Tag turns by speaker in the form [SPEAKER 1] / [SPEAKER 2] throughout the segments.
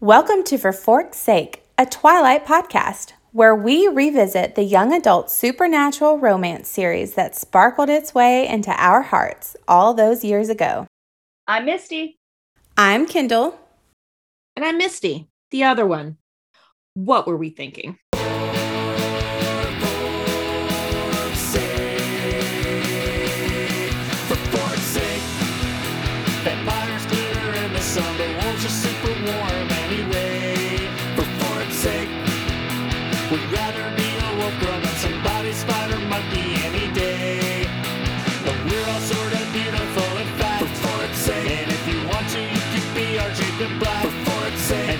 [SPEAKER 1] Welcome to For Fork's Sake, a Twilight podcast where we revisit the young adult supernatural romance series that sparkled its way into our hearts all those years ago.
[SPEAKER 2] I'm Misty.
[SPEAKER 1] I'm Kendall.
[SPEAKER 3] And I'm Misty, the other one. What were we thinking?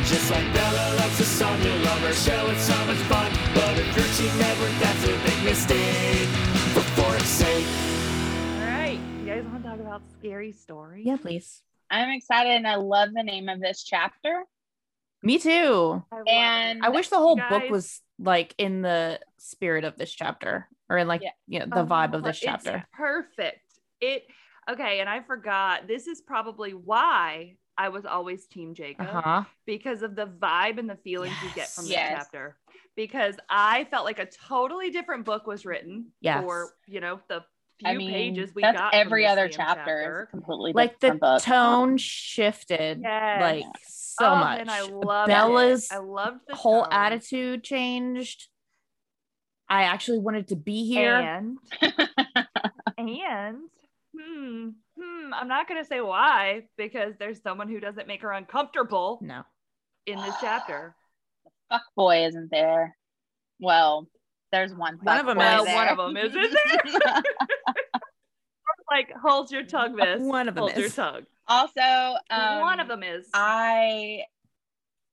[SPEAKER 4] Just like Bella loves the sun, you love her show, it's so much fun. But if you're she never, that's a big mistake. For fork's sake.
[SPEAKER 2] All right. You guys want to talk about scary stories?
[SPEAKER 3] Yeah, please.
[SPEAKER 5] I'm excited and I love the name of this chapter.
[SPEAKER 3] Me too.
[SPEAKER 2] I love
[SPEAKER 5] And
[SPEAKER 2] it.
[SPEAKER 3] I wish the whole
[SPEAKER 2] Guys.
[SPEAKER 3] book was like in the spirit of this chapter or in like
[SPEAKER 5] Yeah.
[SPEAKER 3] you know, the vibe of
[SPEAKER 2] Oh,
[SPEAKER 3] this chapter.
[SPEAKER 2] It's perfect. It okay, and I forgot. This is probably why I was always Team Jacob
[SPEAKER 3] Uh-huh.
[SPEAKER 2] because of the vibe and the feelings you get from
[SPEAKER 5] Yes.
[SPEAKER 2] this chapter. Because I felt like a totally different book was written
[SPEAKER 3] Yes.
[SPEAKER 2] for you know the few
[SPEAKER 5] I mean,
[SPEAKER 2] pages we
[SPEAKER 5] that's
[SPEAKER 2] got. from
[SPEAKER 5] every
[SPEAKER 2] this
[SPEAKER 5] other
[SPEAKER 2] damn
[SPEAKER 5] chapter, is completely
[SPEAKER 3] Like the
[SPEAKER 5] different book.
[SPEAKER 3] tone shifted
[SPEAKER 2] Yes.
[SPEAKER 3] like so
[SPEAKER 2] Oh,
[SPEAKER 3] much.
[SPEAKER 2] And I love
[SPEAKER 3] Bella's
[SPEAKER 2] I loved the
[SPEAKER 3] whole
[SPEAKER 2] tone.
[SPEAKER 3] attitude changed. I actually wanted to be here.
[SPEAKER 2] And and hmm, hmm, I'm not gonna say why because there's someone who doesn't make her uncomfortable
[SPEAKER 3] no.
[SPEAKER 2] in this chapter.
[SPEAKER 5] Fuck boy isn't there. Well, there's one.
[SPEAKER 3] One of 'em
[SPEAKER 5] fuckboy
[SPEAKER 3] is.
[SPEAKER 5] there.
[SPEAKER 2] One of 'em is, isn't there? Like, hold your tongue, miss.
[SPEAKER 3] One of 'em
[SPEAKER 2] hold your
[SPEAKER 3] is.
[SPEAKER 2] tongue.
[SPEAKER 5] also, um,
[SPEAKER 2] One of them is.
[SPEAKER 5] I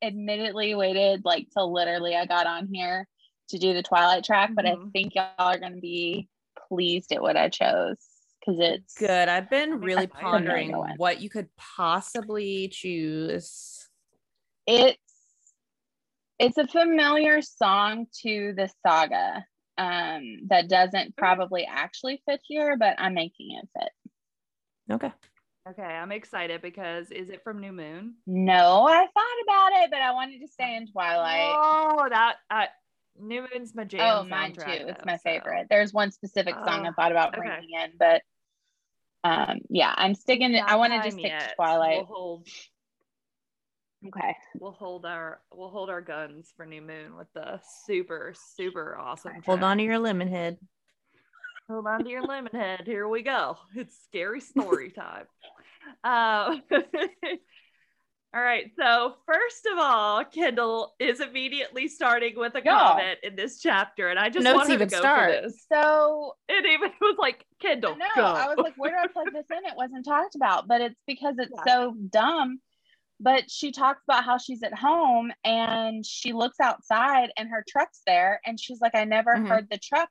[SPEAKER 5] admittedly waited like till literally I got on here to do the Twilight track, but I
[SPEAKER 2] Mhm.
[SPEAKER 5] think y'all are gonna be pleased at what I chose because it's
[SPEAKER 3] Good. I've been really
[SPEAKER 2] I-
[SPEAKER 3] pondering
[SPEAKER 5] Another one.
[SPEAKER 3] what you could possibly choose.
[SPEAKER 5] it's it's a familiar song to the saga um that doesn't probably actually fit here but i'm making it fit
[SPEAKER 3] Okay.
[SPEAKER 2] okay, I'm excited because is it from New Moon?
[SPEAKER 5] no i thought about it but i wanted to stay in twilight
[SPEAKER 2] Oh, that uh, New Moon's my jam.
[SPEAKER 5] oh mine too
[SPEAKER 2] soundtrack,
[SPEAKER 5] it's
[SPEAKER 2] though,
[SPEAKER 5] my
[SPEAKER 2] so.
[SPEAKER 5] favorite there's one specific song i
[SPEAKER 2] Oh,
[SPEAKER 5] thought about
[SPEAKER 2] okay.
[SPEAKER 5] bringing in but um yeah i'm sticking to, i
[SPEAKER 2] Not
[SPEAKER 5] want to
[SPEAKER 2] time
[SPEAKER 5] just pick
[SPEAKER 2] yet.
[SPEAKER 5] twilight
[SPEAKER 2] We'll hold,
[SPEAKER 5] okay
[SPEAKER 2] we'll hold our we'll hold our guns for New Moon with the super super awesome.
[SPEAKER 3] Hold
[SPEAKER 2] track.
[SPEAKER 3] on to your lemon head.
[SPEAKER 2] Hold on to your lemon head. Here we go. It's scary story time. Um, all right. So, first of all, Kendall is immediately starting with a
[SPEAKER 5] Yeah.
[SPEAKER 2] comment in this chapter. And I just
[SPEAKER 3] Notes
[SPEAKER 2] want her to
[SPEAKER 3] even
[SPEAKER 2] go
[SPEAKER 3] start.
[SPEAKER 2] for this.
[SPEAKER 5] so
[SPEAKER 2] It even was like, Kendall,
[SPEAKER 5] No,
[SPEAKER 2] go.
[SPEAKER 5] I was like, where do I plug this in? It wasn't talked about, but it's because it's
[SPEAKER 2] Yeah.
[SPEAKER 5] so dumb. But she talks about how she's at home and she looks outside and her truck's there. And she's like, I never
[SPEAKER 3] Mhm.
[SPEAKER 5] heard the truck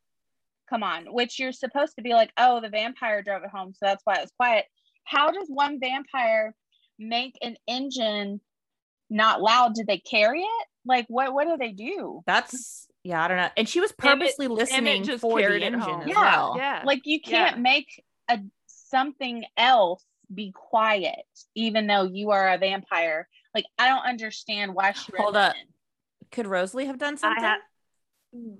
[SPEAKER 5] come on, which you're supposed to be like, oh, the vampire drove it home. So that's why it was quiet. How does one vampire make an engine not loud? Did they carry it? Like, what, what do they do?
[SPEAKER 3] That's yeah, I don't know. And she was
[SPEAKER 2] Emmett-
[SPEAKER 3] purposely listening
[SPEAKER 2] just
[SPEAKER 3] for the
[SPEAKER 2] carried it
[SPEAKER 3] engine
[SPEAKER 2] home.
[SPEAKER 3] as
[SPEAKER 5] Yeah,
[SPEAKER 3] well.
[SPEAKER 2] yeah.
[SPEAKER 5] like you
[SPEAKER 2] Yeah.
[SPEAKER 5] can't make a something else be quiet even though you are a vampire like i don't understand why she wrote
[SPEAKER 3] Hold
[SPEAKER 5] that
[SPEAKER 3] up. Could Rosalie have done
[SPEAKER 2] I
[SPEAKER 3] something?
[SPEAKER 2] ha-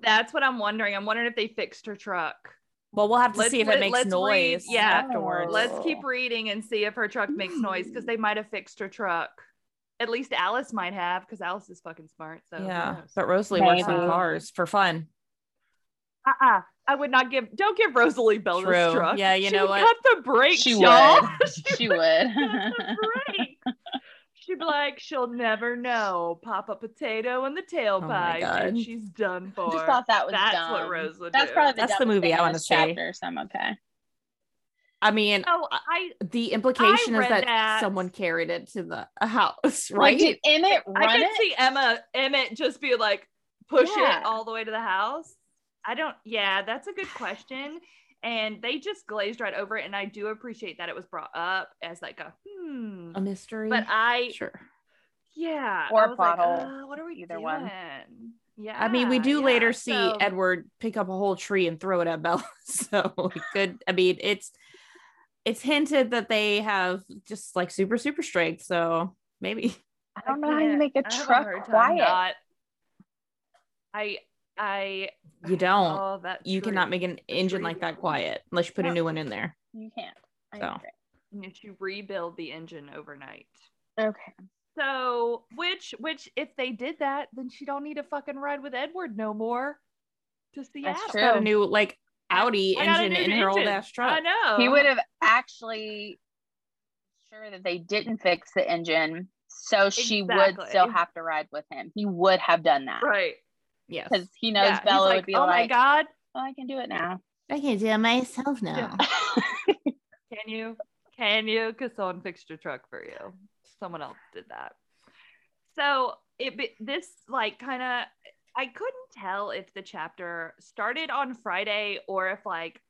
[SPEAKER 2] that's what I'm wondering. I'm wondering if they fixed her truck.
[SPEAKER 3] well, we'll have to
[SPEAKER 2] Let's-
[SPEAKER 3] see if
[SPEAKER 2] let-
[SPEAKER 3] it makes
[SPEAKER 2] let's read-
[SPEAKER 3] noise
[SPEAKER 2] yeah.
[SPEAKER 3] afterwards.
[SPEAKER 2] Let's keep
[SPEAKER 5] Oh.
[SPEAKER 2] reading and see if her truck makes noise because they might have fixed her truck. At least Alice might have because Alice is fucking smart. So who
[SPEAKER 3] yeah.
[SPEAKER 2] knows?
[SPEAKER 3] But Rosalie works on
[SPEAKER 5] Maybe.
[SPEAKER 3] cars for fun.
[SPEAKER 2] uh-uh. I would not give. Don't give Rosalie Bell
[SPEAKER 3] True.
[SPEAKER 2] this truck.
[SPEAKER 3] Yeah, you
[SPEAKER 2] she
[SPEAKER 3] know
[SPEAKER 2] would
[SPEAKER 3] what?
[SPEAKER 2] Cut the brakes,
[SPEAKER 5] She
[SPEAKER 2] y'all.
[SPEAKER 5] in. she
[SPEAKER 2] cut
[SPEAKER 5] would
[SPEAKER 2] the brakes. She'd be like, she'll never know. Pop a potato in the tailpipe, and
[SPEAKER 3] Oh God.
[SPEAKER 2] she's done for.
[SPEAKER 5] just thought that was
[SPEAKER 2] That's
[SPEAKER 5] dumb.
[SPEAKER 2] what Rose would
[SPEAKER 5] that's
[SPEAKER 2] do.
[SPEAKER 5] probably the
[SPEAKER 3] That's the
[SPEAKER 5] dumbest
[SPEAKER 3] movie
[SPEAKER 5] thing
[SPEAKER 3] I
[SPEAKER 5] in
[SPEAKER 3] wanna
[SPEAKER 5] this
[SPEAKER 3] see.
[SPEAKER 5] chapter so i'm okay
[SPEAKER 3] I mean,
[SPEAKER 2] Oh, I
[SPEAKER 3] the implication is
[SPEAKER 2] read
[SPEAKER 3] that,
[SPEAKER 2] that-
[SPEAKER 3] someone carried it to the a house,
[SPEAKER 5] right
[SPEAKER 3] right?
[SPEAKER 5] like, did emmett
[SPEAKER 2] I
[SPEAKER 5] run
[SPEAKER 2] could
[SPEAKER 5] it
[SPEAKER 2] see Emma Emmett just be like, push
[SPEAKER 5] Yeah.
[SPEAKER 2] it all the way to the house. I don't. Yeah, that's a good question. And they just glazed right over it, and I do appreciate that it was brought up as like a hmm.
[SPEAKER 3] a mystery.
[SPEAKER 2] But I,
[SPEAKER 3] sure.
[SPEAKER 2] yeah,
[SPEAKER 5] Or
[SPEAKER 2] I was like,
[SPEAKER 5] pothole,
[SPEAKER 2] uh, what are we
[SPEAKER 5] either
[SPEAKER 2] doing?
[SPEAKER 5] one.
[SPEAKER 2] Yeah,
[SPEAKER 3] I mean, we do
[SPEAKER 2] yeah.
[SPEAKER 3] later see
[SPEAKER 2] So-
[SPEAKER 3] Edward pick up a whole tree and throw it at Bella. So we could I mean it's it's hinted that they have just like super super strength. So maybe
[SPEAKER 6] I don't know how you
[SPEAKER 2] can't-
[SPEAKER 6] make a
[SPEAKER 2] I have
[SPEAKER 6] truck
[SPEAKER 2] hard time
[SPEAKER 6] quiet.
[SPEAKER 2] not- I I
[SPEAKER 3] You don't.
[SPEAKER 2] oh, that's
[SPEAKER 3] you
[SPEAKER 2] true.
[SPEAKER 3] cannot make an engine like that quiet unless you put a
[SPEAKER 2] No.
[SPEAKER 3] new one in there.
[SPEAKER 6] You can't. I
[SPEAKER 3] So.
[SPEAKER 6] agree.
[SPEAKER 2] If you rebuild the engine overnight.
[SPEAKER 6] Okay.
[SPEAKER 2] So which which if they did that, then she don't need to fucking ride with Edward no more. To Seattle.
[SPEAKER 6] That's
[SPEAKER 3] Got a
[SPEAKER 6] true.
[SPEAKER 3] new like Audi
[SPEAKER 2] I got Oh. a
[SPEAKER 3] engine
[SPEAKER 2] new
[SPEAKER 3] in her old
[SPEAKER 2] engine.
[SPEAKER 3] ass truck.
[SPEAKER 2] I know.
[SPEAKER 6] He would have actually sure that they didn't fix the engine, so she would still
[SPEAKER 2] Exactly.
[SPEAKER 6] have to ride with him. He would have done that
[SPEAKER 2] right.
[SPEAKER 3] Yes.
[SPEAKER 6] because he knows
[SPEAKER 2] Yeah, he's
[SPEAKER 6] Bella
[SPEAKER 2] like,
[SPEAKER 6] would be
[SPEAKER 2] oh
[SPEAKER 6] like,
[SPEAKER 2] my god,
[SPEAKER 6] "Oh, I can do it now."
[SPEAKER 3] I can do it myself now.
[SPEAKER 2] Can you? Can you? Because someone fixed your truck for you. Someone else did that. So it be- this like kind of I couldn't tell if the chapter started on Friday or if like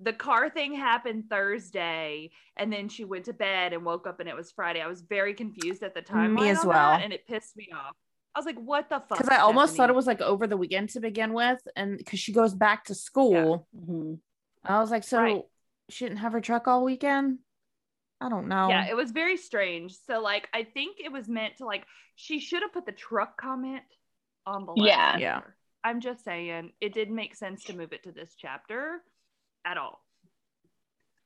[SPEAKER 2] the car thing happened Thursday and then she went to bed and woke up and it was Friday. I was very confused at the time.
[SPEAKER 3] as well.
[SPEAKER 2] and it pissed me off. I was like, what the fuck?
[SPEAKER 3] Because I almost thought it
[SPEAKER 2] Stephanie?
[SPEAKER 3] was like over the weekend to begin with, and because she goes back to school,
[SPEAKER 6] Mhm.
[SPEAKER 3] I was like, so
[SPEAKER 2] Right.
[SPEAKER 3] she didn't have her truck all weekend. I don't know.
[SPEAKER 2] Yeah, it was very strange. So like I think it was meant to like she should have put the truck comment on the last
[SPEAKER 6] Yeah.
[SPEAKER 2] chapter.
[SPEAKER 3] Yeah.
[SPEAKER 2] I'm just saying it didn't make sense to move it to this chapter at all.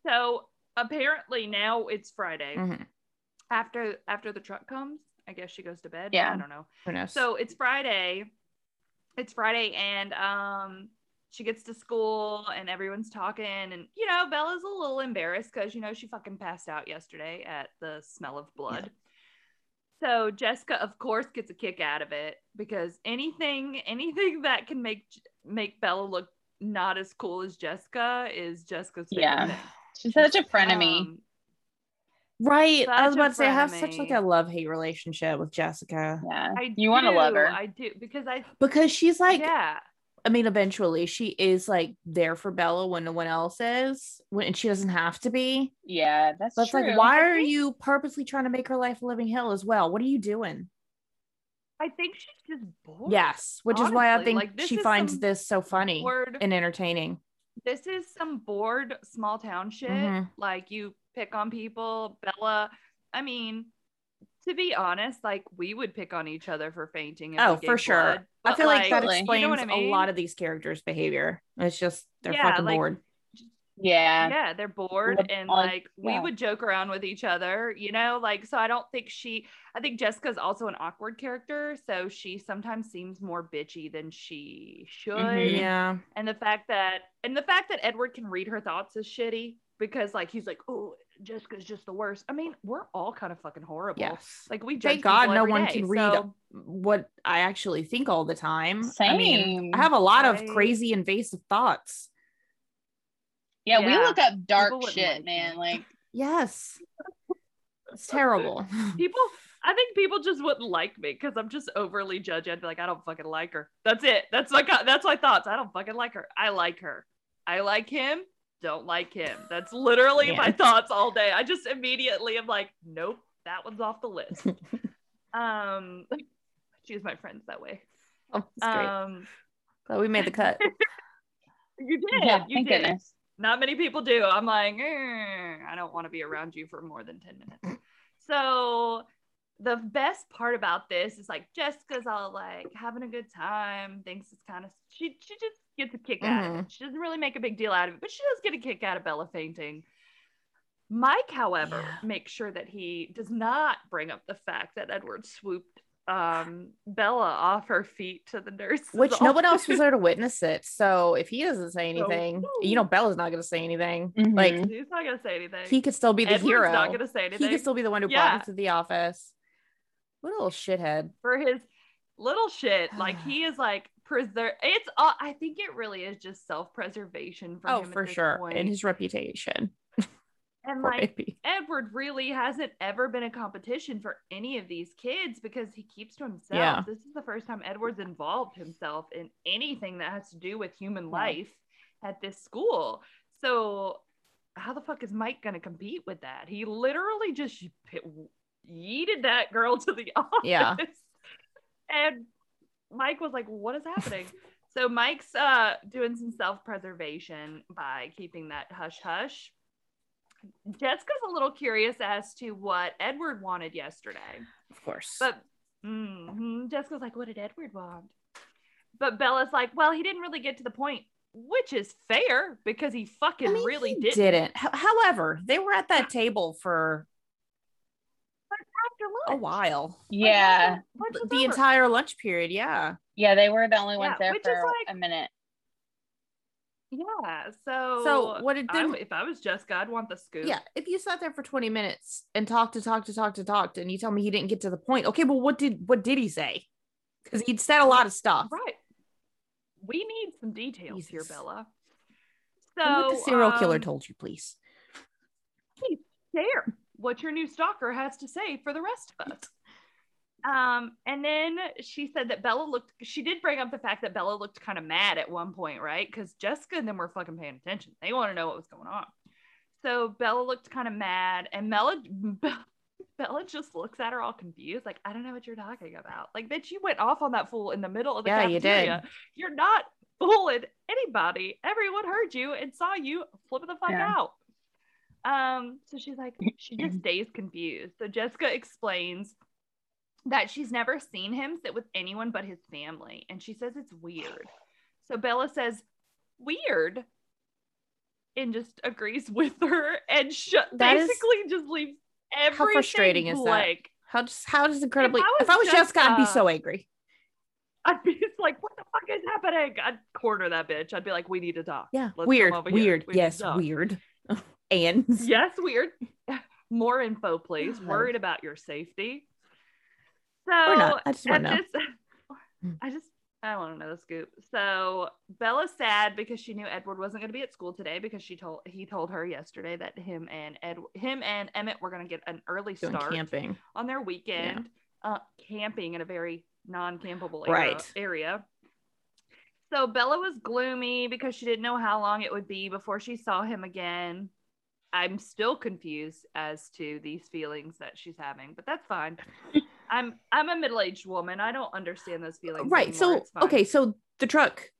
[SPEAKER 2] So apparently now it's Friday.
[SPEAKER 6] Mm-hmm.
[SPEAKER 3] Mhm.
[SPEAKER 2] After after the truck comes, I guess she goes to bed.
[SPEAKER 6] Yeah.
[SPEAKER 2] I don't know.
[SPEAKER 3] Who knows?
[SPEAKER 2] So it's Friday. It's Friday, and um, she gets to school, and everyone's talking, and you know Bella's a little embarrassed because you know she fucking passed out yesterday at the smell of blood. So Jessica, of course, gets a kick out of it because anything, anything that can make make Bella look not as cool as Jessica is Jessica's favorite
[SPEAKER 6] Yeah.
[SPEAKER 2] thing.
[SPEAKER 6] She's such a frenemy.
[SPEAKER 2] Um,
[SPEAKER 3] right.
[SPEAKER 2] such
[SPEAKER 3] I was
[SPEAKER 2] a
[SPEAKER 3] about to say I have such like
[SPEAKER 2] frenemy.
[SPEAKER 3] a love hate relationship with Jessica
[SPEAKER 6] yeah,
[SPEAKER 2] I
[SPEAKER 6] you want to love
[SPEAKER 2] do,
[SPEAKER 6] her.
[SPEAKER 2] I do because I
[SPEAKER 3] because she's like,
[SPEAKER 2] yeah
[SPEAKER 3] I mean, eventually she is like there for Bella when no one else is, when and she doesn't have to be.
[SPEAKER 6] yeah, that's
[SPEAKER 3] But it's
[SPEAKER 6] true.
[SPEAKER 3] like, why are you purposely trying to make her life a living hell as well? What are you doing?
[SPEAKER 2] I think she's just bored.
[SPEAKER 3] Yes, which is why I
[SPEAKER 2] Honestly,
[SPEAKER 3] think
[SPEAKER 2] like, this
[SPEAKER 3] she
[SPEAKER 2] is
[SPEAKER 3] finds
[SPEAKER 2] some
[SPEAKER 3] this so funny
[SPEAKER 2] Word.
[SPEAKER 3] and entertaining.
[SPEAKER 2] this is some bored small town shit.
[SPEAKER 3] Mhm.
[SPEAKER 2] Like you pick on people, Bella. I mean, to be honest, like we would pick on each other for fainting. if
[SPEAKER 3] Oh,
[SPEAKER 2] we gave
[SPEAKER 3] for sure.
[SPEAKER 2] blood,
[SPEAKER 3] I
[SPEAKER 2] but,
[SPEAKER 3] feel like, that
[SPEAKER 6] Absolutely.
[SPEAKER 3] explains
[SPEAKER 2] you know what I mean?
[SPEAKER 3] a lot of these characters' behavior. It's just they're
[SPEAKER 2] Yeah,
[SPEAKER 3] fucking
[SPEAKER 2] like-
[SPEAKER 3] bored.
[SPEAKER 6] Yeah,
[SPEAKER 2] yeah, they're bored
[SPEAKER 6] Lip-
[SPEAKER 2] and
[SPEAKER 6] on-
[SPEAKER 2] like we
[SPEAKER 6] yeah.
[SPEAKER 2] would joke around with each other, you know, like so I don't think she I think Jessica's also an awkward character, so she sometimes seems more bitchy than she should.
[SPEAKER 6] Mhm.
[SPEAKER 3] Mm-hmm, Yeah,
[SPEAKER 2] and the fact that and the fact that Edward can read her thoughts is shitty because like he's like, oh, Jessica's just the worst. I mean, we're all kind of fucking horrible.
[SPEAKER 3] yes.
[SPEAKER 2] Like we judge
[SPEAKER 3] Thank God
[SPEAKER 2] people
[SPEAKER 3] no
[SPEAKER 2] every
[SPEAKER 3] one
[SPEAKER 2] day,
[SPEAKER 3] can read
[SPEAKER 2] so-
[SPEAKER 3] What I actually think all the time. I mean,
[SPEAKER 6] Same.
[SPEAKER 3] I have a lot
[SPEAKER 2] Right.
[SPEAKER 3] of crazy invasive thoughts.
[SPEAKER 6] yeah,
[SPEAKER 2] Yeah.
[SPEAKER 6] We look up dark
[SPEAKER 2] People wouldn't
[SPEAKER 6] shit,
[SPEAKER 2] like
[SPEAKER 6] man.
[SPEAKER 2] me.
[SPEAKER 6] Like,
[SPEAKER 3] Yes, it's terrible.
[SPEAKER 2] people. I think people just wouldn't like me because I'm just overly judgy. I'd be like, I don't fucking like her. That's it. That's my co- that's my thoughts. I don't fucking like her. I like her. I like him. Don't like him. That's literally
[SPEAKER 3] Yeah.
[SPEAKER 2] my thoughts all day. I just immediately am like, nope, that one's off the list. um, choose my friends that way.
[SPEAKER 3] Oh, it's great.
[SPEAKER 2] Um,
[SPEAKER 3] Glad we made the cut.
[SPEAKER 2] you did.
[SPEAKER 6] yeah,
[SPEAKER 2] you
[SPEAKER 6] thank
[SPEAKER 2] did.
[SPEAKER 6] goodness.
[SPEAKER 2] Not many people do. I'm like, "Eh, I don't want to be around you for more than 10 minutes. So the best part about this is like Jessica's all like having a good time, thinks it's kind of she she just gets a kick out
[SPEAKER 3] Mm-hmm.
[SPEAKER 2] of it. She doesn't really make a big deal out of it, but she does get a kick out of Bella fainting. Mike, however,
[SPEAKER 3] Yeah.
[SPEAKER 2] makes sure that he does not bring up the fact that Edward swooped um Bella off her feet to the nurse.
[SPEAKER 3] Which no one else was there to witness it. So if he doesn't say anything, you know, Bella's not going to say anything. Like
[SPEAKER 6] Mhm.
[SPEAKER 2] He's not gonna say anything.
[SPEAKER 3] Mm-hmm. he could still be the
[SPEAKER 2] Mm-hmm. Edward's
[SPEAKER 3] hero.
[SPEAKER 2] not gonna say anything
[SPEAKER 3] He could still be the one who
[SPEAKER 2] Yeah.
[SPEAKER 3] brought it to the office. What a little shithead.
[SPEAKER 2] for his little shit. Like he is like preserve. It's all. I think it really is just self preservation for
[SPEAKER 3] Oh,
[SPEAKER 2] him. at
[SPEAKER 3] for
[SPEAKER 2] this
[SPEAKER 3] sure.
[SPEAKER 2] point.
[SPEAKER 3] And his reputation.
[SPEAKER 2] and
[SPEAKER 3] Poor
[SPEAKER 2] like
[SPEAKER 3] baby.
[SPEAKER 2] Edward really hasn't ever been a competition for any of these kids because he keeps to himself.
[SPEAKER 3] Yeah.
[SPEAKER 2] This is the first time Edward's involved himself in anything that has to do with human life at this school. So, how the fuck is Mike going to compete with that? He literally just p- yeeted that girl to the office.
[SPEAKER 3] Yeah.
[SPEAKER 2] And Mike was like, What is happening? so, Mike's uh, doing some self preservation by keeping that hush hush Jessica's a little curious as to what Edward wanted yesterday.
[SPEAKER 3] Of course.
[SPEAKER 2] But mhm, Jessica's like, what did Edward want? But Bella's like, well, he didn't really get to the point, which is fair because he fucking
[SPEAKER 3] I mean,
[SPEAKER 2] really
[SPEAKER 3] he
[SPEAKER 2] didn't.
[SPEAKER 3] didn't. Ho- However, they were at that table for
[SPEAKER 2] After
[SPEAKER 3] a
[SPEAKER 2] lunch.
[SPEAKER 3] while.
[SPEAKER 6] Yeah.
[SPEAKER 2] Lunch was
[SPEAKER 3] the
[SPEAKER 2] over.
[SPEAKER 3] entire lunch period, yeah.
[SPEAKER 6] Yeah, they were the only ones
[SPEAKER 2] Yeah,
[SPEAKER 6] there
[SPEAKER 2] which is
[SPEAKER 6] for
[SPEAKER 2] like-
[SPEAKER 6] a minute.
[SPEAKER 2] Yeah. So,
[SPEAKER 3] So what did
[SPEAKER 2] I,
[SPEAKER 3] then,
[SPEAKER 2] w- if I was Jessica, I'd want the scoop.
[SPEAKER 3] yeah, if you sat there for 20 minutes and talked to talked to talked to talked and you tell me he didn't get to the point, okay, well what did what did he say? Because he'd said a lot of stuff.
[SPEAKER 2] Right. We need some details here,
[SPEAKER 3] Jesus.
[SPEAKER 2] Bella.
[SPEAKER 3] And
[SPEAKER 2] So
[SPEAKER 3] what the serial killer
[SPEAKER 2] um,
[SPEAKER 3] told you, please.
[SPEAKER 2] share what your new stalker has to say for the rest of us. Um, and then she said that Bella looked, she did bring up the fact that Bella looked kind of mad at one point, right? Because Jessica and them were fucking paying attention. They want to know what was going on. So Bella looked kind of mad, and Mella, Bella just looks at her all confused, like, I don't know what you're talking about. Like, bitch, you went off on that fool in the middle of the
[SPEAKER 3] Yeah, you did.
[SPEAKER 2] cafeteria. You are not fooling anybody. Everyone heard you and saw you flipping the fuck
[SPEAKER 6] Yeah.
[SPEAKER 2] out. Um, so she's like, she just stays confused. So Jessica explains that she's never seen him sit with anyone but his family, and she says it's weird. So Bella says, "Weird," and just agrees with her, and sh-
[SPEAKER 3] That is-
[SPEAKER 2] basically just leaves everything
[SPEAKER 3] frustrating is that?
[SPEAKER 2] blank.
[SPEAKER 3] How just how does incredibly
[SPEAKER 2] I was
[SPEAKER 3] if
[SPEAKER 2] uh,
[SPEAKER 3] I was Jessica, I'd be
[SPEAKER 2] Jessica-
[SPEAKER 3] so angry.
[SPEAKER 2] I'd be just like, "What the fuck is happening?" I'd corner that bitch. I'd be like, "We need to talk."
[SPEAKER 3] Yeah.
[SPEAKER 2] Let's come
[SPEAKER 3] weird.
[SPEAKER 2] over here.
[SPEAKER 3] Weird.
[SPEAKER 2] We need to
[SPEAKER 3] Yes,
[SPEAKER 2] talk."
[SPEAKER 3] weird. and
[SPEAKER 2] Yes, weird. More info, please.
[SPEAKER 3] God.
[SPEAKER 2] Worried about your safety. So
[SPEAKER 3] or not. I just
[SPEAKER 2] at
[SPEAKER 3] want to know.
[SPEAKER 2] this- I just I want to know the scoop. So Bella's sad because she knew Edward wasn't going to be at school today because she told he told her yesterday that him and Ed him and Emmett were going to get an early
[SPEAKER 3] Doing
[SPEAKER 2] start
[SPEAKER 3] camping.
[SPEAKER 2] on their weekend uh, camping in a very non-campable era-
[SPEAKER 3] Right.
[SPEAKER 2] area. So Bella was gloomy because she didn't know how long it would be before she saw him again. I'm still confused as to these feelings that she's having, but that's fine. I'm I'm a middle-aged woman. I don't understand those feelings.
[SPEAKER 3] right
[SPEAKER 2] anymore.
[SPEAKER 3] so
[SPEAKER 2] It's fine.
[SPEAKER 3] okay so the truck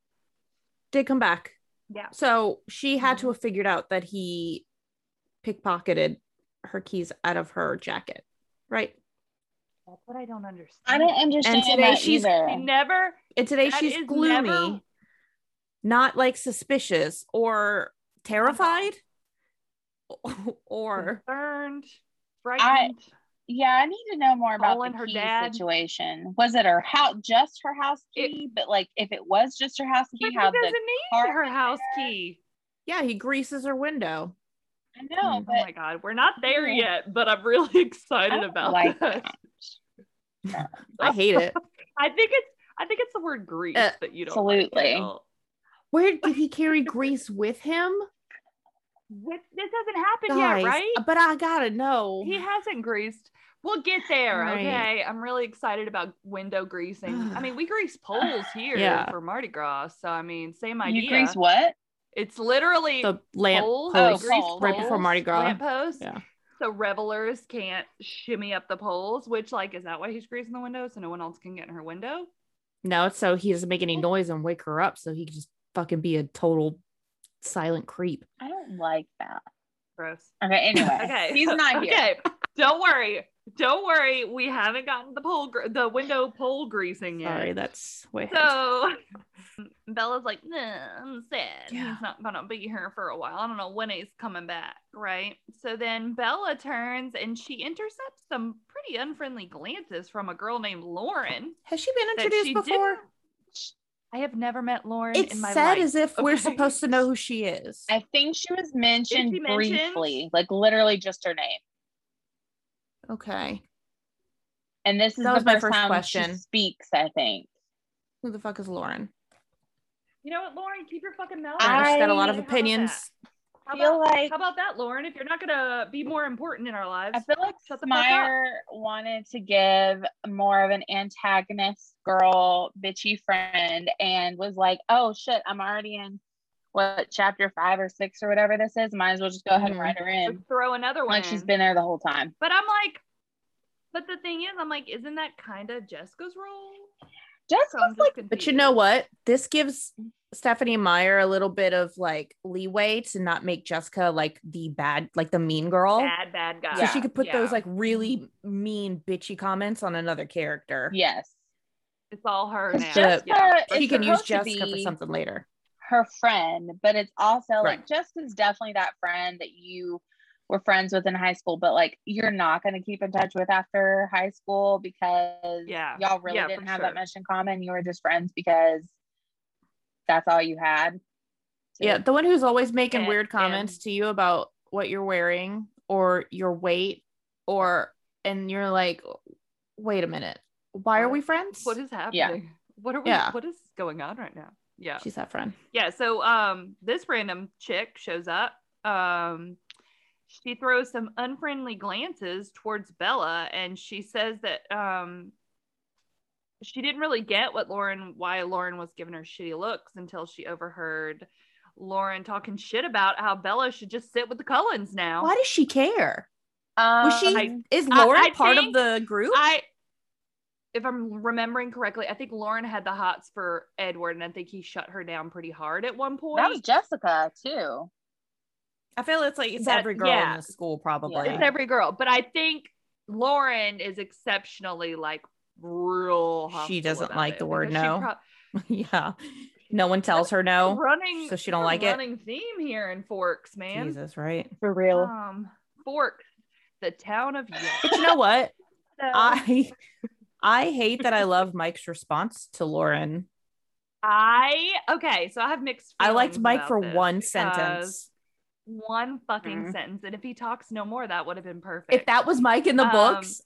[SPEAKER 3] did come back
[SPEAKER 2] Yeah. Mm-hmm.
[SPEAKER 3] so she had to have figured out that he pickpocketed her keys out of her jacket right
[SPEAKER 2] That's what I don't understand.
[SPEAKER 6] I don't understand
[SPEAKER 3] today
[SPEAKER 6] that
[SPEAKER 3] she's-
[SPEAKER 2] She
[SPEAKER 6] either.
[SPEAKER 2] never
[SPEAKER 3] and today
[SPEAKER 2] That
[SPEAKER 3] she's
[SPEAKER 2] is
[SPEAKER 3] gloomy
[SPEAKER 2] never-
[SPEAKER 3] not like suspicious or terrified or
[SPEAKER 2] concerned, frightened.
[SPEAKER 6] Yeah, I need to know more about
[SPEAKER 2] Calling
[SPEAKER 6] the
[SPEAKER 2] her
[SPEAKER 6] key
[SPEAKER 2] dad.
[SPEAKER 6] situation. Was it her house, just her house
[SPEAKER 2] It-
[SPEAKER 6] key? but like, if it was just her house
[SPEAKER 2] but
[SPEAKER 6] key,
[SPEAKER 2] he
[SPEAKER 6] how
[SPEAKER 2] doesn't
[SPEAKER 6] the
[SPEAKER 2] need
[SPEAKER 6] car
[SPEAKER 2] her
[SPEAKER 6] in
[SPEAKER 2] house
[SPEAKER 6] there.
[SPEAKER 2] key.
[SPEAKER 3] yeah he greases her window
[SPEAKER 6] I know,
[SPEAKER 2] Oh
[SPEAKER 3] Mm.
[SPEAKER 6] but Oh
[SPEAKER 2] my god, we're not there
[SPEAKER 6] Mm.
[SPEAKER 2] yet, but I'm really
[SPEAKER 6] I
[SPEAKER 2] excited
[SPEAKER 6] don't
[SPEAKER 2] about
[SPEAKER 6] like
[SPEAKER 2] that.
[SPEAKER 6] that.
[SPEAKER 3] i hate it
[SPEAKER 2] I think it's I think it's the word grease
[SPEAKER 3] Uh,
[SPEAKER 2] that you don't like at
[SPEAKER 6] absolutely.
[SPEAKER 2] all.
[SPEAKER 3] where did he carry grease with him
[SPEAKER 2] This, this hasn't happened
[SPEAKER 3] Guys,
[SPEAKER 2] yet, right?
[SPEAKER 3] but i gotta know
[SPEAKER 2] He hasn't greased. We'll get there,
[SPEAKER 3] Right.
[SPEAKER 2] okay? I'm really excited about window greasing. I mean, we grease poles here
[SPEAKER 3] Yeah.
[SPEAKER 2] for Mardi Gras, so I mean, same
[SPEAKER 6] you
[SPEAKER 2] idea.
[SPEAKER 6] grease what?
[SPEAKER 2] it's literally
[SPEAKER 3] the lamp
[SPEAKER 2] poles,
[SPEAKER 6] Oh,
[SPEAKER 3] post
[SPEAKER 2] grease
[SPEAKER 6] poles.
[SPEAKER 3] right before
[SPEAKER 2] poles,
[SPEAKER 3] Mardi Gras.
[SPEAKER 2] lamp posts.
[SPEAKER 3] Yeah.
[SPEAKER 2] So revelers can't shimmy up the poles, which like is that why he's greasing the window so no one else can get in her window?
[SPEAKER 3] No, it's so he doesn't make any noise and wake her up so he can just fucking be a total silent creep.
[SPEAKER 6] I don't like that.
[SPEAKER 2] Gross.
[SPEAKER 6] Okay, anyway,
[SPEAKER 2] Okay.
[SPEAKER 6] he's not here.
[SPEAKER 2] Okay. Don't worry. Don't worry. We haven't gotten the pole, gr- the window pole greasing yet.
[SPEAKER 3] Sorry, that's way
[SPEAKER 2] so Bella's like, nah, I'm sad.
[SPEAKER 3] Yeah.
[SPEAKER 2] He's not gonna be here for a while. I don't know when he's coming back, right? So then Bella turns and she intercepts some pretty unfriendly glances from a girl named Lauren.
[SPEAKER 3] Has she been
[SPEAKER 2] that
[SPEAKER 3] introduced
[SPEAKER 2] she
[SPEAKER 3] before?
[SPEAKER 2] didn't- I have never met Lauren
[SPEAKER 3] It's
[SPEAKER 2] in my
[SPEAKER 3] said
[SPEAKER 2] life.
[SPEAKER 3] as if we're
[SPEAKER 2] okay?
[SPEAKER 3] supposed to know who she is.
[SPEAKER 6] I think she was mentioned
[SPEAKER 2] she mentioned?
[SPEAKER 6] briefly, like literally just her name.
[SPEAKER 3] okay.
[SPEAKER 6] And this is
[SPEAKER 3] That
[SPEAKER 6] the
[SPEAKER 3] was my
[SPEAKER 6] first,
[SPEAKER 3] first
[SPEAKER 6] time she
[SPEAKER 3] question.
[SPEAKER 6] speaks, I think.
[SPEAKER 3] Who the fuck is Lauren?
[SPEAKER 2] you know what, Lauren? Keep your fucking mouth.
[SPEAKER 6] I-
[SPEAKER 3] I,
[SPEAKER 2] shut.
[SPEAKER 3] she's got a lot of
[SPEAKER 2] How about
[SPEAKER 3] opinions.
[SPEAKER 2] How
[SPEAKER 6] I feel
[SPEAKER 2] about,
[SPEAKER 6] like-
[SPEAKER 2] how about that, Lauren? If you're not gonna be more important in our lives,
[SPEAKER 6] I feel like
[SPEAKER 2] Shut the fuck up.
[SPEAKER 6] Meyer wanted to give more of an antagonist girl bitchy friend and was like, oh shit, I'm already in what chapter five or six or whatever this is. Might as well just go ahead and
[SPEAKER 3] Mhm.
[SPEAKER 6] write her
[SPEAKER 2] let's
[SPEAKER 6] in.
[SPEAKER 2] throw another one.
[SPEAKER 6] Like she's
[SPEAKER 2] in.
[SPEAKER 6] been there the whole time.
[SPEAKER 2] But I'm like, but the thing is, I'm like, isn't that kind of Jessica's role?
[SPEAKER 5] Just
[SPEAKER 2] So I'm
[SPEAKER 5] 'cause, like
[SPEAKER 2] just
[SPEAKER 3] But you
[SPEAKER 2] confused.
[SPEAKER 3] know what? This gives Stephanie Meyer a little bit of like leeway to not make Jessica like the bad, like the mean girl.
[SPEAKER 2] bad, bad guy.
[SPEAKER 3] So she
[SPEAKER 5] Yeah,
[SPEAKER 3] could put
[SPEAKER 2] Yeah.
[SPEAKER 3] those like really mean, bitchy comments on another character.
[SPEAKER 5] yes,
[SPEAKER 2] It's all her
[SPEAKER 5] It's
[SPEAKER 2] now.
[SPEAKER 3] just
[SPEAKER 5] that
[SPEAKER 2] for
[SPEAKER 3] She
[SPEAKER 5] it's
[SPEAKER 3] can use
[SPEAKER 5] supposed to
[SPEAKER 3] Jessica for
[SPEAKER 5] be-
[SPEAKER 3] something later.
[SPEAKER 5] her friend, but it's also like
[SPEAKER 3] Right.
[SPEAKER 5] Jessica's definitely that friend that you were friends with in high school, but like you're not going to keep in touch with after high school because
[SPEAKER 2] Yeah.
[SPEAKER 5] y'all really
[SPEAKER 2] Yeah,
[SPEAKER 5] didn't
[SPEAKER 2] for
[SPEAKER 5] have
[SPEAKER 2] sure.
[SPEAKER 5] that much in common. You were just friends because that's all you had. So-
[SPEAKER 3] Yeah. The one who's always making
[SPEAKER 2] And-
[SPEAKER 3] weird comments
[SPEAKER 2] and-
[SPEAKER 3] to you about what you're wearing or your weight or, and you're like, wait a minute. Why are
[SPEAKER 2] What-
[SPEAKER 3] we friends?
[SPEAKER 2] What is happening? What are we?
[SPEAKER 3] Yeah.
[SPEAKER 2] What is going on right now? Yeah.
[SPEAKER 3] She's that friend.
[SPEAKER 2] yeah so um this random chick shows up um she throws some unfriendly glances towards bella and she says that um she didn't really get what lauren why lauren was giving her shitty looks until she overheard lauren talking shit about how bella should just sit with the cullens now
[SPEAKER 3] Why does she care? Was she
[SPEAKER 5] Um,
[SPEAKER 3] is
[SPEAKER 2] Uh, I-
[SPEAKER 3] Lauren
[SPEAKER 2] I
[SPEAKER 3] part
[SPEAKER 2] think
[SPEAKER 3] of the group?
[SPEAKER 2] i if i'm remembering correctly i think lauren had the hots for edward and i think he shut her down pretty hard at one point
[SPEAKER 5] that was Jessica too.
[SPEAKER 3] I feel it's like it's
[SPEAKER 2] That-
[SPEAKER 3] every girl
[SPEAKER 2] yeah.
[SPEAKER 3] in the school probably.
[SPEAKER 2] it's every girl but i think lauren is exceptionally like real
[SPEAKER 3] She
[SPEAKER 2] hostile
[SPEAKER 3] doesn't
[SPEAKER 2] about
[SPEAKER 3] like
[SPEAKER 2] it
[SPEAKER 3] the word
[SPEAKER 2] because she
[SPEAKER 3] no.
[SPEAKER 2] prob-
[SPEAKER 3] yeah. No one tells her no.
[SPEAKER 2] running
[SPEAKER 3] so she don't
[SPEAKER 2] it's a
[SPEAKER 3] like it?
[SPEAKER 2] running theme here in forks man
[SPEAKER 3] Jesus, right?
[SPEAKER 5] For real.
[SPEAKER 2] um forks the town of York.
[SPEAKER 3] But you know what?
[SPEAKER 2] So,
[SPEAKER 3] I I hate that I love Mike's response to Lauren.
[SPEAKER 2] i okay so i have mixed
[SPEAKER 3] I liked
[SPEAKER 2] feelings
[SPEAKER 3] Mike
[SPEAKER 2] about
[SPEAKER 3] for
[SPEAKER 2] this
[SPEAKER 3] one
[SPEAKER 2] because
[SPEAKER 3] sentence. Mm-hmm.
[SPEAKER 2] one fucking
[SPEAKER 5] Mhm.
[SPEAKER 2] sentence and if he talks no more that would have been perfect
[SPEAKER 3] If that was Mike in the
[SPEAKER 2] Um,
[SPEAKER 3] books,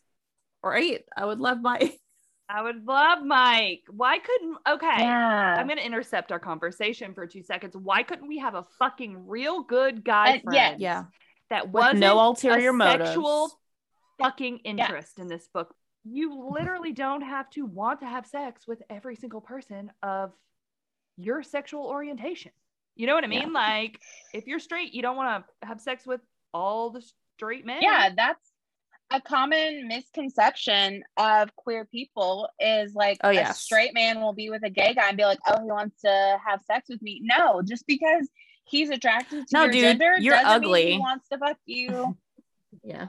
[SPEAKER 3] right? I would love Mike.
[SPEAKER 2] i would love mike why couldn't okay
[SPEAKER 5] Yeah.
[SPEAKER 2] I'm going to intercept our conversation for two seconds. Why couldn't we have a fucking real good guy
[SPEAKER 5] Uh, yeah.
[SPEAKER 2] friend?
[SPEAKER 3] Yeah.
[SPEAKER 2] That
[SPEAKER 3] With
[SPEAKER 2] wasn't
[SPEAKER 3] no
[SPEAKER 2] a
[SPEAKER 3] ulterior motive.
[SPEAKER 2] sexual fucking interest
[SPEAKER 5] Yes.
[SPEAKER 2] in this book. You literally don't have to want to have sex with every single person of your sexual orientation. You know what I
[SPEAKER 3] Yeah.
[SPEAKER 2] mean? Like, if you're straight, you don't want to have sex with all the straight men.
[SPEAKER 5] yeah that's a common misconception of queer people is like
[SPEAKER 3] Oh,
[SPEAKER 5] yeah, a
[SPEAKER 3] yes.
[SPEAKER 5] straight man will be with a gay guy and be like oh he wants to have sex with me no just because he's attracted to
[SPEAKER 3] No,
[SPEAKER 5] your
[SPEAKER 3] dude,
[SPEAKER 5] gender
[SPEAKER 3] you're
[SPEAKER 5] doesn't mean
[SPEAKER 3] ugly.
[SPEAKER 5] he wants to fuck you
[SPEAKER 3] Yeah.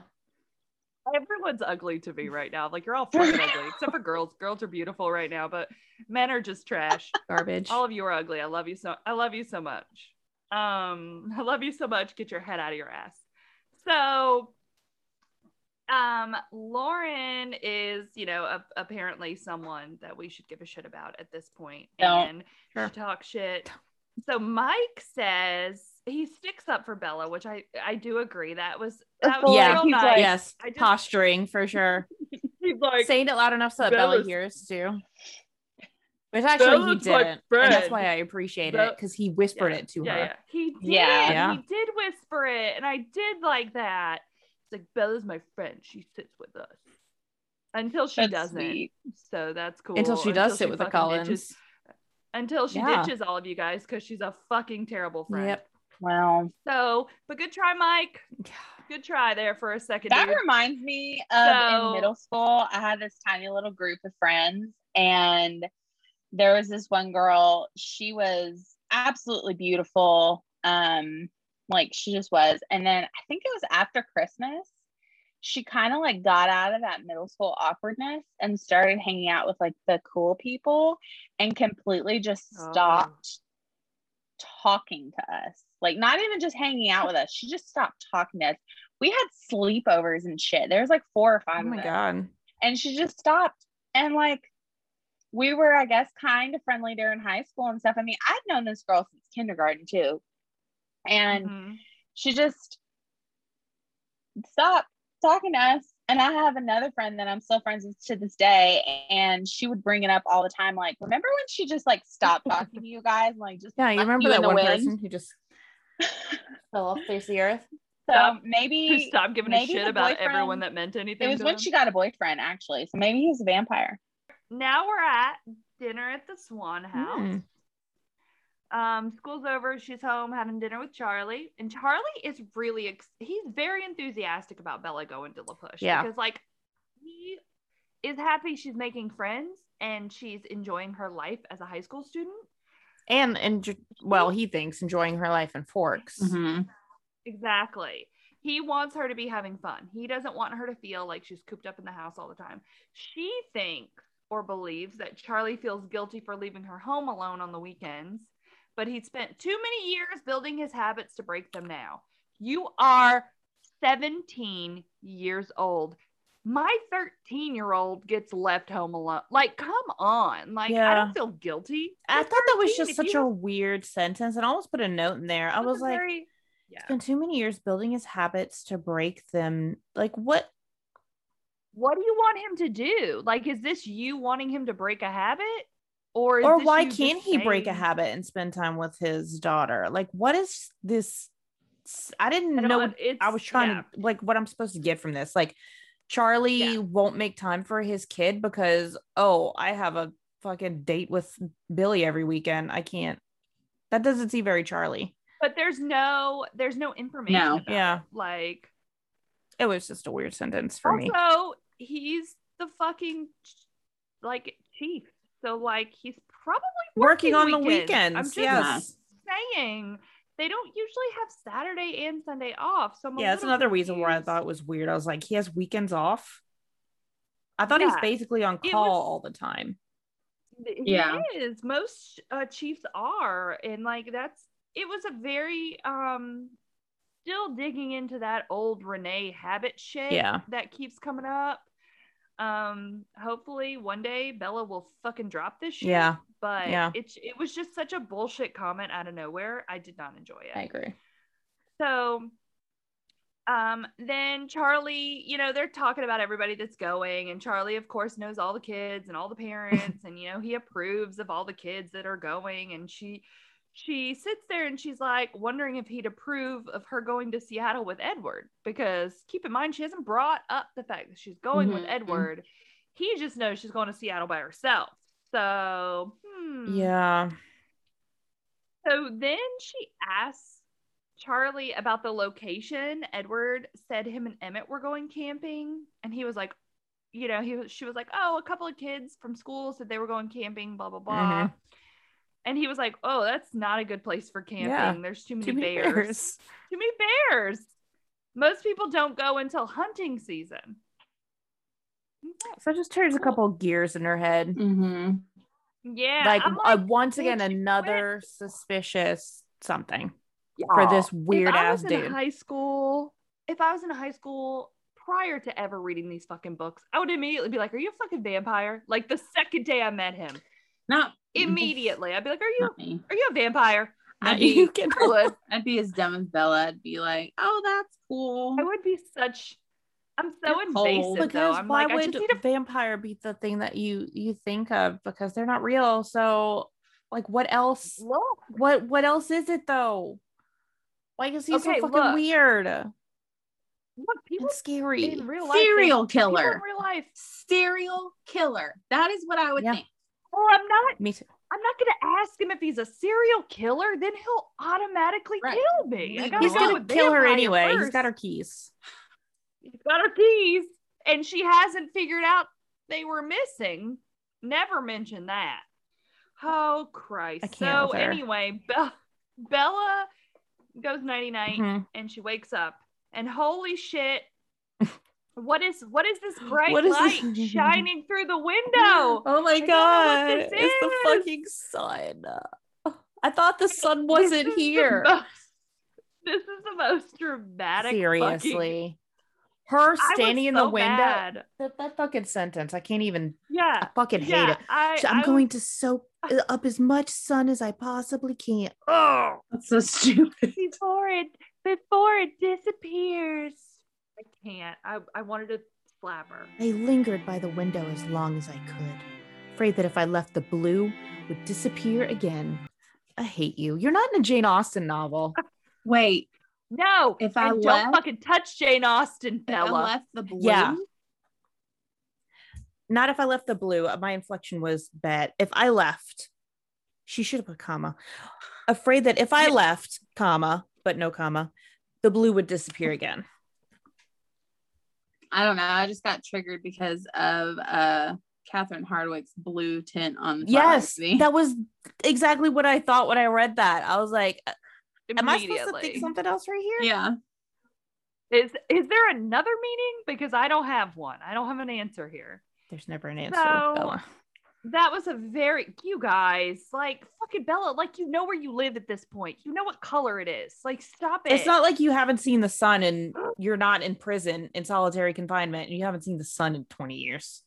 [SPEAKER 2] Everyone's ugly to me right now. Like, you're all fucking ugly, except for girls. Girls are beautiful right now, but men are just trash.
[SPEAKER 3] Garbage.
[SPEAKER 2] All of you are ugly. I love you so I love you so much. Um, I love you so much. Get your head out of your ass. So um Lauren is, you know, a- apparently someone that we should give a shit about at this point.
[SPEAKER 5] Don't.
[SPEAKER 2] And
[SPEAKER 3] Sure.
[SPEAKER 2] she talks shit. So Mike says he sticks up for Bella, which I I do agree. That was that was
[SPEAKER 3] Yeah.
[SPEAKER 2] real
[SPEAKER 5] He's
[SPEAKER 2] nice.
[SPEAKER 5] like-
[SPEAKER 3] yes.
[SPEAKER 2] I just-
[SPEAKER 3] posturing for sure.
[SPEAKER 2] He's like,
[SPEAKER 3] saying it loud enough so that Bella,
[SPEAKER 2] Bella's-
[SPEAKER 3] hears too. Which actually he
[SPEAKER 2] Bella's my
[SPEAKER 3] didn't. And that's
[SPEAKER 2] friend.
[SPEAKER 3] why I appreciate
[SPEAKER 2] Bella-
[SPEAKER 3] it because he whispered
[SPEAKER 2] Yeah,
[SPEAKER 3] it to
[SPEAKER 2] yeah,
[SPEAKER 3] her.
[SPEAKER 2] yeah. He did.
[SPEAKER 5] Yeah.
[SPEAKER 3] Yeah.
[SPEAKER 2] He did whisper it, and I did like that. It's like Bella's my friend. She sits with us until she
[SPEAKER 5] That's
[SPEAKER 2] doesn't.
[SPEAKER 5] sweet.
[SPEAKER 2] So that's cool.
[SPEAKER 3] Until she does sit with the
[SPEAKER 2] fucking
[SPEAKER 3] Collins.
[SPEAKER 2] ditches- Until she
[SPEAKER 3] Yeah.
[SPEAKER 2] ditches all of you guys because she's a fucking terrible friend.
[SPEAKER 3] Yep.
[SPEAKER 5] well
[SPEAKER 2] So, but good try, Mike. Good try there for a second.
[SPEAKER 5] that
[SPEAKER 2] dude.
[SPEAKER 5] reminds me of
[SPEAKER 2] So-
[SPEAKER 5] in middle school i had this tiny little group of friends and there was this one girl she was absolutely beautiful um like she just was and then i think it was after christmas she kind of like got out of that middle school awkwardness and started hanging out with like the cool people and completely just
[SPEAKER 2] Oh.
[SPEAKER 5] stopped talking to us like not even just hanging out with us she just stopped talking to us we had sleepovers and shit there was like four or
[SPEAKER 3] Oh
[SPEAKER 5] five.
[SPEAKER 3] my
[SPEAKER 5] of us
[SPEAKER 3] god.
[SPEAKER 5] and she just stopped and like we were i guess kind of friendly during high school and stuff i mean i've known this girl since kindergarten too and
[SPEAKER 3] Mm-hmm.
[SPEAKER 2] Mhm.
[SPEAKER 5] she just stopped talking to us and i have another friend that i'm still friends with to this day and she would bring it up all the time like remember when she just like stopped talking to you guys and like just
[SPEAKER 3] Yeah, you
[SPEAKER 5] left
[SPEAKER 3] remember
[SPEAKER 5] in
[SPEAKER 3] that
[SPEAKER 5] the
[SPEAKER 3] one
[SPEAKER 5] wind?
[SPEAKER 3] person who just fell off face the earth?
[SPEAKER 5] so
[SPEAKER 2] Stop-
[SPEAKER 5] maybe
[SPEAKER 2] Stop giving a
[SPEAKER 5] maybe
[SPEAKER 2] shit
[SPEAKER 5] the
[SPEAKER 2] about
[SPEAKER 5] boyfriend-
[SPEAKER 2] everyone that meant anything.
[SPEAKER 5] it was
[SPEAKER 2] to
[SPEAKER 5] when
[SPEAKER 2] them.
[SPEAKER 5] she got a boyfriend actually so maybe he's a vampire
[SPEAKER 2] now we're at dinner at the Swan House.
[SPEAKER 3] Hmm.
[SPEAKER 2] um school's over she's home having dinner with charlie and charlie is really ex- he's very enthusiastic about bella going to la push
[SPEAKER 3] Yeah.
[SPEAKER 2] because like he is happy she's making friends and she's enjoying her life as a high school student.
[SPEAKER 3] and and well, he thinks enjoying her life and forks.
[SPEAKER 2] Mm-hmm. Exactly. He wants her to be having fun. He doesn't want her to feel like she's cooped up in the house all the time. She thinks or believes that Charlie feels guilty for leaving her home alone on the weekends, but he'd spent too many years building his habits to break them now. You are 17 years old. My 13 year old gets left home alone. Like, come on. Like, I
[SPEAKER 3] Yeah.
[SPEAKER 2] don't feel guilty.
[SPEAKER 3] I thought that was
[SPEAKER 2] 13,
[SPEAKER 3] just
[SPEAKER 2] if you
[SPEAKER 3] such a
[SPEAKER 2] don't-
[SPEAKER 3] weird sentence, and I almost put a note in there. I
[SPEAKER 2] that's a
[SPEAKER 3] was like,
[SPEAKER 2] very- yeah.
[SPEAKER 3] spent too many years building his habits to break them. Like what?
[SPEAKER 2] what do you want him to do? Like, is this you wanting him to break a habit, or is
[SPEAKER 3] or
[SPEAKER 2] this
[SPEAKER 3] why
[SPEAKER 2] you
[SPEAKER 3] can't
[SPEAKER 2] just
[SPEAKER 3] he break a
[SPEAKER 2] saying-
[SPEAKER 3] habit and spend time with his daughter? Like what is this? I didn't
[SPEAKER 2] I don't
[SPEAKER 3] know.
[SPEAKER 2] know, it's,
[SPEAKER 3] I was trying
[SPEAKER 2] yeah.
[SPEAKER 3] to like what I'm supposed to get from this. Like Charlie
[SPEAKER 2] Yeah.
[SPEAKER 3] won't make time for his kid because oh, I have a fucking date with Billy every weekend. I can't. That doesn't seem very Charlie.
[SPEAKER 2] But there's no, there's no information.
[SPEAKER 6] No.
[SPEAKER 2] about it.
[SPEAKER 3] Yeah.
[SPEAKER 2] Like,
[SPEAKER 3] It was just a weird sentence for me.
[SPEAKER 2] also, he's the fucking like chief. So like, he's probably
[SPEAKER 3] Working, on the
[SPEAKER 2] weekends.
[SPEAKER 3] weekends.
[SPEAKER 2] I'm just
[SPEAKER 3] yes.
[SPEAKER 2] saying they don't usually have Saturday and Sunday off. So I'm a
[SPEAKER 3] Yeah, that's
[SPEAKER 2] little
[SPEAKER 3] another reason where I
[SPEAKER 2] confused.
[SPEAKER 3] thought it was weird. I was like, he has weekends off. I thought he's
[SPEAKER 2] Yeah.
[SPEAKER 3] basically on
[SPEAKER 2] It
[SPEAKER 3] call
[SPEAKER 2] was-
[SPEAKER 3] all the time.
[SPEAKER 2] He
[SPEAKER 6] Yeah.
[SPEAKER 2] is. Most uh, chiefs are, and like that's it was a very um still digging into that old Renee habit shit
[SPEAKER 3] Yeah.
[SPEAKER 2] that keeps coming up. Um, hopefully one day Bella will fucking drop this shit.
[SPEAKER 3] Yeah.
[SPEAKER 2] But
[SPEAKER 3] Yeah.
[SPEAKER 2] it's it was just such a bullshit comment out of nowhere. I did not enjoy it.
[SPEAKER 3] agree.
[SPEAKER 2] So um then Charlie, you know, they're talking about everybody that's going and Charlie of course knows all the kids and all the parents and you know, he approves of all the kids that are going and she she sits there and she's like wondering if he'd approve of her going to Seattle with Edward because keep in mind she hasn't brought up the fact that she's going with
[SPEAKER 6] Mhm.
[SPEAKER 2] Edward. He just knows she's going to Seattle by herself. So, hmm.
[SPEAKER 3] Yeah.
[SPEAKER 2] So then she asks Charlie about the location. Edward said him and Emmett were going camping, and he was like, you know, he was, she was like, oh, a couple of kids from school said they were going camping, blah blah blah.
[SPEAKER 3] Mhm.
[SPEAKER 2] And he was like, oh, that's not a good place for camping.
[SPEAKER 3] Yeah.
[SPEAKER 2] There's too many,
[SPEAKER 3] Too many
[SPEAKER 2] bears.
[SPEAKER 3] bears.
[SPEAKER 2] Too many bears. Most people don't go until hunting season.
[SPEAKER 3] So it just turns a couple of gears in her head.
[SPEAKER 6] Mm-hmm.
[SPEAKER 2] Yeah,
[SPEAKER 3] like,
[SPEAKER 2] I'm
[SPEAKER 3] uh, once again,
[SPEAKER 2] "Would you
[SPEAKER 3] another suspicious something
[SPEAKER 2] Yeah.
[SPEAKER 3] for this weird
[SPEAKER 2] if I
[SPEAKER 3] ass
[SPEAKER 2] was
[SPEAKER 3] dude.
[SPEAKER 2] in high school, if I was in high school prior to ever reading these fucking books, I would immediately be like, "Are you a fucking vampire?" Like the second day I met him,
[SPEAKER 6] Not
[SPEAKER 2] immediately I'd be like, "Are you
[SPEAKER 6] Not me.
[SPEAKER 2] are you a vampire?"
[SPEAKER 6] I'd
[SPEAKER 3] Not
[SPEAKER 6] be-
[SPEAKER 3] you can-
[SPEAKER 2] I would.
[SPEAKER 6] I'd be as dumb as Bella. I'd be like, "Oh, that's cool."
[SPEAKER 2] I would be such. I'm so
[SPEAKER 6] You're cold.
[SPEAKER 2] invasive though.
[SPEAKER 3] because
[SPEAKER 2] I'm
[SPEAKER 3] why
[SPEAKER 2] like, I
[SPEAKER 3] would
[SPEAKER 2] just need a
[SPEAKER 3] vampire be the thing that you you think of because they're not real? So like, what else?
[SPEAKER 2] look.
[SPEAKER 3] What what else is it though? Like is he
[SPEAKER 2] Okay,
[SPEAKER 3] so fucking
[SPEAKER 2] look.
[SPEAKER 3] weird and
[SPEAKER 2] Look, people
[SPEAKER 3] scary?
[SPEAKER 2] in real life. they-
[SPEAKER 6] Serial
[SPEAKER 2] people
[SPEAKER 6] killer.
[SPEAKER 2] in real life.
[SPEAKER 6] Serial killer. That is what I would
[SPEAKER 3] Yeah.
[SPEAKER 6] think.
[SPEAKER 2] Well, I'm not.
[SPEAKER 3] Me too.
[SPEAKER 2] I'm not gonna ask him if he's a serial killer. Then he'll automatically
[SPEAKER 6] Right.
[SPEAKER 2] kill me. I
[SPEAKER 6] He's
[SPEAKER 2] gotta
[SPEAKER 3] He's
[SPEAKER 2] go
[SPEAKER 3] gonna
[SPEAKER 2] with
[SPEAKER 3] kill her
[SPEAKER 2] vampire
[SPEAKER 3] anyway. He's
[SPEAKER 2] first.
[SPEAKER 3] got her keys.
[SPEAKER 2] she's got her keys and she hasn't figured out they were missing never mentioned that oh christ
[SPEAKER 3] I can't
[SPEAKER 2] so
[SPEAKER 3] with her.
[SPEAKER 2] anyway Be- bella goes nighty night
[SPEAKER 3] Mhm.
[SPEAKER 2] and she wakes up and holy shit what is what is this bright
[SPEAKER 3] What is
[SPEAKER 2] light
[SPEAKER 3] this?
[SPEAKER 2] shining through the window
[SPEAKER 3] Oh
[SPEAKER 2] I
[SPEAKER 3] my
[SPEAKER 2] don't know what this is.
[SPEAKER 3] sun. I thought the sun
[SPEAKER 2] This is the most- this is the most dramatic fucking-
[SPEAKER 3] Seriously. Her
[SPEAKER 2] I was
[SPEAKER 3] standing in the
[SPEAKER 2] so
[SPEAKER 3] window.
[SPEAKER 2] mad.
[SPEAKER 3] That, that fucking sentence. I can't even
[SPEAKER 2] yeah
[SPEAKER 3] I fucking hate
[SPEAKER 2] yeah,
[SPEAKER 3] it.
[SPEAKER 2] I,
[SPEAKER 3] So I'm
[SPEAKER 2] I was-
[SPEAKER 3] going to soak up as much sun as I possibly can. Oh
[SPEAKER 6] That's so stupid.
[SPEAKER 2] before it before it disappears. I can't. I, I wanted to slap her.
[SPEAKER 3] I lingered by the window as long as I could, afraid that if I left the blue would disappear again. I hate you. You're not in a Jane Austen novel.
[SPEAKER 6] Wait,
[SPEAKER 2] No,
[SPEAKER 6] If I
[SPEAKER 2] and don't
[SPEAKER 6] left-
[SPEAKER 2] fucking touch Jane Austen,
[SPEAKER 6] if I
[SPEAKER 2] Bella.
[SPEAKER 6] left the blue.
[SPEAKER 3] Yeah. Not if I left the blue. Uh, My inflection was bad. If I left, she should have put comma. Afraid that if I left, comma, but no comma, the blue would disappear again.
[SPEAKER 6] I don't know. I just got triggered because of uh Catherine Hardwick's blue tint on the
[SPEAKER 3] Yes,
[SPEAKER 6] movie.
[SPEAKER 3] that was exactly what I thought when I read that. I was like, am I supposed to think
[SPEAKER 2] Immediately.
[SPEAKER 3] something else right here?
[SPEAKER 6] yeah.
[SPEAKER 2] Is is there another meaning? Because I don't have one. I don't have an answer here.
[SPEAKER 3] There's never an Oh.
[SPEAKER 2] answer with So- Bella. That was a very you guys like fucking Bella. Like you know where you live at this point. You know what color it is. Like stop it.
[SPEAKER 3] It's not like you haven't seen the sun and you're not in prison in solitary confinement and you haven't seen the sun in 20 years.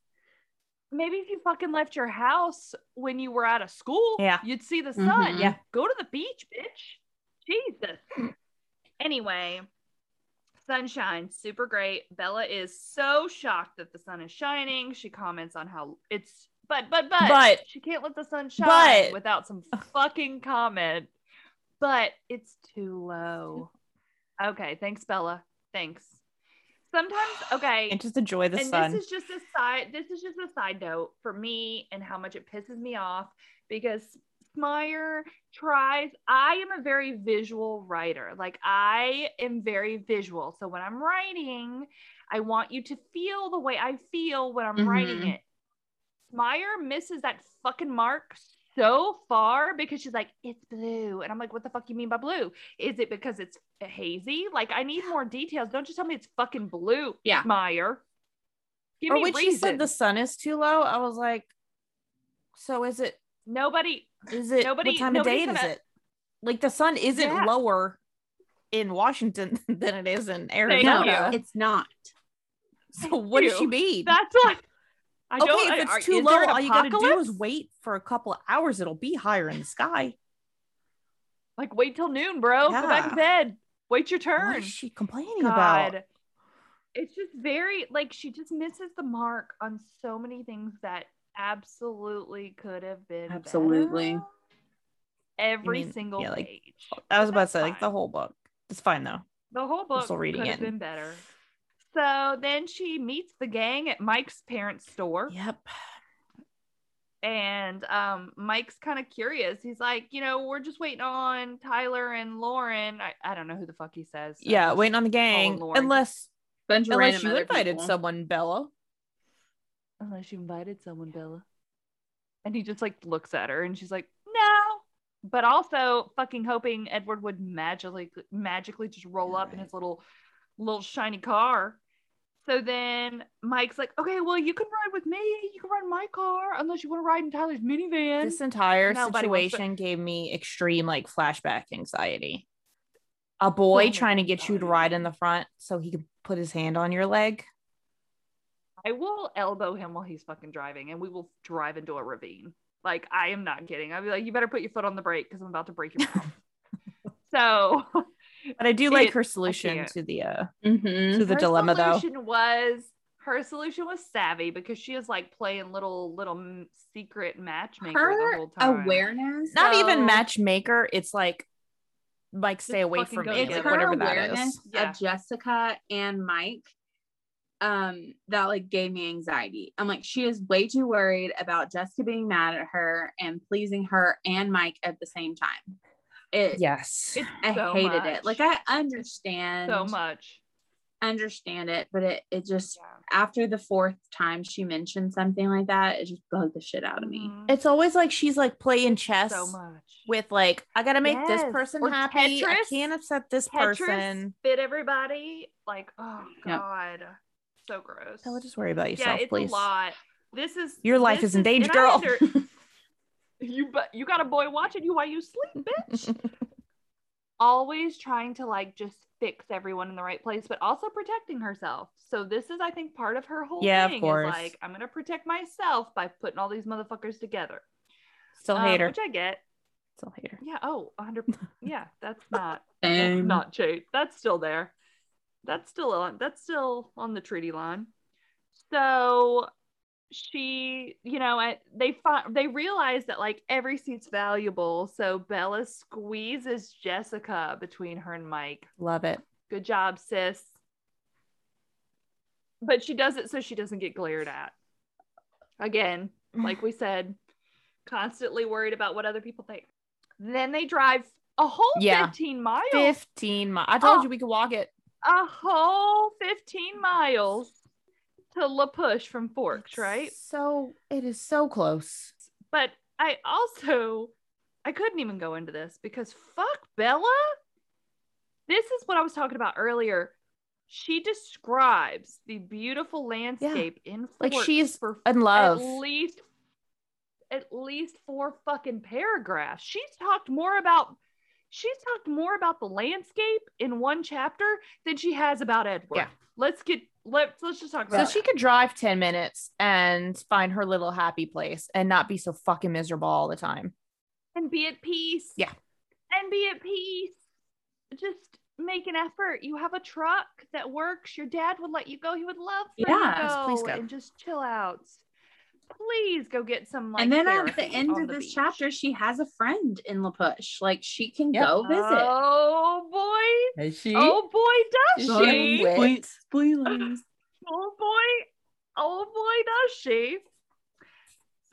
[SPEAKER 2] maybe if you fucking left your house when you were out of school,
[SPEAKER 3] Yeah.
[SPEAKER 2] you'd see the sun.
[SPEAKER 6] Mhm.
[SPEAKER 3] Yeah.
[SPEAKER 2] Go to the beach, bitch. Jesus. anyway, sunshine, super great. Bella is so shocked that the sun is shining. She comments on how it's but but but,
[SPEAKER 3] But-
[SPEAKER 2] she can't let the sun shine
[SPEAKER 3] but-
[SPEAKER 2] without some fucking comment. But it's too low. Okay, thanks, Bella. Thanks. Sometimes, okay
[SPEAKER 3] And just enjoy the
[SPEAKER 2] and
[SPEAKER 3] sun.
[SPEAKER 2] this is just a side this is just a side note for me and how much it pisses me off because Smyer tries I am a very visual writer like I am very visual so when I'm writing I want you to feel the way I feel when I'm
[SPEAKER 3] Mm-hmm.
[SPEAKER 2] writing
[SPEAKER 6] Mhm.
[SPEAKER 2] it Smyer misses that fucking mark so far because she's like it's blue and I'm like what the fuck you mean by blue is it because it's hazy like I need more details don't just tell me it's fucking blue
[SPEAKER 6] Yeah.
[SPEAKER 2] Meyer. Give
[SPEAKER 3] or
[SPEAKER 2] me
[SPEAKER 3] when she said the
[SPEAKER 2] reasons.
[SPEAKER 3] sun is too low, I was like, so is it,
[SPEAKER 2] nobody.
[SPEAKER 3] is it,
[SPEAKER 2] Nobody-
[SPEAKER 3] what time of day
[SPEAKER 2] nobody's
[SPEAKER 3] is
[SPEAKER 2] gonna-
[SPEAKER 3] it? Like the sun isn't
[SPEAKER 2] Yeah.
[SPEAKER 3] lower in Washington than it is in
[SPEAKER 2] No,
[SPEAKER 3] Arizona.
[SPEAKER 2] no.
[SPEAKER 6] it's not.
[SPEAKER 3] So what does she
[SPEAKER 2] you.
[SPEAKER 3] mean?
[SPEAKER 2] That's what. I
[SPEAKER 3] okay,
[SPEAKER 2] don't.
[SPEAKER 3] if it's
[SPEAKER 2] are-
[SPEAKER 3] too
[SPEAKER 2] is
[SPEAKER 3] low,
[SPEAKER 2] there an
[SPEAKER 3] all you gotta do is
[SPEAKER 2] apocalypse?
[SPEAKER 3] wait for a couple of hours. It'll be higher in the sky.
[SPEAKER 2] Like wait till noon, bro. Go back
[SPEAKER 3] Yeah.
[SPEAKER 2] to bed. Wait your
[SPEAKER 3] What
[SPEAKER 2] turn.
[SPEAKER 3] is she complaining about?
[SPEAKER 2] God. It's just very like she just misses the mark on so many things that absolutely could have been
[SPEAKER 6] Absolutely.
[SPEAKER 2] better. Every
[SPEAKER 3] mean-
[SPEAKER 2] single
[SPEAKER 3] yeah, like-
[SPEAKER 2] page.
[SPEAKER 3] I was about to
[SPEAKER 2] That's
[SPEAKER 3] say, like the
[SPEAKER 2] fine.
[SPEAKER 3] whole book. It's fine though.
[SPEAKER 2] The whole book
[SPEAKER 3] still reading
[SPEAKER 2] could have
[SPEAKER 3] it.
[SPEAKER 2] been better. So then she meets the gang at Mike's parents' store.
[SPEAKER 3] Yep.
[SPEAKER 2] and um mike's kind of curious he's like you know we're just waiting on tyler and lauren i, I don't know who the fuck he says so
[SPEAKER 3] Yeah,
[SPEAKER 2] just
[SPEAKER 3] waiting on the
[SPEAKER 2] calling
[SPEAKER 3] gang.
[SPEAKER 2] Lauren.
[SPEAKER 3] Unless
[SPEAKER 6] Bunch of
[SPEAKER 3] unless
[SPEAKER 6] random
[SPEAKER 3] you
[SPEAKER 6] other
[SPEAKER 3] invited
[SPEAKER 6] people.
[SPEAKER 3] someone, Bella.
[SPEAKER 2] unless you Uh-huh, invited someone bella and he just like looks at her and she's like no but also fucking hoping edward would magically magically just roll up in
[SPEAKER 3] Right.
[SPEAKER 2] his little little shiny car so then mike's like okay well you can ride with me you can ride in my car unless you want to ride in tyler's minivan
[SPEAKER 3] This entire
[SPEAKER 2] Nobody wants to-
[SPEAKER 3] situation gave me extreme like flashback anxiety. A boy
[SPEAKER 2] much
[SPEAKER 3] trying to get you to
[SPEAKER 2] anxiety.
[SPEAKER 3] ride in the front so he could put his hand on your leg.
[SPEAKER 2] I will elbow him while he's fucking driving and we will drive into a ravine. Like, I am not kidding. I'll be like, you better put your foot on the brake because I'm about to break your mouth. so
[SPEAKER 3] But I do like
[SPEAKER 2] It-
[SPEAKER 3] her solution
[SPEAKER 2] can't.
[SPEAKER 3] to the uh
[SPEAKER 6] Mhm.
[SPEAKER 3] to the
[SPEAKER 2] Mm-hmm. her
[SPEAKER 3] dilemma though.
[SPEAKER 2] solution was her solution was savvy because she is like playing little little m- secret matchmaker the
[SPEAKER 6] Her
[SPEAKER 2] whole time.
[SPEAKER 6] awareness.
[SPEAKER 3] Not
[SPEAKER 6] though-
[SPEAKER 3] even matchmaker, it's like like stay away
[SPEAKER 2] fucking
[SPEAKER 3] from
[SPEAKER 2] go
[SPEAKER 3] me,
[SPEAKER 6] It's
[SPEAKER 2] together.
[SPEAKER 3] like,
[SPEAKER 6] her
[SPEAKER 3] whatever that
[SPEAKER 6] awareness
[SPEAKER 3] is.
[SPEAKER 2] Yeah.
[SPEAKER 6] of Jessica and Mike. Um, that like gave me anxiety. I'm like, she is way too worried about Jessica being mad at her and pleasing her and Mike at the same time. It
[SPEAKER 3] Yes.
[SPEAKER 2] It's
[SPEAKER 6] I
[SPEAKER 2] so
[SPEAKER 6] hated
[SPEAKER 2] much,
[SPEAKER 6] it. Like I understand
[SPEAKER 2] so much.
[SPEAKER 6] understand it, but it it just
[SPEAKER 2] Yeah.
[SPEAKER 6] after the fourth time she mentioned something like that, it just bugged the shit out of me.
[SPEAKER 2] Mhm.
[SPEAKER 3] It's always like she's like playing chess
[SPEAKER 2] so much.
[SPEAKER 3] with like I gotta make
[SPEAKER 2] Yes,
[SPEAKER 3] this person
[SPEAKER 2] or
[SPEAKER 3] happy. I
[SPEAKER 2] Tetris.
[SPEAKER 3] can't upset this
[SPEAKER 2] Tetris
[SPEAKER 3] person.
[SPEAKER 2] fit everybody. Like, oh
[SPEAKER 6] Yeah.
[SPEAKER 2] god. So gross.
[SPEAKER 3] Bella, just worry about yourself,
[SPEAKER 2] yeah, it's
[SPEAKER 3] please.
[SPEAKER 2] a lot. This is
[SPEAKER 3] Your life
[SPEAKER 2] this
[SPEAKER 3] is in danger,
[SPEAKER 2] and I
[SPEAKER 3] girl.
[SPEAKER 2] under- you but you got a boy watching you while you sleep, bitch. Always trying to like just fix everyone in the right place, but also protecting herself. So this is, I think, part of her whole
[SPEAKER 3] Yeah, of
[SPEAKER 2] thing
[SPEAKER 3] course.
[SPEAKER 2] is like I'm gonna protect myself by putting all these motherfuckers together.
[SPEAKER 3] Still
[SPEAKER 2] Um,
[SPEAKER 3] hate her.
[SPEAKER 2] which I get.
[SPEAKER 3] Still hate her.
[SPEAKER 2] Yeah. Oh, 100. yeah, that's not that's
[SPEAKER 6] Same.
[SPEAKER 2] not changed. That's still there. That's still on. That's still on the treaty line. So she, you know, I, they find they realize that like every seat's valuable. So Bella squeezes Jessica between her and Mike.
[SPEAKER 3] Love it.
[SPEAKER 2] Good job, sis. But she does it so she doesn't get glared at. Again, like we said, constantly worried about what other people think. Then they drive a whole
[SPEAKER 3] Yeah.
[SPEAKER 2] 15 miles.
[SPEAKER 3] 15 miles. I told
[SPEAKER 2] Oh.
[SPEAKER 3] you we could walk it.
[SPEAKER 2] a whole 15 miles to La Push from Forks, right?
[SPEAKER 3] So it is so close.
[SPEAKER 2] But I also I couldn't even go into this because fuck Bella. This is what I was talking about earlier. She describes the beautiful landscape in
[SPEAKER 3] Like,
[SPEAKER 2] Forks
[SPEAKER 3] she's
[SPEAKER 2] for
[SPEAKER 3] And love.
[SPEAKER 2] at least at least four fucking paragraphs. She's talked more about she's talked more about the landscape in one chapter than she has about Edward.
[SPEAKER 3] Yeah.
[SPEAKER 2] Let's get let's let's just talk
[SPEAKER 3] So
[SPEAKER 2] about
[SPEAKER 3] she could drive 10 minutes and find her little happy place and not be so fucking miserable all the time.
[SPEAKER 2] and be at peace.
[SPEAKER 3] Yeah.
[SPEAKER 2] And be at peace. Just make an effort. You have a truck that works. Your dad would let you go. He would love for you
[SPEAKER 5] Yes,
[SPEAKER 2] to go,
[SPEAKER 3] please go.
[SPEAKER 2] and just chill out. Please go get some like
[SPEAKER 5] and then at the
[SPEAKER 2] therapy
[SPEAKER 5] end
[SPEAKER 2] on
[SPEAKER 5] of
[SPEAKER 2] the
[SPEAKER 5] this
[SPEAKER 2] beach.
[SPEAKER 5] chapter, she has a friend in La Push. Like she can
[SPEAKER 3] Yep.
[SPEAKER 5] go visit.
[SPEAKER 2] Oh boy.
[SPEAKER 5] Is she?
[SPEAKER 2] Oh boy, does she!
[SPEAKER 5] Spoilers.
[SPEAKER 2] Oh boy, oh boy, does she!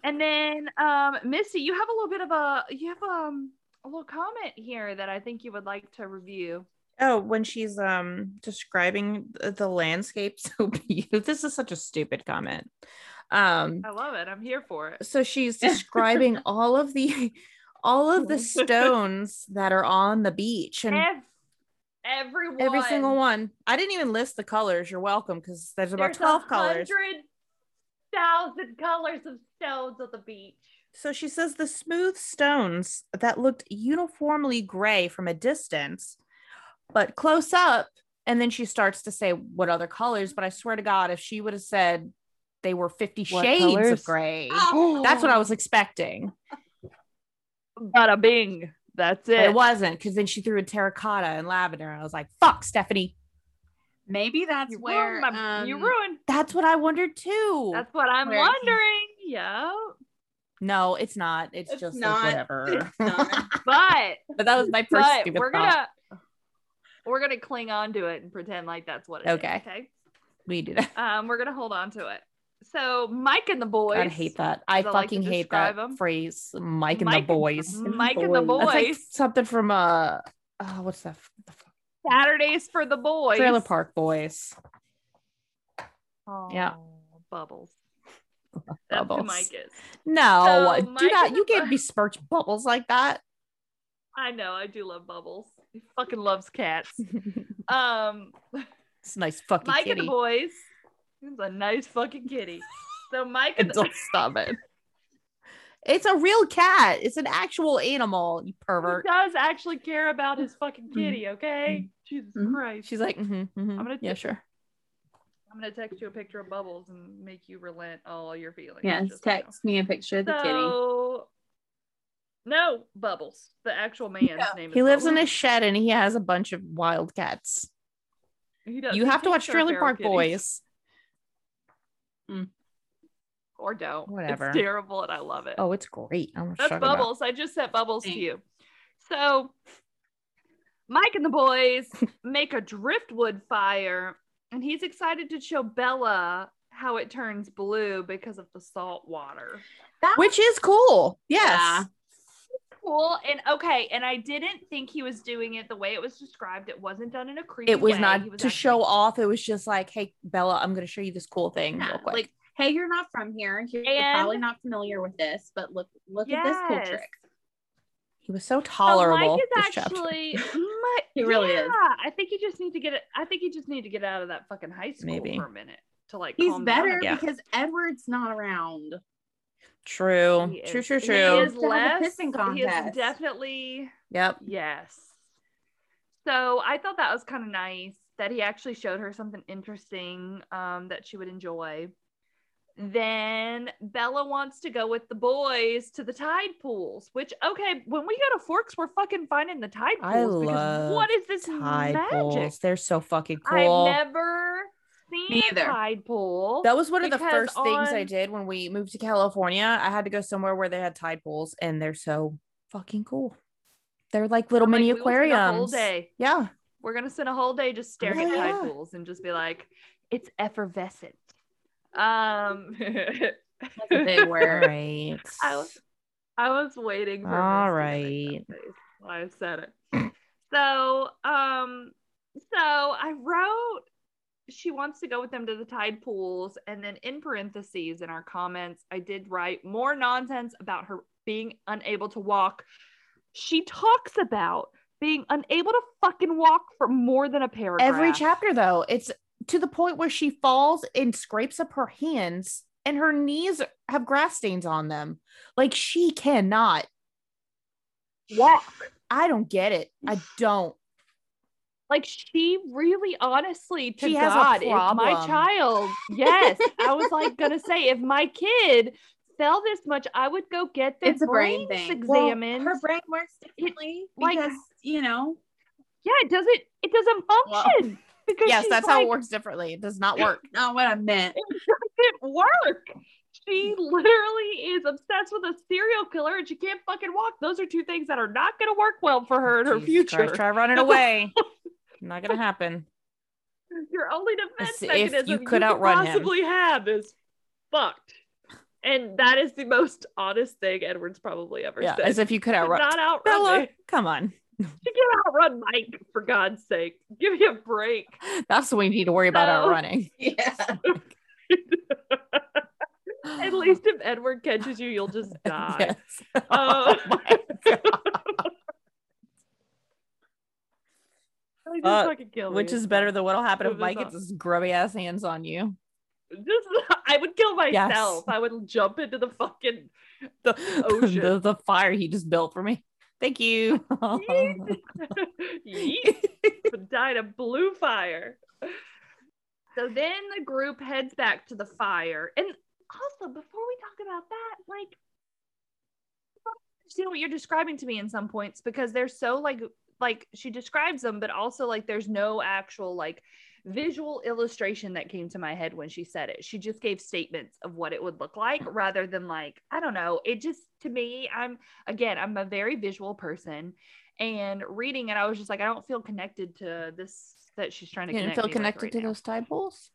[SPEAKER 2] And then, um, Missy, you have a little bit of a you have um a little comment here that I think you would like to review.
[SPEAKER 3] Oh, when she's um describing the, the landscape so beautiful. This is such a stupid comment. Um
[SPEAKER 2] I love it. I'm here for it.
[SPEAKER 3] so she's describing all of the all of the stones that are on the beach and
[SPEAKER 2] Ev- everyone,
[SPEAKER 3] every single one. I didn't even list the colors. You're welcome because there's about
[SPEAKER 2] There's
[SPEAKER 3] 12 colors.
[SPEAKER 2] thousand colors of stones on the beach.
[SPEAKER 3] So she says the smooth stones that looked uniformly gray from a distance, but close up. And then she starts to say what other colors. But I swear to God, if she would have said they were 50
[SPEAKER 2] What
[SPEAKER 3] shades
[SPEAKER 2] colors?
[SPEAKER 3] of gray, that's what I was expecting.
[SPEAKER 2] Bada bing. That's
[SPEAKER 3] But
[SPEAKER 2] it.
[SPEAKER 3] it wasn't because then she threw a terracotta and lavender. And I was like, fuck, Stephanie.
[SPEAKER 5] Maybe that's
[SPEAKER 2] You
[SPEAKER 5] where
[SPEAKER 2] ruined. my- you
[SPEAKER 5] um,
[SPEAKER 2] ruined.
[SPEAKER 3] That's what I wondered too.
[SPEAKER 2] That's what I'm
[SPEAKER 6] Where-
[SPEAKER 2] wondering. Yeah.
[SPEAKER 3] no, it's not. It's,
[SPEAKER 5] It's
[SPEAKER 3] just like,
[SPEAKER 5] not.
[SPEAKER 3] whatever.
[SPEAKER 2] But
[SPEAKER 3] but that was my first
[SPEAKER 2] but
[SPEAKER 3] stupid
[SPEAKER 2] we're
[SPEAKER 3] thought.
[SPEAKER 2] gonna we're gonna cling on to it and pretend like that's what it is,
[SPEAKER 3] Okay.
[SPEAKER 2] okay.
[SPEAKER 3] We do that.
[SPEAKER 2] Um, we're gonna hold on to it. So Mike and the boys.
[SPEAKER 3] God, I hate that. I
[SPEAKER 2] as I like to
[SPEAKER 3] fucking hate that
[SPEAKER 2] describe 'em.
[SPEAKER 3] phrase, Mike and the boys.
[SPEAKER 2] Mike and the boys.
[SPEAKER 3] That's like something from uh, oh, what's that? f- The f-
[SPEAKER 2] Saturdays for the boys.
[SPEAKER 3] Trailer Park Boys.
[SPEAKER 2] Oh,
[SPEAKER 3] Yeah.
[SPEAKER 2] Bubbles. That's who
[SPEAKER 3] Bubbles.
[SPEAKER 2] Mike is.
[SPEAKER 3] No,
[SPEAKER 2] So,
[SPEAKER 3] do
[SPEAKER 2] Oh, Mike
[SPEAKER 3] not.
[SPEAKER 2] and
[SPEAKER 3] You
[SPEAKER 2] the
[SPEAKER 3] can't
[SPEAKER 2] Bu-
[SPEAKER 3] besmirch bubbles like that.
[SPEAKER 2] I know. I do love Bubbles. He fucking loves cats. Um,
[SPEAKER 3] It's a nice fucking
[SPEAKER 2] Mike and
[SPEAKER 3] kitty.
[SPEAKER 2] the boys. He's a nice fucking kitty. So Mike and the,
[SPEAKER 3] Don't stop it. It's a real cat. It's an actual animal. You pervert.
[SPEAKER 2] he does actually care about his fucking kitty. Okay. Jesus
[SPEAKER 5] Mhm.
[SPEAKER 2] Christ.
[SPEAKER 3] Mm-hmm. She's like, mhm, mhm,
[SPEAKER 2] I'm gonna
[SPEAKER 3] yeah, sure.
[SPEAKER 2] I'm gonna text you a picture of bubbles and make you relent all your feelings.
[SPEAKER 5] Yes,
[SPEAKER 2] just so you know.
[SPEAKER 5] text me a picture of the kitty.
[SPEAKER 2] So- no, Bubbles, the actual man's name.
[SPEAKER 3] He
[SPEAKER 2] is
[SPEAKER 3] lives in a
[SPEAKER 2] Bubbles.
[SPEAKER 3] shed and he has a bunch of wild cats.
[SPEAKER 2] He does.
[SPEAKER 3] You
[SPEAKER 2] He
[SPEAKER 3] have to
[SPEAKER 2] takes
[SPEAKER 3] watch
[SPEAKER 2] care of
[SPEAKER 3] Trailer
[SPEAKER 2] feral
[SPEAKER 3] Park
[SPEAKER 2] kitties.
[SPEAKER 3] Boys.
[SPEAKER 2] or don't.
[SPEAKER 3] Whatever.
[SPEAKER 2] It's terrible, and I love it.
[SPEAKER 3] Oh, it's great. I'm
[SPEAKER 2] That's
[SPEAKER 3] shocked about-
[SPEAKER 2] Bubbles. I just sent Bubbles to
[SPEAKER 5] Thanks.
[SPEAKER 2] you. So, Mike and the boys make a driftwood fire, and he's excited to show Bella how it turns blue because of the salt water.
[SPEAKER 3] which is cool.
[SPEAKER 5] Yeah.
[SPEAKER 3] Yes.
[SPEAKER 2] cool and okay and i didn't think he was doing it the way it was described it wasn't done in a creepy
[SPEAKER 3] It was
[SPEAKER 2] way.
[SPEAKER 3] not
[SPEAKER 2] He was
[SPEAKER 3] to
[SPEAKER 2] actually-
[SPEAKER 3] show off. It was just like, hey, Bella, I'm going to show you this cool thing
[SPEAKER 5] Yeah,
[SPEAKER 3] real quick.
[SPEAKER 5] Like, hey, you're not from here. You're
[SPEAKER 2] And-
[SPEAKER 5] probably not familiar with this, but look look at this cool
[SPEAKER 2] Yes.
[SPEAKER 5] trick.
[SPEAKER 3] he was
[SPEAKER 2] So
[SPEAKER 3] so tolerable.
[SPEAKER 2] mike
[SPEAKER 3] this
[SPEAKER 2] is
[SPEAKER 3] chapter.
[SPEAKER 2] actually Mike,
[SPEAKER 5] He really is.
[SPEAKER 2] yeah, i think you just need to get it i think you just need to get out of that fucking high school
[SPEAKER 3] Maybe.
[SPEAKER 2] for a minute to like
[SPEAKER 5] He's
[SPEAKER 2] calm down
[SPEAKER 5] better
[SPEAKER 2] again.
[SPEAKER 3] Yeah.
[SPEAKER 5] because Edward's not around.
[SPEAKER 3] True.
[SPEAKER 2] He
[SPEAKER 3] True,
[SPEAKER 2] is-
[SPEAKER 3] true,
[SPEAKER 5] He
[SPEAKER 2] he
[SPEAKER 3] true.
[SPEAKER 2] is
[SPEAKER 5] He has to have a
[SPEAKER 2] less
[SPEAKER 5] pissing
[SPEAKER 2] he is
[SPEAKER 5] contest.
[SPEAKER 2] definitely
[SPEAKER 3] Yep.
[SPEAKER 2] yes so i thought that was kind of nice that he actually showed her something interesting um, that she would enjoy then Bella wants to go with the boys to the tide pools, which okay, when we go to Forks, we're fucking finding the tide pools.
[SPEAKER 3] I love
[SPEAKER 2] what is this
[SPEAKER 3] Tide
[SPEAKER 2] magic?
[SPEAKER 3] pools. They're so fucking cool.
[SPEAKER 2] I've never seen
[SPEAKER 5] Me
[SPEAKER 2] a
[SPEAKER 5] either.
[SPEAKER 2] tide pool.
[SPEAKER 3] that was one of the
[SPEAKER 2] because
[SPEAKER 3] first things I
[SPEAKER 2] on-
[SPEAKER 3] did when we moved to California. I had to go somewhere where they had tide pools, and they're so fucking cool. They're like little
[SPEAKER 2] I'm like,
[SPEAKER 3] mini
[SPEAKER 2] we will spend a whole
[SPEAKER 3] aquariums.
[SPEAKER 2] day.
[SPEAKER 3] Yeah.
[SPEAKER 2] We're gonna spend a whole day just staring at
[SPEAKER 3] Yeah.
[SPEAKER 2] tide pools and just be like, it's effervescent. Um,
[SPEAKER 5] That's a big
[SPEAKER 3] All
[SPEAKER 5] word.
[SPEAKER 3] right.
[SPEAKER 2] I was, I was waiting for
[SPEAKER 3] All
[SPEAKER 2] Misty to make that face while I said it. so, um, so I wrote she wants to go with them to the tide pools. And then in parentheses in our comments, I did write more nonsense about her being unable to walk. She talks about being unable to fucking walk for more than a paragraph.
[SPEAKER 3] Every chapter, though, it's to the point where she falls and scrapes up her hands, and her knees have grass stains on them. Like she cannot walk. I don't get it. I don't.
[SPEAKER 2] Like she really honestly to
[SPEAKER 3] She has a
[SPEAKER 2] God, if my
[SPEAKER 3] problem.
[SPEAKER 2] child, yes, I was like gonna say, if my kid fell this much, I would go get their
[SPEAKER 5] It's a brain
[SPEAKER 2] brains
[SPEAKER 5] thing.
[SPEAKER 2] examined.
[SPEAKER 5] her brain works differently
[SPEAKER 2] like-
[SPEAKER 5] because you know
[SPEAKER 2] yeah, it doesn't it doesn't
[SPEAKER 5] Well,
[SPEAKER 2] function because
[SPEAKER 3] Yes,
[SPEAKER 2] she's
[SPEAKER 3] that's how
[SPEAKER 2] like,
[SPEAKER 3] it works differently. It does not work.
[SPEAKER 5] not what I meant.
[SPEAKER 2] doesn't work. She literally is obsessed with a serial killer and she can't fucking walk. Those are two things that are not going to work well for her in her
[SPEAKER 3] Jesus
[SPEAKER 2] future.
[SPEAKER 3] Christ, try running away. not gonna happen.
[SPEAKER 2] Your only defense
[SPEAKER 3] As if
[SPEAKER 2] mechanism
[SPEAKER 3] you
[SPEAKER 2] you
[SPEAKER 3] could
[SPEAKER 2] could,
[SPEAKER 3] outrun him.
[SPEAKER 2] possibly have is fucked. And that is the most honest thing Edward's probably ever
[SPEAKER 3] Yeah,
[SPEAKER 2] said.
[SPEAKER 3] as if you could
[SPEAKER 2] Could
[SPEAKER 3] outrun
[SPEAKER 2] not outrun
[SPEAKER 3] Bella.
[SPEAKER 2] me.
[SPEAKER 3] Come on,
[SPEAKER 2] She can outrun Mike, for God's sake. Give me a break.
[SPEAKER 3] that's what we need to worry about.
[SPEAKER 2] No.
[SPEAKER 3] Our running.
[SPEAKER 5] Yeah.
[SPEAKER 2] At least if Edward catches you, you'll just die.
[SPEAKER 3] Yes.
[SPEAKER 2] Oh.
[SPEAKER 3] my God.
[SPEAKER 2] I just
[SPEAKER 3] Fuck,
[SPEAKER 2] fucking kill
[SPEAKER 3] Uh, Which
[SPEAKER 2] me.
[SPEAKER 3] is better than what'll happen if
[SPEAKER 2] Move
[SPEAKER 3] Mike
[SPEAKER 2] this
[SPEAKER 3] gets his grubby ass hands on you.
[SPEAKER 2] Just, I would kill
[SPEAKER 3] Yes.
[SPEAKER 2] myself. I would jump into the fucking.
[SPEAKER 3] The,
[SPEAKER 2] Ocean.
[SPEAKER 3] the the fire he just built for me. Thank you.
[SPEAKER 2] Yeet. died of blue fire. So then the group heads back to the fire. And also, before we talk about that, like, I understand what you're describing to me in some points because they're so like, like she describes them, but also like there's no actual like visual illustration that came to my head when she said it. She just gave statements of what it would look like rather than like, I don't know. It just, to me, I'm again, I'm a very visual person and reading it, I was just like, I don't feel connected to this that she's trying to
[SPEAKER 3] You didn't
[SPEAKER 2] connect
[SPEAKER 3] feel
[SPEAKER 2] me with
[SPEAKER 3] connected
[SPEAKER 2] right
[SPEAKER 3] to
[SPEAKER 2] now.
[SPEAKER 3] those tide pools?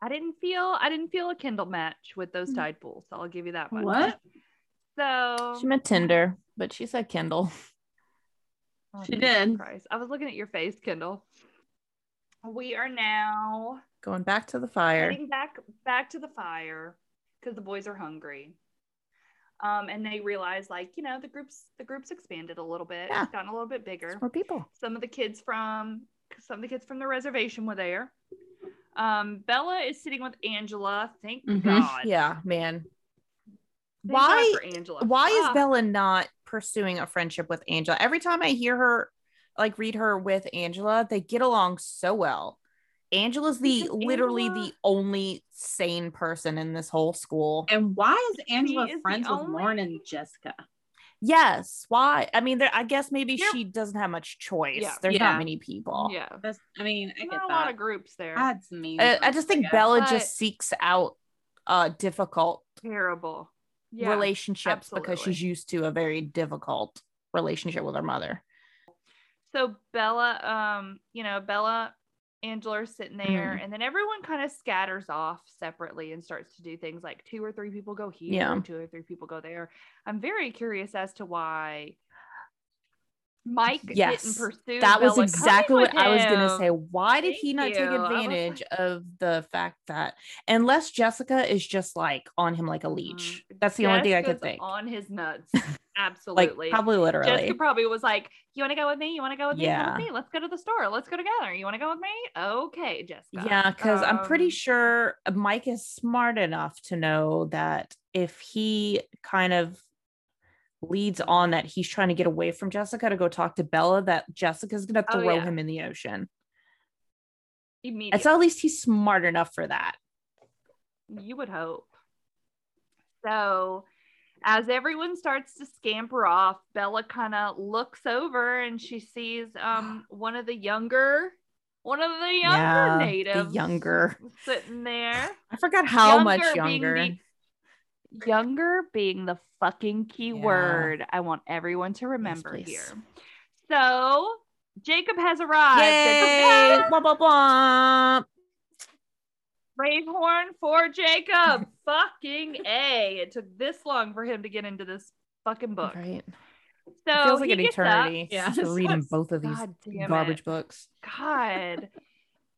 [SPEAKER 2] I didn't feel I didn't feel a Kindle match with those
[SPEAKER 3] Mm.
[SPEAKER 2] tide pools. I'll give you that one.
[SPEAKER 5] What?
[SPEAKER 2] So
[SPEAKER 3] She meant Tinder, but she said Kindle.
[SPEAKER 2] Oh,
[SPEAKER 5] She
[SPEAKER 2] Jesus
[SPEAKER 5] did.
[SPEAKER 2] Christ. I was looking at your face, Kindle. We are now
[SPEAKER 3] Going back to the fire.
[SPEAKER 2] heading back back to the fire because the boys are hungry. Um, and they realize like, you know, the group's the group's expanded a little bit,
[SPEAKER 3] Yeah.
[SPEAKER 2] It's gotten a little bit bigger.
[SPEAKER 3] It's more people.
[SPEAKER 2] some of the kids from some of the kids from the reservation were there. Um, Bella is sitting with Angela. Thank
[SPEAKER 5] Mhm.
[SPEAKER 2] God.
[SPEAKER 3] Mm-hmm. Yeah, man.
[SPEAKER 2] Thank
[SPEAKER 3] Why-
[SPEAKER 2] God for Angela?
[SPEAKER 3] Why is
[SPEAKER 2] Ah,
[SPEAKER 3] Bella not pursuing a friendship with Angela? Every time I hear her, like read her with Angela, they get along so well. Angela's the
[SPEAKER 2] Because
[SPEAKER 3] literally
[SPEAKER 2] Angela-
[SPEAKER 3] the only sane person in this whole school.
[SPEAKER 5] And why is Angela
[SPEAKER 2] is the
[SPEAKER 5] friends with
[SPEAKER 2] only-
[SPEAKER 5] Lauren and Jessica?
[SPEAKER 3] Yes. Why? I mean, there. I guess maybe
[SPEAKER 2] There-
[SPEAKER 3] she doesn't have much choice.
[SPEAKER 2] Yeah.
[SPEAKER 3] There's
[SPEAKER 5] Yeah.
[SPEAKER 3] not many people.
[SPEAKER 2] Yeah,
[SPEAKER 5] That's, I mean, I get
[SPEAKER 2] not a lot
[SPEAKER 5] that.
[SPEAKER 2] of groups there.
[SPEAKER 5] That's mean.
[SPEAKER 3] I, I just think
[SPEAKER 5] Yeah.
[SPEAKER 3] Bella
[SPEAKER 2] But-
[SPEAKER 3] just seeks out uh difficult
[SPEAKER 2] Terrible. Yeah.
[SPEAKER 3] relationships because she's
[SPEAKER 2] absolutely.
[SPEAKER 3] used to a very difficult relationship with her mother.
[SPEAKER 2] so Bella, um, you know, Bella, Angela are sitting
[SPEAKER 3] Mm-hmm.
[SPEAKER 2] there, and then everyone kind of scatters off separately and starts to do things like two or three people go here,
[SPEAKER 3] Yeah.
[SPEAKER 2] two or three people go there. I'm very curious as to why Mike
[SPEAKER 3] Yes,
[SPEAKER 2] didn't pursue.
[SPEAKER 3] that was
[SPEAKER 2] Bella coming
[SPEAKER 3] exactly what
[SPEAKER 2] with
[SPEAKER 3] I was going to
[SPEAKER 2] him.
[SPEAKER 3] say. Why did he not
[SPEAKER 2] Thank
[SPEAKER 3] take
[SPEAKER 2] you. I was like-
[SPEAKER 3] advantage of the fact that unless Jessica is just like on him like a leech,
[SPEAKER 2] Mhm.
[SPEAKER 3] that's the only thing I
[SPEAKER 2] Jessica's
[SPEAKER 3] could think.
[SPEAKER 2] On his nuts.
[SPEAKER 3] Like
[SPEAKER 2] Absolutely.
[SPEAKER 3] probably literally.
[SPEAKER 2] Jessica probably was like, You want to go with me? You want to go with me? Come with
[SPEAKER 3] Yeah.
[SPEAKER 2] me? Let's go to the store. Let's go together. You want to go with me? Okay, Jessica.
[SPEAKER 3] Yeah, because I'm pretty
[SPEAKER 2] Um,
[SPEAKER 3] sure uh, Mike is smart enough to know that if he kind of leads on that he's trying to get away from Jessica to go talk to Bella, that Jessica's gonna
[SPEAKER 2] Oh,
[SPEAKER 3] throw
[SPEAKER 2] yeah.
[SPEAKER 3] him in the ocean. And
[SPEAKER 2] Immediately.
[SPEAKER 3] so at least he's smart enough for that.
[SPEAKER 2] You would hope. So, as everyone starts to scamper off, Bella kind of looks over and she sees um one of the younger, one of the younger natives
[SPEAKER 3] the younger.
[SPEAKER 2] sitting there.
[SPEAKER 3] I forgot how much
[SPEAKER 2] being
[SPEAKER 3] younger.
[SPEAKER 2] the- younger being the fucking key
[SPEAKER 3] Yeah.
[SPEAKER 2] word I want everyone to remember
[SPEAKER 3] please.
[SPEAKER 2] here. So Jacob has arrived.
[SPEAKER 3] Yay!
[SPEAKER 2] at the
[SPEAKER 3] Blah, blah, blah.
[SPEAKER 2] Brave horn for Jacob. fucking A. It took this long for him to get into this fucking book.
[SPEAKER 3] Right. It
[SPEAKER 2] So
[SPEAKER 3] feels like
[SPEAKER 2] he
[SPEAKER 3] an
[SPEAKER 2] gets up.
[SPEAKER 3] eternity
[SPEAKER 5] Yeah,
[SPEAKER 3] to
[SPEAKER 5] this
[SPEAKER 3] reading
[SPEAKER 5] was-
[SPEAKER 3] both of these
[SPEAKER 2] God damn
[SPEAKER 3] garbage
[SPEAKER 2] it.
[SPEAKER 3] books.
[SPEAKER 2] God.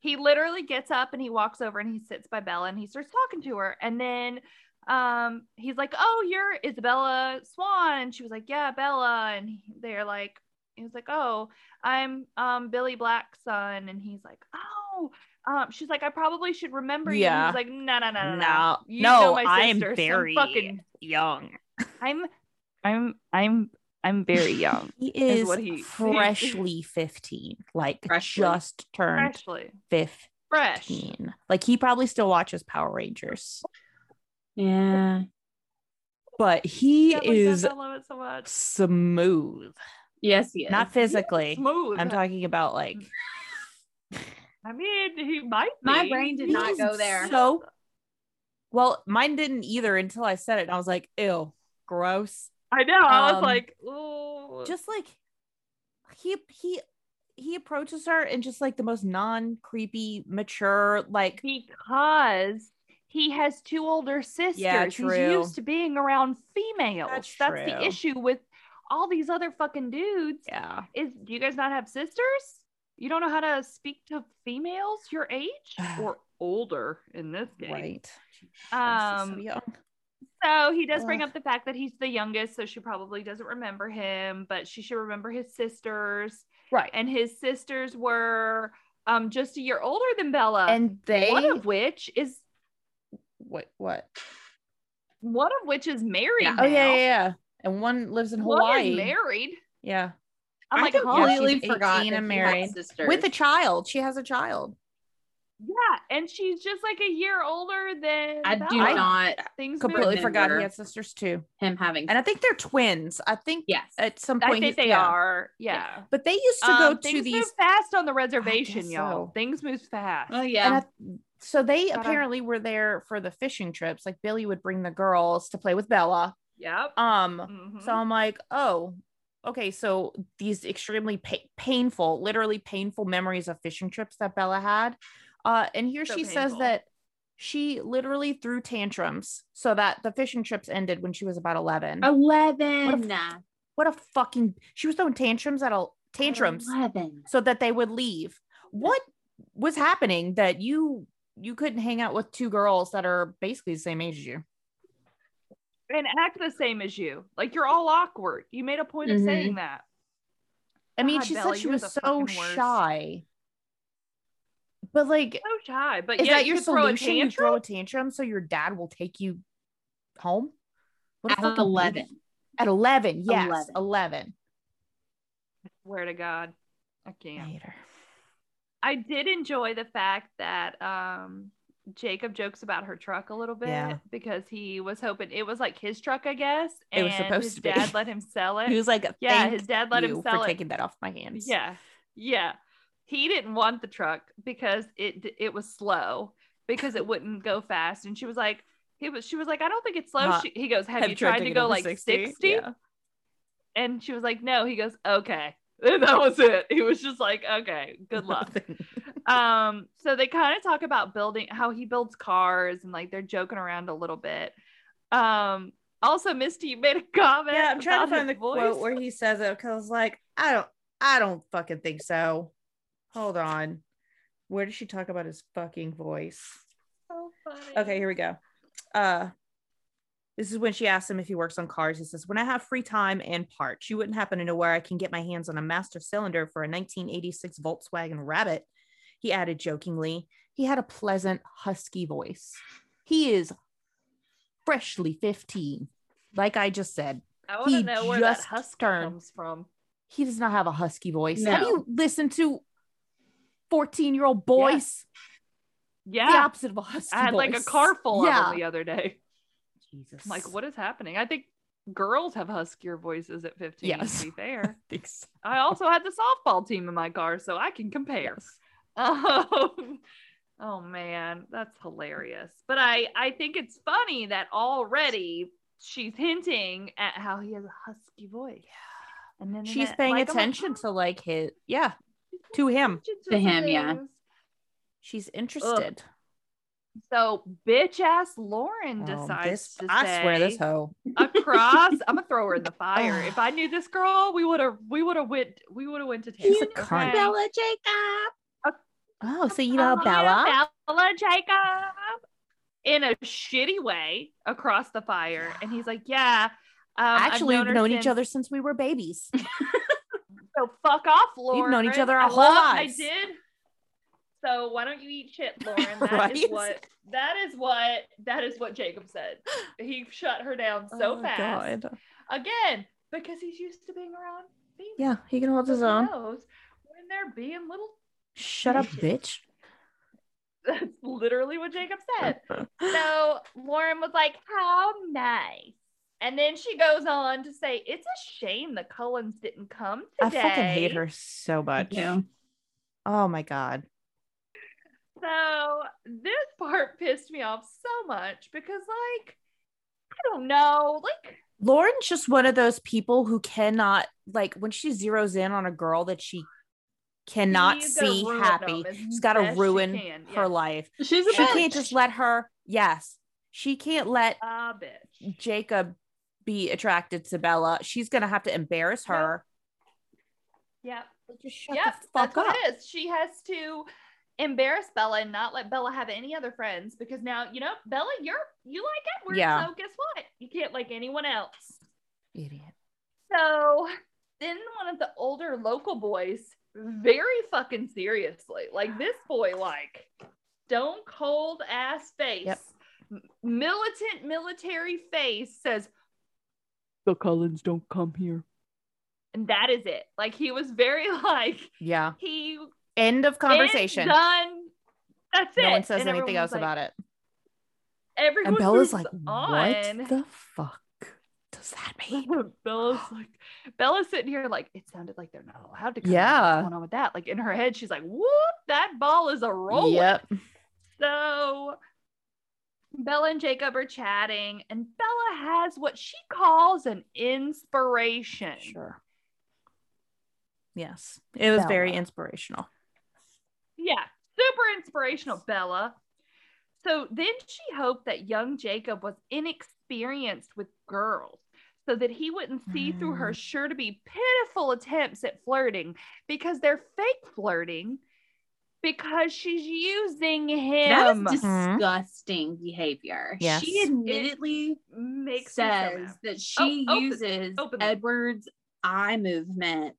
[SPEAKER 2] he literally gets up and he walks over and he sits by Bella and he starts talking to her. And then um, he's like, Oh, you're Isabella Swan. And she was like, Yeah, Bella. And he- they're like, he was like, Oh, I'm um, Billy Black's son. And he's like, Oh, um, she's like, I probably should remember you. And
[SPEAKER 3] Yeah.
[SPEAKER 2] He's like, No, no, no, no,
[SPEAKER 3] No,
[SPEAKER 2] You
[SPEAKER 3] no,
[SPEAKER 2] know my
[SPEAKER 3] I am
[SPEAKER 2] sister, so
[SPEAKER 3] very
[SPEAKER 2] fucking-
[SPEAKER 3] young.
[SPEAKER 2] I'm, I'm, I'm, I'm very young.
[SPEAKER 3] He
[SPEAKER 2] is
[SPEAKER 3] is
[SPEAKER 2] what he-
[SPEAKER 3] freshly 15, like
[SPEAKER 5] Freshly.
[SPEAKER 3] just turned
[SPEAKER 2] Freshly,
[SPEAKER 3] 15.
[SPEAKER 2] fresh.
[SPEAKER 3] Like he probably still watches Power Rangers,
[SPEAKER 5] Yeah.
[SPEAKER 3] but he
[SPEAKER 2] Yeah, like,
[SPEAKER 3] is
[SPEAKER 2] I love it so much.
[SPEAKER 3] smooth.
[SPEAKER 5] Yes, yes.
[SPEAKER 3] Not physically.
[SPEAKER 2] Smooth.
[SPEAKER 3] I'm talking about like
[SPEAKER 2] I mean, he might.
[SPEAKER 5] My
[SPEAKER 2] be.
[SPEAKER 5] brain did not
[SPEAKER 3] He's
[SPEAKER 5] go there.
[SPEAKER 3] So, well, mine didn't either until I said it. And I was like, ew, gross.
[SPEAKER 2] I know. I was
[SPEAKER 3] Um,
[SPEAKER 2] like, oh,
[SPEAKER 3] Just like he he he approaches her in just like the most non creepy, mature, like
[SPEAKER 2] because he has two older sisters. He's
[SPEAKER 3] true.
[SPEAKER 2] used to being around females. That's,
[SPEAKER 3] That's
[SPEAKER 2] the
[SPEAKER 3] true.
[SPEAKER 2] issue with all these other fucking dudes.
[SPEAKER 3] yeah.
[SPEAKER 2] Is do you guys not have sisters? You don't know how to speak to females your age or older in this game.
[SPEAKER 3] Right.
[SPEAKER 2] Um,
[SPEAKER 3] so young.
[SPEAKER 2] So he does bring
[SPEAKER 3] Ugh.
[SPEAKER 2] up the fact that he's the youngest, so she probably doesn't remember him, but she should remember his sisters.
[SPEAKER 3] Right.
[SPEAKER 2] And his sisters were um just a year older than Bella.
[SPEAKER 3] and they
[SPEAKER 2] one of which is
[SPEAKER 3] what what?
[SPEAKER 2] one of which is married.
[SPEAKER 5] Yeah.
[SPEAKER 2] Now.
[SPEAKER 3] Oh yeah, yeah, yeah. And one lives in
[SPEAKER 2] One is
[SPEAKER 3] Hawaii.
[SPEAKER 2] married.
[SPEAKER 3] yeah.
[SPEAKER 2] I'm
[SPEAKER 5] I
[SPEAKER 2] like, huh?
[SPEAKER 3] completely-
[SPEAKER 5] completely
[SPEAKER 3] she's
[SPEAKER 5] forgot.
[SPEAKER 3] 18
[SPEAKER 5] that
[SPEAKER 3] and
[SPEAKER 5] she had
[SPEAKER 3] married.
[SPEAKER 5] sisters.
[SPEAKER 3] With a child. She has a child.
[SPEAKER 2] Yeah. And she's just like a year older than
[SPEAKER 5] I do
[SPEAKER 2] Bella.
[SPEAKER 5] not
[SPEAKER 2] Things
[SPEAKER 3] Completely
[SPEAKER 2] move.
[SPEAKER 3] forgot he
[SPEAKER 5] remember.
[SPEAKER 3] had sisters too.
[SPEAKER 5] him having.
[SPEAKER 3] And I think they're twins. I think
[SPEAKER 5] yes.
[SPEAKER 3] at some point
[SPEAKER 2] I think
[SPEAKER 3] he-
[SPEAKER 2] they
[SPEAKER 3] yeah.
[SPEAKER 2] are. Yeah.
[SPEAKER 3] But they used to
[SPEAKER 2] Um,
[SPEAKER 3] go
[SPEAKER 2] things
[SPEAKER 3] to
[SPEAKER 2] move
[SPEAKER 3] these
[SPEAKER 2] fast on the reservation, y'all.
[SPEAKER 3] so.
[SPEAKER 2] Things move fast.
[SPEAKER 5] Oh
[SPEAKER 3] and
[SPEAKER 5] yeah.
[SPEAKER 3] I, so they
[SPEAKER 2] Gotta-
[SPEAKER 3] apparently were there for the fishing trips. Like Billy would bring the girls to play with Bella.
[SPEAKER 2] Yep.
[SPEAKER 3] Um
[SPEAKER 2] Mhm.
[SPEAKER 3] so I'm like, "Oh, okay, so these extremely pa- painful, literally painful memories of fishing trips that Bella had. Uh and here
[SPEAKER 2] So
[SPEAKER 3] she says
[SPEAKER 2] painful.
[SPEAKER 3] that she literally threw tantrums so that the fishing trips ended when she was about 11.
[SPEAKER 2] Oh.
[SPEAKER 5] Eleven.
[SPEAKER 3] What a fucking she was throwing tantrums at all tantrums
[SPEAKER 5] Eleven.
[SPEAKER 3] so that they would leave. What was happening that you you couldn't hang out with two girls that are basically the same age as you?
[SPEAKER 2] and act the same as you. Like you're all awkward. You made a point of
[SPEAKER 5] Mhm.
[SPEAKER 2] saying that.
[SPEAKER 3] Mm-hmm. I mean,
[SPEAKER 2] God,
[SPEAKER 3] she
[SPEAKER 2] Bella,
[SPEAKER 3] said she
[SPEAKER 2] you're
[SPEAKER 3] was
[SPEAKER 2] the
[SPEAKER 3] so
[SPEAKER 2] fucking worst.
[SPEAKER 3] shy. But like,
[SPEAKER 2] So shy, but
[SPEAKER 3] is
[SPEAKER 2] yeah,
[SPEAKER 3] that your
[SPEAKER 2] you throw a
[SPEAKER 3] solution? you
[SPEAKER 2] tantrum.
[SPEAKER 3] throw a tantrum so your dad will take you home? What a
[SPEAKER 5] At
[SPEAKER 3] fucking
[SPEAKER 5] eleven.
[SPEAKER 3] baby. At eleven, yes, eleven.
[SPEAKER 5] 11.
[SPEAKER 2] Swear to God, I can't.
[SPEAKER 3] Later.
[SPEAKER 2] I did enjoy the fact that um Jacob jokes about her truck a little bit
[SPEAKER 3] Yeah.
[SPEAKER 2] because he was hoping it was like his truck, I guess.
[SPEAKER 3] It was
[SPEAKER 2] and
[SPEAKER 3] supposed
[SPEAKER 2] his
[SPEAKER 3] to be.
[SPEAKER 2] Dad let him sell it.
[SPEAKER 3] He was like,
[SPEAKER 2] yeah,
[SPEAKER 3] "Thank
[SPEAKER 2] his dad let
[SPEAKER 3] you
[SPEAKER 2] him sell
[SPEAKER 3] for
[SPEAKER 2] it.
[SPEAKER 3] taking that off my hands."
[SPEAKER 2] Yeah, yeah. He didn't want the truck because it d- it was slow because it wouldn't go fast, and she was like, he was she was like, I don't think it's slow.
[SPEAKER 3] Not-
[SPEAKER 2] She, he goes, Have,
[SPEAKER 3] Have
[SPEAKER 2] you
[SPEAKER 3] tried
[SPEAKER 2] tried to
[SPEAKER 3] taking
[SPEAKER 2] go
[SPEAKER 3] over
[SPEAKER 2] like
[SPEAKER 3] 60?
[SPEAKER 2] sixty?
[SPEAKER 3] Yeah.
[SPEAKER 2] And she was like, No. He goes, Okay. And that was it. He was just like, Okay, good luck. um so they kind of talk about building how he builds cars and like they're joking around a little bit um also misty you made a comment
[SPEAKER 3] yeah, I'm trying to
[SPEAKER 2] about
[SPEAKER 3] find the
[SPEAKER 2] his voice.
[SPEAKER 3] quote where he says it because I was like, I don't, I don't fucking think so. Hold on, where does she talk about his fucking voice?
[SPEAKER 2] So funny.
[SPEAKER 3] Okay, here we go. Uh, this is when she asks him if he works on cars. He says, "When I have free time and parts, you wouldn't happen to know where I can get my hands on a master cylinder for a 1986 Volkswagen Rabbit." He added jokingly. He had a pleasant husky voice. He is freshly 15, like I just said.
[SPEAKER 2] i want to
[SPEAKER 3] he
[SPEAKER 2] know where that
[SPEAKER 3] just
[SPEAKER 2] husk
[SPEAKER 3] turned.
[SPEAKER 2] comes from
[SPEAKER 3] he does not have a husky voice. Have
[SPEAKER 5] No.
[SPEAKER 3] you listened to 14 year old boys? The
[SPEAKER 2] yeah
[SPEAKER 3] opposite of a husky
[SPEAKER 2] i had like a
[SPEAKER 3] voice.
[SPEAKER 2] car full of
[SPEAKER 3] yeah.
[SPEAKER 2] them the other day
[SPEAKER 3] Jesus.
[SPEAKER 2] i'm like what is happening i think girls have huskier voices at 15
[SPEAKER 3] Yes.
[SPEAKER 2] to be fair
[SPEAKER 3] Thanks.
[SPEAKER 2] i also had the softball team in my car so i can compare Um, oh man, that's hilarious. But I I think it's funny that already she's hinting at how he has a husky voice. And then in
[SPEAKER 3] She's
[SPEAKER 2] that-
[SPEAKER 3] paying
[SPEAKER 2] like, "Oh, I'm like,
[SPEAKER 3] attention
[SPEAKER 2] "Oh,
[SPEAKER 3] to like his, yeah,
[SPEAKER 2] she's
[SPEAKER 3] to
[SPEAKER 2] paying
[SPEAKER 3] him.
[SPEAKER 2] attention
[SPEAKER 5] To him, yeah.
[SPEAKER 2] things.
[SPEAKER 3] She's interested.
[SPEAKER 2] So bitch ass Lauren
[SPEAKER 3] Oh,
[SPEAKER 2] decides
[SPEAKER 3] this-
[SPEAKER 2] to
[SPEAKER 3] I swear this
[SPEAKER 2] say
[SPEAKER 3] hoe.
[SPEAKER 2] across. I'm gonna throw her in the fire. if I knew this girl, we would have we would have went we would have went to town.
[SPEAKER 3] She's a cunt.
[SPEAKER 2] okay?
[SPEAKER 5] Bella Jacob.
[SPEAKER 3] Oh, so you know Bella?
[SPEAKER 2] Bella Jacob in a shitty way across the fire. And he's like, Yeah. Um, I've
[SPEAKER 3] Actually, we've
[SPEAKER 2] her
[SPEAKER 3] known each
[SPEAKER 2] since-
[SPEAKER 3] other since we were babies.
[SPEAKER 2] So fuck off, Lauren.
[SPEAKER 3] known each other
[SPEAKER 2] I
[SPEAKER 3] our whole
[SPEAKER 2] love-
[SPEAKER 3] lives.
[SPEAKER 2] I did. So why don't you eat shit, Lauren? That is
[SPEAKER 3] Right?
[SPEAKER 2] what that is what that is what Jacob said. He shut her down so
[SPEAKER 3] Oh,
[SPEAKER 2] fast.
[SPEAKER 3] God.
[SPEAKER 2] Again, because he's used to being around females.
[SPEAKER 3] Yeah, he can hold
[SPEAKER 2] So
[SPEAKER 3] his
[SPEAKER 2] he
[SPEAKER 3] own.
[SPEAKER 2] knows when they're being little
[SPEAKER 3] Shut up, bitch.
[SPEAKER 2] That's literally what Jacob said. so Lauren was like, How nice. And then she goes on to say, It's a shame the Cullens didn't come
[SPEAKER 3] I
[SPEAKER 2] today.
[SPEAKER 3] fucking hate her so much.
[SPEAKER 5] Yeah.
[SPEAKER 3] Oh my god.
[SPEAKER 2] So this part pissed me off so much because, like, I don't know. Like,
[SPEAKER 3] Lauren's just one of those people who cannot like when she zeroes in on a girl that she cannot
[SPEAKER 2] she's gonna
[SPEAKER 3] see
[SPEAKER 2] ruin
[SPEAKER 3] happy.
[SPEAKER 2] them as
[SPEAKER 3] She's got to
[SPEAKER 2] best she
[SPEAKER 3] ruin
[SPEAKER 2] can.
[SPEAKER 3] her
[SPEAKER 2] Yeah.
[SPEAKER 3] life.
[SPEAKER 5] She's a
[SPEAKER 3] She
[SPEAKER 5] bitch.
[SPEAKER 3] can't just let her. Yes, she can't let
[SPEAKER 2] A ah, bitch.
[SPEAKER 3] Jacob be attracted to Bella. She's gonna have to embarrass her.
[SPEAKER 2] Yep.
[SPEAKER 3] Just shut
[SPEAKER 2] Yep.
[SPEAKER 3] the
[SPEAKER 2] That's
[SPEAKER 3] fuck up.
[SPEAKER 2] what it is. She has to embarrass Bella and not let Bella have any other friends because now, you know, Bella, you're, you like Edward.
[SPEAKER 3] Yeah.
[SPEAKER 2] So guess what? You can't like anyone else.
[SPEAKER 3] Idiot.
[SPEAKER 2] So then one of the older local boys, very fucking seriously, like this boy, like stone cold ass face,
[SPEAKER 3] Yep.
[SPEAKER 2] m- militant military face says,
[SPEAKER 4] The Cullens don't come here.
[SPEAKER 2] and that is it. Like he was very like,
[SPEAKER 3] Yeah.
[SPEAKER 2] he
[SPEAKER 3] End of conversation.
[SPEAKER 2] is done. That's it.
[SPEAKER 3] No one says
[SPEAKER 2] And
[SPEAKER 3] anything
[SPEAKER 2] everyone
[SPEAKER 3] else
[SPEAKER 2] was like-
[SPEAKER 3] about it.
[SPEAKER 2] Everyone
[SPEAKER 3] And Bella's
[SPEAKER 2] moves
[SPEAKER 3] like,
[SPEAKER 2] on.
[SPEAKER 3] what the fuck does that mean?
[SPEAKER 2] Bella's like, Bella's sitting here like, it sounded like they're not allowed to come. in.
[SPEAKER 3] Yeah.
[SPEAKER 2] What's going on with that? Like in her head, she's like, whoop, that ball is a roll.
[SPEAKER 3] Yep.
[SPEAKER 2] So Bella and Jacob are chatting, and Bella has what she calls an inspiration.
[SPEAKER 3] Sure. Yes. It was very
[SPEAKER 1] Bella.
[SPEAKER 3] inspirational.
[SPEAKER 2] Yeah, super inspirational, Bella. So then she hoped that young Jacob was inexperienced with girls so that he wouldn't see through her sure to be pitiful attempts at flirting because they're fake flirting because she's using him.
[SPEAKER 5] That is
[SPEAKER 3] Mhm.
[SPEAKER 5] disgusting behavior.
[SPEAKER 3] Yes.
[SPEAKER 5] She admittedly
[SPEAKER 2] makes me so mad.
[SPEAKER 5] says that she
[SPEAKER 2] Oh, open-
[SPEAKER 5] uses
[SPEAKER 2] open them.
[SPEAKER 5] Edward's eye movement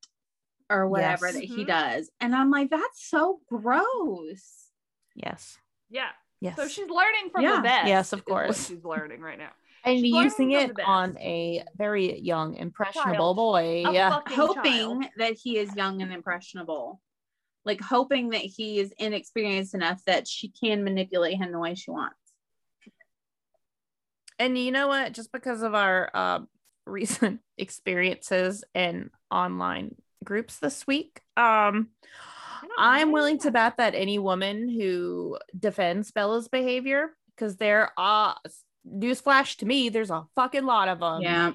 [SPEAKER 5] or whatever
[SPEAKER 3] Yes.
[SPEAKER 5] that he
[SPEAKER 2] Mhm.
[SPEAKER 5] does. And I'm like, that's so gross.
[SPEAKER 3] Yes.
[SPEAKER 2] Yeah.
[SPEAKER 3] Yes.
[SPEAKER 2] So she's learning from
[SPEAKER 5] Yeah.
[SPEAKER 2] the best.
[SPEAKER 3] Yes, of
[SPEAKER 2] is what
[SPEAKER 3] course.
[SPEAKER 2] she's learning right now.
[SPEAKER 3] and
[SPEAKER 2] learning
[SPEAKER 3] using
[SPEAKER 2] from the
[SPEAKER 3] it
[SPEAKER 2] best.
[SPEAKER 3] on a very young, impressionable
[SPEAKER 2] Child.
[SPEAKER 3] boy.
[SPEAKER 2] A
[SPEAKER 3] yeah.
[SPEAKER 2] fucking
[SPEAKER 5] Hoping
[SPEAKER 2] child.
[SPEAKER 5] that he is young and impressionable. Like hoping that he is inexperienced enough that she can manipulate him the way she wants.
[SPEAKER 3] And you know what? Just because of our uh, recent experiences in online groups this week, um,
[SPEAKER 2] don't
[SPEAKER 3] I'm
[SPEAKER 2] know.
[SPEAKER 3] willing to bet that any woman who defends Bella's behavior, because there are uh, newsflash to me, there's a fucking lot of them.
[SPEAKER 5] yeah.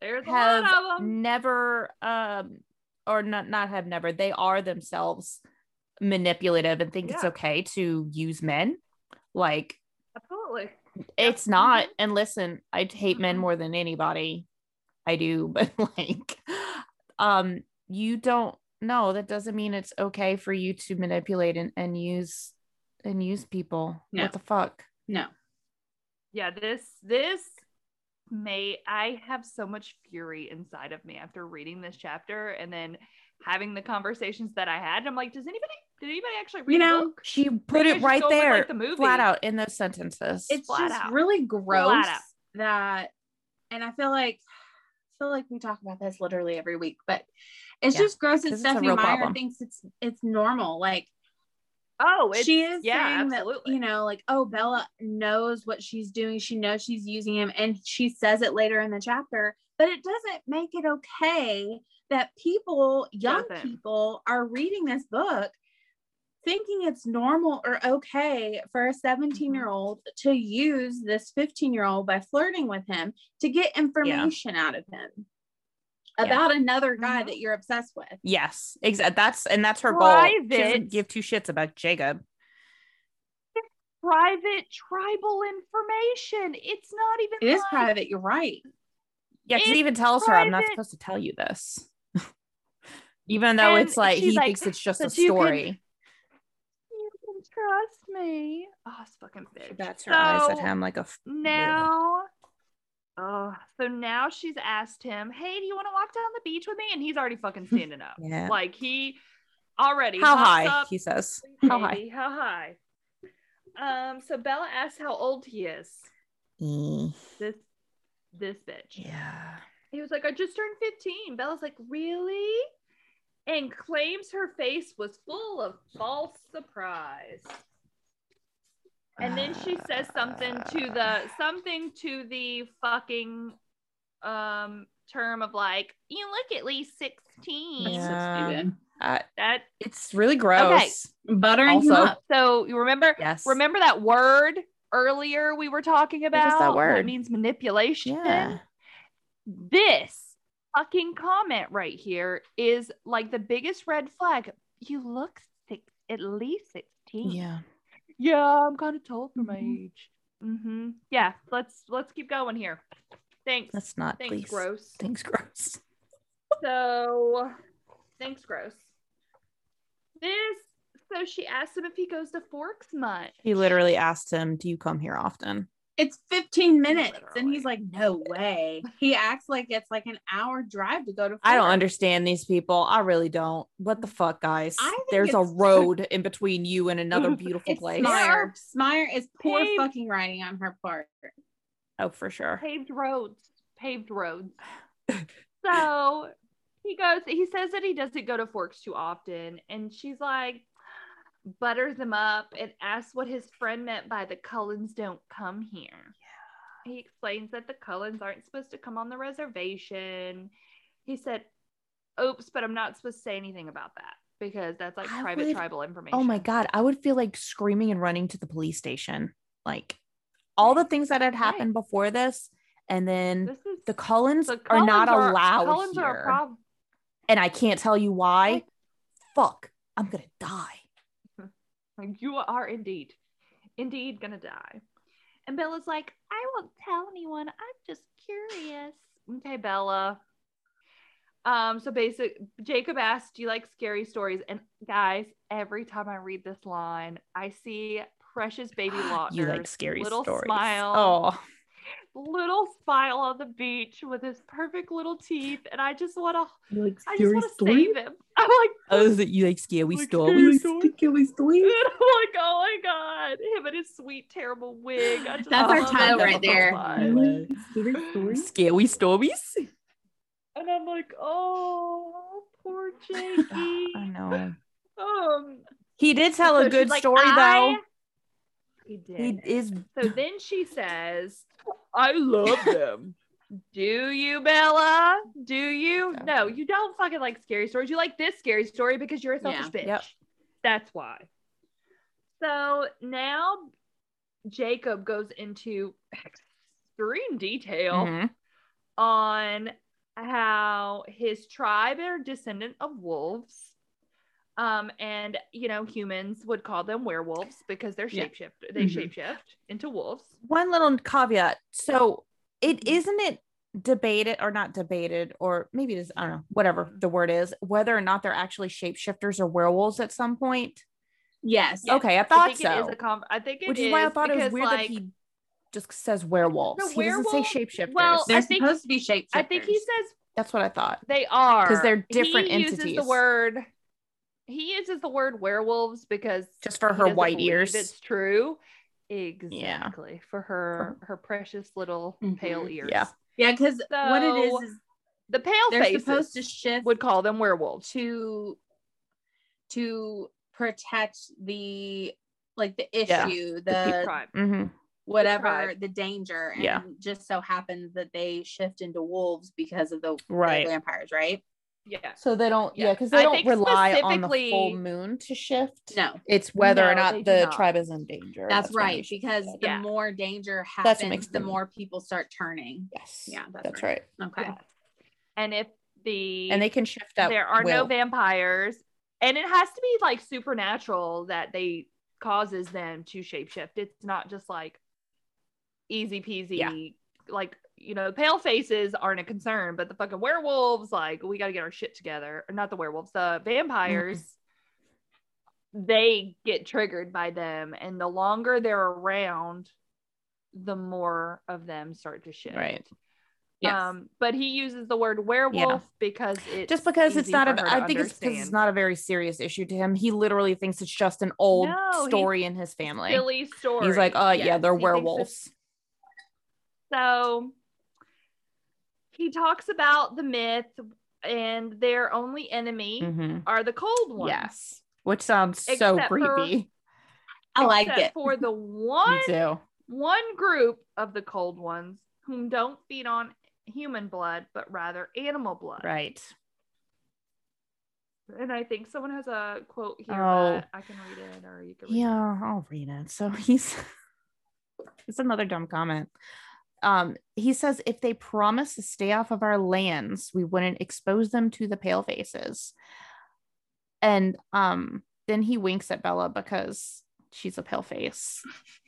[SPEAKER 2] there's a
[SPEAKER 3] have
[SPEAKER 2] lot of them.
[SPEAKER 3] never um or not not have never they are themselves manipulative and think it's
[SPEAKER 2] Yeah.
[SPEAKER 3] okay to use men like
[SPEAKER 2] Absolutely.
[SPEAKER 3] it's not
[SPEAKER 2] Mm-hmm.
[SPEAKER 3] and listen i hate men
[SPEAKER 2] Mhm.
[SPEAKER 3] more than anybody i do but like um you don't no that doesn't mean it's okay for you to manipulate and, and use and use people
[SPEAKER 5] No.
[SPEAKER 3] what the fuck
[SPEAKER 5] No.
[SPEAKER 2] Yeah, this this may I have so much fury inside of me after reading this chapter and then having the conversations that I had. I'm like, does anybody did anybody actually read
[SPEAKER 5] You
[SPEAKER 2] the
[SPEAKER 5] know,
[SPEAKER 2] book?
[SPEAKER 3] she put
[SPEAKER 2] Maybe I
[SPEAKER 3] it
[SPEAKER 2] should
[SPEAKER 3] right
[SPEAKER 2] go with, like,
[SPEAKER 3] there
[SPEAKER 2] the movie.
[SPEAKER 3] flat out in those sentences
[SPEAKER 5] it's
[SPEAKER 2] Flat
[SPEAKER 5] just
[SPEAKER 2] out.
[SPEAKER 5] really gross
[SPEAKER 2] out.
[SPEAKER 5] that and i feel like I feel like we talk about this literally every week but it's
[SPEAKER 3] Yeah,
[SPEAKER 5] just
[SPEAKER 3] 'cause
[SPEAKER 5] gross that
[SPEAKER 3] it's a
[SPEAKER 5] stephanie
[SPEAKER 3] real
[SPEAKER 5] meyer
[SPEAKER 3] problem.
[SPEAKER 5] thinks it's it's normal like
[SPEAKER 2] Oh, it's
[SPEAKER 5] she is
[SPEAKER 2] yeah,
[SPEAKER 5] saying that
[SPEAKER 2] absolutely.
[SPEAKER 5] you know like oh bella knows what she's doing she knows she's using him and she says it later in the chapter but it doesn't make it okay that people young
[SPEAKER 2] Doesn't.
[SPEAKER 5] people are reading this book thinking it's normal or okay for
[SPEAKER 2] Mm-hmm.
[SPEAKER 5] a 17 year old to use this 15 year old by flirting with him to get information out of him
[SPEAKER 3] Yeah.
[SPEAKER 5] about another guy
[SPEAKER 2] Mhm.
[SPEAKER 5] that you're obsessed with
[SPEAKER 3] Yes, exactly. That's and that's her goal. She
[SPEAKER 2] Private.
[SPEAKER 3] doesn't give two shits about Jacob.
[SPEAKER 2] private tribal information. It's not even
[SPEAKER 5] it is
[SPEAKER 2] like-
[SPEAKER 5] private you're right
[SPEAKER 3] Yeah, because
[SPEAKER 2] It's
[SPEAKER 3] he even tells her, "I'm not
[SPEAKER 2] private.
[SPEAKER 3] supposed to tell you this," even though
[SPEAKER 2] And
[SPEAKER 3] it's like
[SPEAKER 2] she's
[SPEAKER 3] he
[SPEAKER 2] like,
[SPEAKER 3] thinks it's just a
[SPEAKER 2] "But you can-
[SPEAKER 3] story.
[SPEAKER 2] trust me. Oh, it's fucking bitch.
[SPEAKER 3] Bats her eyes at
[SPEAKER 2] So-
[SPEAKER 3] him like a. F-
[SPEAKER 2] Now, oh, so now she's asked him, "Hey, do you want to walk down the beach with me?" And he's already fucking standing up.
[SPEAKER 3] yeah.
[SPEAKER 2] Like he already
[SPEAKER 3] How
[SPEAKER 2] hops
[SPEAKER 3] high?
[SPEAKER 2] up,
[SPEAKER 3] He says. How high?
[SPEAKER 2] baby, How high? Um. So Bella asks how old he is.
[SPEAKER 3] Mm,
[SPEAKER 2] This, this bitch.
[SPEAKER 3] Yeah.
[SPEAKER 2] He was like, I just turned 15. Bella's like, Really? And claims her face was full of false surprise. And then she says something to the something to the fucking um term of like, you look at least 16.
[SPEAKER 6] That's
[SPEAKER 3] Yeah.
[SPEAKER 2] Um,
[SPEAKER 6] so stupid.
[SPEAKER 3] Uh,
[SPEAKER 2] That
[SPEAKER 3] it's really gross.
[SPEAKER 6] Buttering him
[SPEAKER 3] Also-
[SPEAKER 6] up.
[SPEAKER 2] so you remember
[SPEAKER 3] Yes.
[SPEAKER 2] remember that word earlier we were talking about
[SPEAKER 3] that word?
[SPEAKER 2] means manipulation.
[SPEAKER 3] Yeah.
[SPEAKER 2] this fucking comment right here is like the biggest red flag. You look six, at least 16.
[SPEAKER 3] Yeah.
[SPEAKER 2] Yeah, I'm kind of told for my
[SPEAKER 6] Mhm.
[SPEAKER 2] age. Mm-hmm. Yeah, let's let's keep going here. Thanks.
[SPEAKER 3] That's not.
[SPEAKER 2] Thanks,
[SPEAKER 3] please.
[SPEAKER 2] gross.
[SPEAKER 3] Things gross.
[SPEAKER 2] So thanks, gross. This so she asked him if he goes to Forks much.
[SPEAKER 3] He literally asked him, "Do you come here often?"
[SPEAKER 5] It's 15 minutes. And he's
[SPEAKER 2] Literally.
[SPEAKER 5] like, no way. He acts like it's like an hour drive to go to.
[SPEAKER 3] I don't
[SPEAKER 5] Florida.
[SPEAKER 3] understand these people. I really don't. What the fuck, guys?
[SPEAKER 5] I think
[SPEAKER 3] There's a
[SPEAKER 5] it's-
[SPEAKER 3] road in between you and another beautiful
[SPEAKER 5] It's
[SPEAKER 3] place.
[SPEAKER 5] Smyer. Smyer is poor
[SPEAKER 2] Babe.
[SPEAKER 5] fucking writing on her part.
[SPEAKER 3] Oh, for sure.
[SPEAKER 2] paved roads paved roads so he goes he says that he doesn't go to forks too often and she's like butters him up and asks what his friend meant by the cullens don't come here he explains that the cullens aren't supposed to come on the reservation he said oops but i'm not supposed to say anything about that because that's like
[SPEAKER 3] I
[SPEAKER 2] private
[SPEAKER 3] would-
[SPEAKER 2] tribal information
[SPEAKER 3] Oh my god, I would feel like screaming and running to the police station. Like all the things that had happened before this, and then
[SPEAKER 2] this is
[SPEAKER 3] the Cullens,
[SPEAKER 2] the
[SPEAKER 3] are not
[SPEAKER 2] Cullens
[SPEAKER 3] allowed
[SPEAKER 2] Cullens
[SPEAKER 3] here,
[SPEAKER 2] are a problem
[SPEAKER 3] and I can't tell you why. Fuck, I'm gonna die.
[SPEAKER 2] Like, You are indeed, indeed gonna die. And Bella's like, I won't tell anyone. I'm just curious. Okay, Bella. Um, so basic Jacob asked, Do you like scary stories? And guys, every time I read this line, I see precious baby Lautner's
[SPEAKER 3] you like scary
[SPEAKER 2] little
[SPEAKER 3] stories.
[SPEAKER 2] smile.
[SPEAKER 3] Oh,
[SPEAKER 2] little smile on the beach with his perfect little teeth. And I just wanna
[SPEAKER 5] You like
[SPEAKER 2] I just wanna save him. I'm like,
[SPEAKER 3] oh, is it you like scary
[SPEAKER 2] Like
[SPEAKER 3] stories?
[SPEAKER 2] dude, I'm like, oh my god, him and his sweet, terrible wig. I just
[SPEAKER 5] That's our
[SPEAKER 2] love
[SPEAKER 5] title
[SPEAKER 2] that
[SPEAKER 5] right there.
[SPEAKER 2] line.
[SPEAKER 3] Scary stories.
[SPEAKER 2] And I'm like, oh, poor Jakey.
[SPEAKER 3] I know.
[SPEAKER 2] um,
[SPEAKER 3] He did tell
[SPEAKER 2] so
[SPEAKER 3] a
[SPEAKER 2] she's
[SPEAKER 3] good
[SPEAKER 2] like,
[SPEAKER 3] story
[SPEAKER 2] I- He
[SPEAKER 3] though.
[SPEAKER 2] did.
[SPEAKER 3] He is
[SPEAKER 2] So then she says, I love them. Do you, Bella? Do you? No, you don't fucking like scary stories. You like this scary story because you're a selfish bitch.
[SPEAKER 3] Yep.
[SPEAKER 2] That's why. So now Jacob goes into extreme detail
[SPEAKER 3] Mhm.
[SPEAKER 2] on how his tribe are descendant of wolves. Um, and you know, humans would call them werewolves because they're
[SPEAKER 5] Yeah.
[SPEAKER 2] shapeshift. They
[SPEAKER 5] Mhm.
[SPEAKER 2] shapeshift into wolves.
[SPEAKER 3] one little caveat. So it
[SPEAKER 2] Mhm.
[SPEAKER 3] isn't it debated or not debated or maybe it is I don't know whatever
[SPEAKER 2] Mhm.
[SPEAKER 3] the word is whether or not they're actually shapeshifters or werewolves at some point.
[SPEAKER 5] Yes.
[SPEAKER 3] Okay, I
[SPEAKER 2] I
[SPEAKER 3] thought
[SPEAKER 2] think it
[SPEAKER 3] so.
[SPEAKER 2] is a com- I think it
[SPEAKER 3] which is, why I
[SPEAKER 2] is
[SPEAKER 3] thought it was
[SPEAKER 2] because,
[SPEAKER 3] weird
[SPEAKER 2] like,
[SPEAKER 3] that he just says werewolves. He doesn't
[SPEAKER 2] werewolf-
[SPEAKER 3] say shapeshifters.
[SPEAKER 2] well,
[SPEAKER 5] They're
[SPEAKER 2] I think-
[SPEAKER 5] supposed to be shapeshifters.
[SPEAKER 2] I think he says
[SPEAKER 3] That's what I thought.
[SPEAKER 2] they are
[SPEAKER 3] 'Cause they're different
[SPEAKER 2] he Uses the
[SPEAKER 3] entities.
[SPEAKER 2] word. He uses the word werewolves because
[SPEAKER 3] Just for
[SPEAKER 2] he
[SPEAKER 3] her
[SPEAKER 2] doesn't
[SPEAKER 3] white
[SPEAKER 2] believe
[SPEAKER 3] ears.
[SPEAKER 2] It's true. Exactly for her her precious little pale ears.
[SPEAKER 3] Mm-hmm. Yeah.
[SPEAKER 5] Yeah, because what it is is
[SPEAKER 2] The pale
[SPEAKER 5] they're
[SPEAKER 2] faces
[SPEAKER 5] supposed to shift
[SPEAKER 2] would call them werewolves.
[SPEAKER 5] to to protect the like the
[SPEAKER 3] Yeah,
[SPEAKER 5] issue, the,
[SPEAKER 2] Deep tribe.
[SPEAKER 3] hmm
[SPEAKER 5] whatever
[SPEAKER 2] tribe.
[SPEAKER 5] the danger. And
[SPEAKER 3] Yeah.
[SPEAKER 5] just so happens that they shift into wolves because of the, the
[SPEAKER 3] Right.
[SPEAKER 5] vampires, right?
[SPEAKER 2] Yeah.
[SPEAKER 3] So they don't,
[SPEAKER 2] Yeah.
[SPEAKER 3] yeah, because they
[SPEAKER 2] I
[SPEAKER 3] don't
[SPEAKER 2] think
[SPEAKER 3] rely on the
[SPEAKER 2] specifically-
[SPEAKER 3] full moon to shift.
[SPEAKER 5] No.
[SPEAKER 3] It's whether or
[SPEAKER 2] No,
[SPEAKER 3] not
[SPEAKER 2] they do
[SPEAKER 3] the
[SPEAKER 2] not.
[SPEAKER 3] tribe is in danger.
[SPEAKER 5] That's,
[SPEAKER 3] why
[SPEAKER 5] right.
[SPEAKER 3] they should
[SPEAKER 5] Because
[SPEAKER 3] shift.
[SPEAKER 5] the
[SPEAKER 2] Yeah.
[SPEAKER 5] more danger happens,
[SPEAKER 3] That's what makes
[SPEAKER 5] the
[SPEAKER 3] them-
[SPEAKER 5] more people start turning.
[SPEAKER 3] yes,
[SPEAKER 5] Yeah, that's
[SPEAKER 3] that's
[SPEAKER 5] right.
[SPEAKER 3] right.
[SPEAKER 5] Okay.
[SPEAKER 2] Yes. And if the
[SPEAKER 3] And they can shift up.
[SPEAKER 2] there are no
[SPEAKER 3] will.
[SPEAKER 2] vampires and it has to be like supernatural that they causes them to shapeshift it's not just like easy peasy like you know pale faces aren't a concern but the fucking werewolves like we got to get our shit together or not the werewolves the vampires
[SPEAKER 3] Mm-hmm.
[SPEAKER 2] they get triggered by them and the longer they're around the more of them start to shift
[SPEAKER 3] Right. Yes.
[SPEAKER 2] um but he uses the word werewolf because it's
[SPEAKER 3] just because it's
[SPEAKER 2] easy
[SPEAKER 3] not
[SPEAKER 2] for
[SPEAKER 3] a
[SPEAKER 2] her to
[SPEAKER 3] i think it's because it's
[SPEAKER 2] understand.
[SPEAKER 3] not a very serious issue to him he literally thinks it's just an old
[SPEAKER 2] No, he's
[SPEAKER 3] story in his family
[SPEAKER 2] silly story
[SPEAKER 3] he's like oh yeah
[SPEAKER 2] Yes,
[SPEAKER 3] they're
[SPEAKER 2] he thinks it's
[SPEAKER 3] werewolves
[SPEAKER 2] So he talks about the myth and their only enemy
[SPEAKER 3] Mhm.
[SPEAKER 2] are the cold ones.
[SPEAKER 3] yes which sounds so
[SPEAKER 2] Except for-
[SPEAKER 3] creepy
[SPEAKER 5] I like
[SPEAKER 2] Except
[SPEAKER 5] it.
[SPEAKER 2] for the
[SPEAKER 3] me
[SPEAKER 2] one
[SPEAKER 3] too
[SPEAKER 2] one group of the cold ones whom don't feed on human blood but rather animal blood.
[SPEAKER 3] right
[SPEAKER 2] And I think someone has a quote here
[SPEAKER 3] Oh.
[SPEAKER 2] that I can read it or you can read it.
[SPEAKER 3] Yeah, I'll read it. So he's it's another dumb comment. Um, he says if they promise to stay off of our lands, we wouldn't expose them to the pale faces. And um, then he winks at Bella because she's a pale face.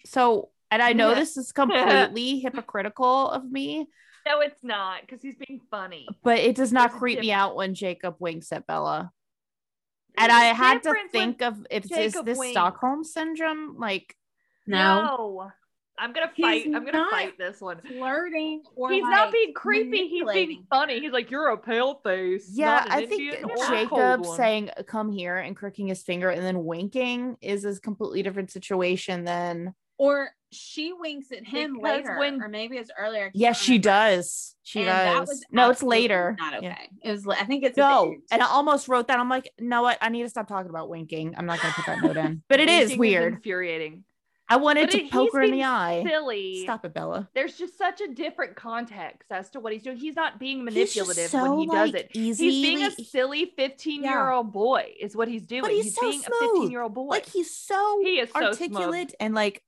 [SPEAKER 3] So and I know this is completely hypocritical of me,
[SPEAKER 2] No, it's not because he's being funny.
[SPEAKER 3] but it does not
[SPEAKER 2] There's a
[SPEAKER 3] creep me
[SPEAKER 2] difference.
[SPEAKER 3] out when Jacob winks at Bella. And I had to
[SPEAKER 2] Difference when-
[SPEAKER 3] think of if is
[SPEAKER 2] Jacob
[SPEAKER 3] this
[SPEAKER 2] winks.
[SPEAKER 3] Stockholm syndrome, like
[SPEAKER 5] No,
[SPEAKER 2] I'm gonna
[SPEAKER 5] He's
[SPEAKER 2] fight. I'm gonna
[SPEAKER 5] not
[SPEAKER 2] fight this one.
[SPEAKER 5] flirting or
[SPEAKER 2] he's
[SPEAKER 5] like,
[SPEAKER 2] not being creepy. He's being
[SPEAKER 5] manipulating.
[SPEAKER 2] funny. He's like, you're a pale face.
[SPEAKER 3] Yeah,
[SPEAKER 2] not an
[SPEAKER 3] I think
[SPEAKER 2] Indian or a cold
[SPEAKER 3] Jacob
[SPEAKER 2] one."
[SPEAKER 3] saying uh, "come here" and cricking his finger and then winking is a completely different situation than.
[SPEAKER 5] or she winks at him
[SPEAKER 2] Because
[SPEAKER 5] later,
[SPEAKER 2] when-
[SPEAKER 5] or maybe it's earlier. I can't
[SPEAKER 3] Yes, she
[SPEAKER 5] remember.
[SPEAKER 3] does. She
[SPEAKER 5] And that
[SPEAKER 3] does.
[SPEAKER 5] was
[SPEAKER 3] No, it's
[SPEAKER 5] absolutely
[SPEAKER 3] later.
[SPEAKER 5] Not okay.
[SPEAKER 3] Yeah.
[SPEAKER 5] It was. I think it's at the
[SPEAKER 3] No,
[SPEAKER 5] end.
[SPEAKER 3] and I almost wrote that. I'm like, you know what? I need to stop talking about winking. I'm not going to put that note in. But it
[SPEAKER 2] Winking
[SPEAKER 3] is weird.
[SPEAKER 2] infuriating.
[SPEAKER 3] I
[SPEAKER 2] But
[SPEAKER 3] wanted to
[SPEAKER 2] it-
[SPEAKER 3] poke
[SPEAKER 2] he's
[SPEAKER 3] her in the
[SPEAKER 2] being
[SPEAKER 3] eye.
[SPEAKER 2] Silly.
[SPEAKER 3] Stop it, Bella.
[SPEAKER 2] There's just such a different context as to what he's doing. He's not being
[SPEAKER 3] He's just
[SPEAKER 2] manipulative
[SPEAKER 3] so,
[SPEAKER 2] when he does
[SPEAKER 3] like,
[SPEAKER 2] it. He's being a
[SPEAKER 3] easily-
[SPEAKER 2] silly 15 year old boy is what he's doing.
[SPEAKER 3] he's so
[SPEAKER 2] being a
[SPEAKER 3] smooth.
[SPEAKER 2] 15 year old boy.
[SPEAKER 3] Like he's so
[SPEAKER 2] He is so smug.
[SPEAKER 3] articulate and like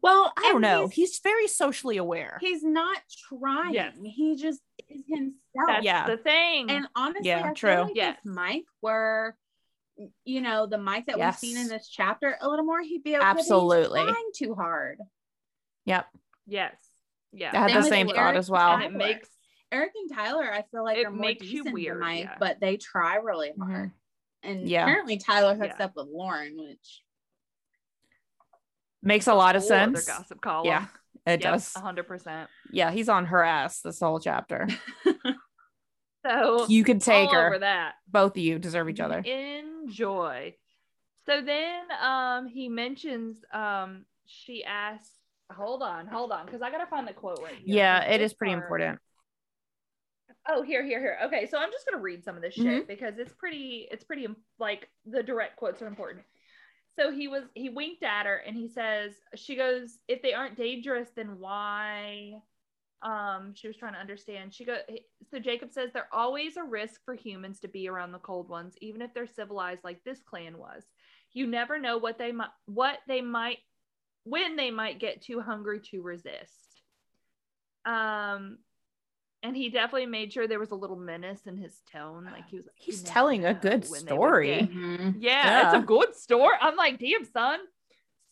[SPEAKER 5] Well,
[SPEAKER 3] I don't
[SPEAKER 5] and
[SPEAKER 3] know.
[SPEAKER 5] He's,
[SPEAKER 3] He's, very socially aware.
[SPEAKER 5] he's not trying.
[SPEAKER 2] Yes.
[SPEAKER 5] He just is himself.
[SPEAKER 2] That's
[SPEAKER 3] yeah.
[SPEAKER 2] the thing.
[SPEAKER 5] And honestly,
[SPEAKER 3] Yeah,
[SPEAKER 5] I feel
[SPEAKER 3] true.
[SPEAKER 5] like
[SPEAKER 2] Yes.
[SPEAKER 5] if Mike were, you know, the Mike that we've seen
[SPEAKER 3] Yes.
[SPEAKER 5] in this chapter a little more, he'd be okay, but he's
[SPEAKER 3] Absolutely.
[SPEAKER 5] trying too hard.
[SPEAKER 3] Yep,
[SPEAKER 2] yes. Yeah.
[SPEAKER 3] I had
[SPEAKER 5] Same
[SPEAKER 3] the
[SPEAKER 5] with
[SPEAKER 3] same
[SPEAKER 5] Eric
[SPEAKER 3] thought as well.
[SPEAKER 2] And it
[SPEAKER 5] Tyler.
[SPEAKER 2] makes
[SPEAKER 5] Eric and Tyler, I feel like
[SPEAKER 2] It
[SPEAKER 5] are more
[SPEAKER 2] makes you
[SPEAKER 5] decent
[SPEAKER 2] weird,
[SPEAKER 5] than Mike,
[SPEAKER 2] yeah.
[SPEAKER 5] but they try really hard.
[SPEAKER 3] Mhm.
[SPEAKER 5] And
[SPEAKER 3] Yeah.
[SPEAKER 5] apparently Tyler hooks
[SPEAKER 2] Yeah.
[SPEAKER 5] up with Lauren, which
[SPEAKER 3] Makes a lot of
[SPEAKER 2] all other
[SPEAKER 3] sense.
[SPEAKER 2] gossip column.
[SPEAKER 3] Yeah, it does.
[SPEAKER 2] uh-huh. 100%.
[SPEAKER 3] Yeah, he's on her ass this whole chapter.
[SPEAKER 2] So
[SPEAKER 3] you can take
[SPEAKER 2] all over Mm-hmm.
[SPEAKER 3] her.
[SPEAKER 2] that.
[SPEAKER 3] Both of you deserve each other.
[SPEAKER 2] Enjoy. So then um he mentions um she asks hold on, hold on, because I gotta find the quote right here.
[SPEAKER 3] yeah,
[SPEAKER 2] 'cause
[SPEAKER 3] it
[SPEAKER 2] this
[SPEAKER 3] is pretty
[SPEAKER 2] part-
[SPEAKER 3] important.
[SPEAKER 2] Oh, here, here, here. Okay, so I'm just gonna read some of this shit
[SPEAKER 3] Mm-hmm.
[SPEAKER 2] because it's pretty, it's pretty im- like the direct quotes are important. So he was he winked at her and he says, she goes, if they aren't dangerous, then why? Um, she was trying to understand. She go so Jacob says they're always a risk for humans to be around the cold ones, even if they're civilized like this clan was. You never know what they might what they might when they might get too hungry to resist. Um and he definitely made sure there was a little menace in his tone. Like he was like,
[SPEAKER 3] He's
[SPEAKER 2] "You never
[SPEAKER 3] telling a
[SPEAKER 2] know
[SPEAKER 3] good
[SPEAKER 2] when they would
[SPEAKER 3] story.
[SPEAKER 2] get-" yeah,
[SPEAKER 3] Mm-hmm. Yeah.
[SPEAKER 2] it's a good story. I'm like, damn son.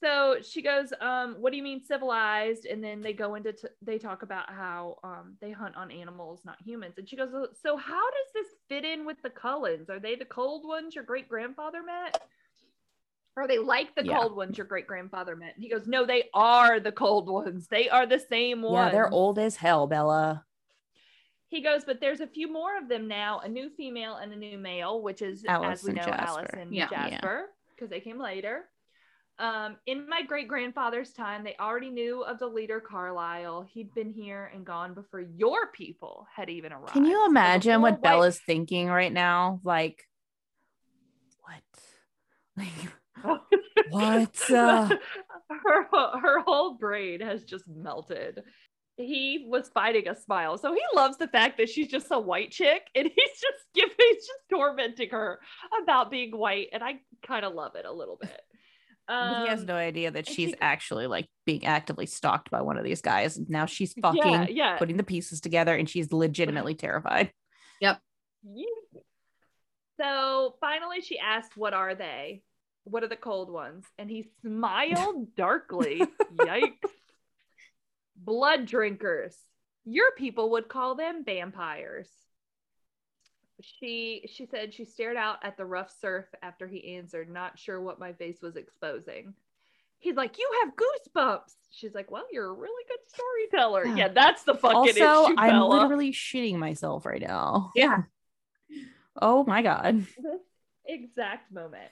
[SPEAKER 2] So she goes, um, what do you mean civilized? And then they go into t- they talk about how um they hunt on animals, not humans. And she goes, so how does this fit in with the Cullens? Are they the cold ones your great grandfather met? Or they like the
[SPEAKER 3] Yeah.
[SPEAKER 2] cold ones your great grandfather met? And he goes, no, they are the cold ones. They are the same ones.
[SPEAKER 3] Yeah, they're old as hell, Bella.
[SPEAKER 2] He goes, but there's a few more of them now, a new female and a new male, which is
[SPEAKER 3] Alice
[SPEAKER 2] as we
[SPEAKER 3] and
[SPEAKER 2] know
[SPEAKER 3] Jasper.
[SPEAKER 2] Alice and
[SPEAKER 5] Yeah.
[SPEAKER 3] Yeah.
[SPEAKER 2] Jasper, because they came later. Um, in my great grandfather's time, they already knew of the leader Carlisle. He'd been here and gone before your people had even arrived.
[SPEAKER 3] Can
[SPEAKER 2] So
[SPEAKER 3] you
[SPEAKER 2] the
[SPEAKER 3] imagine
[SPEAKER 2] whole
[SPEAKER 3] what
[SPEAKER 2] white-
[SPEAKER 3] Bella's thinking right now? Like, what? Like, what? Uh,
[SPEAKER 2] her, her whole brain has just melted. He was fighting a smile. So he loves the fact that she's just a white chick and he's just giving, he's just tormenting her about being white. And I kind of love it a little bit.
[SPEAKER 3] he has
[SPEAKER 2] Um,
[SPEAKER 3] no idea that
[SPEAKER 2] I
[SPEAKER 3] she's
[SPEAKER 2] think-
[SPEAKER 3] actually like being actively stalked by one of these guys. And now she's fucking
[SPEAKER 2] Yeah, yeah.
[SPEAKER 3] putting the pieces together and she's legitimately terrified.
[SPEAKER 2] Yeah. So finally, she asked, What are they? What are the cold ones? And he smiled darkly. Yikes. Blood drinkers. Your people would call them vampires. she she said she stared out at the rough surf after he answered, not sure what my face was exposing. He's like, "You have goosebumps." She's like, "Well, you're a really good storyteller." Yeah, that's the fucking
[SPEAKER 3] also,
[SPEAKER 2] issue.
[SPEAKER 3] I'm
[SPEAKER 2] Bella.
[SPEAKER 3] literally shitting myself right now.
[SPEAKER 5] Yeah.
[SPEAKER 3] Oh my god.
[SPEAKER 2] this exact moment.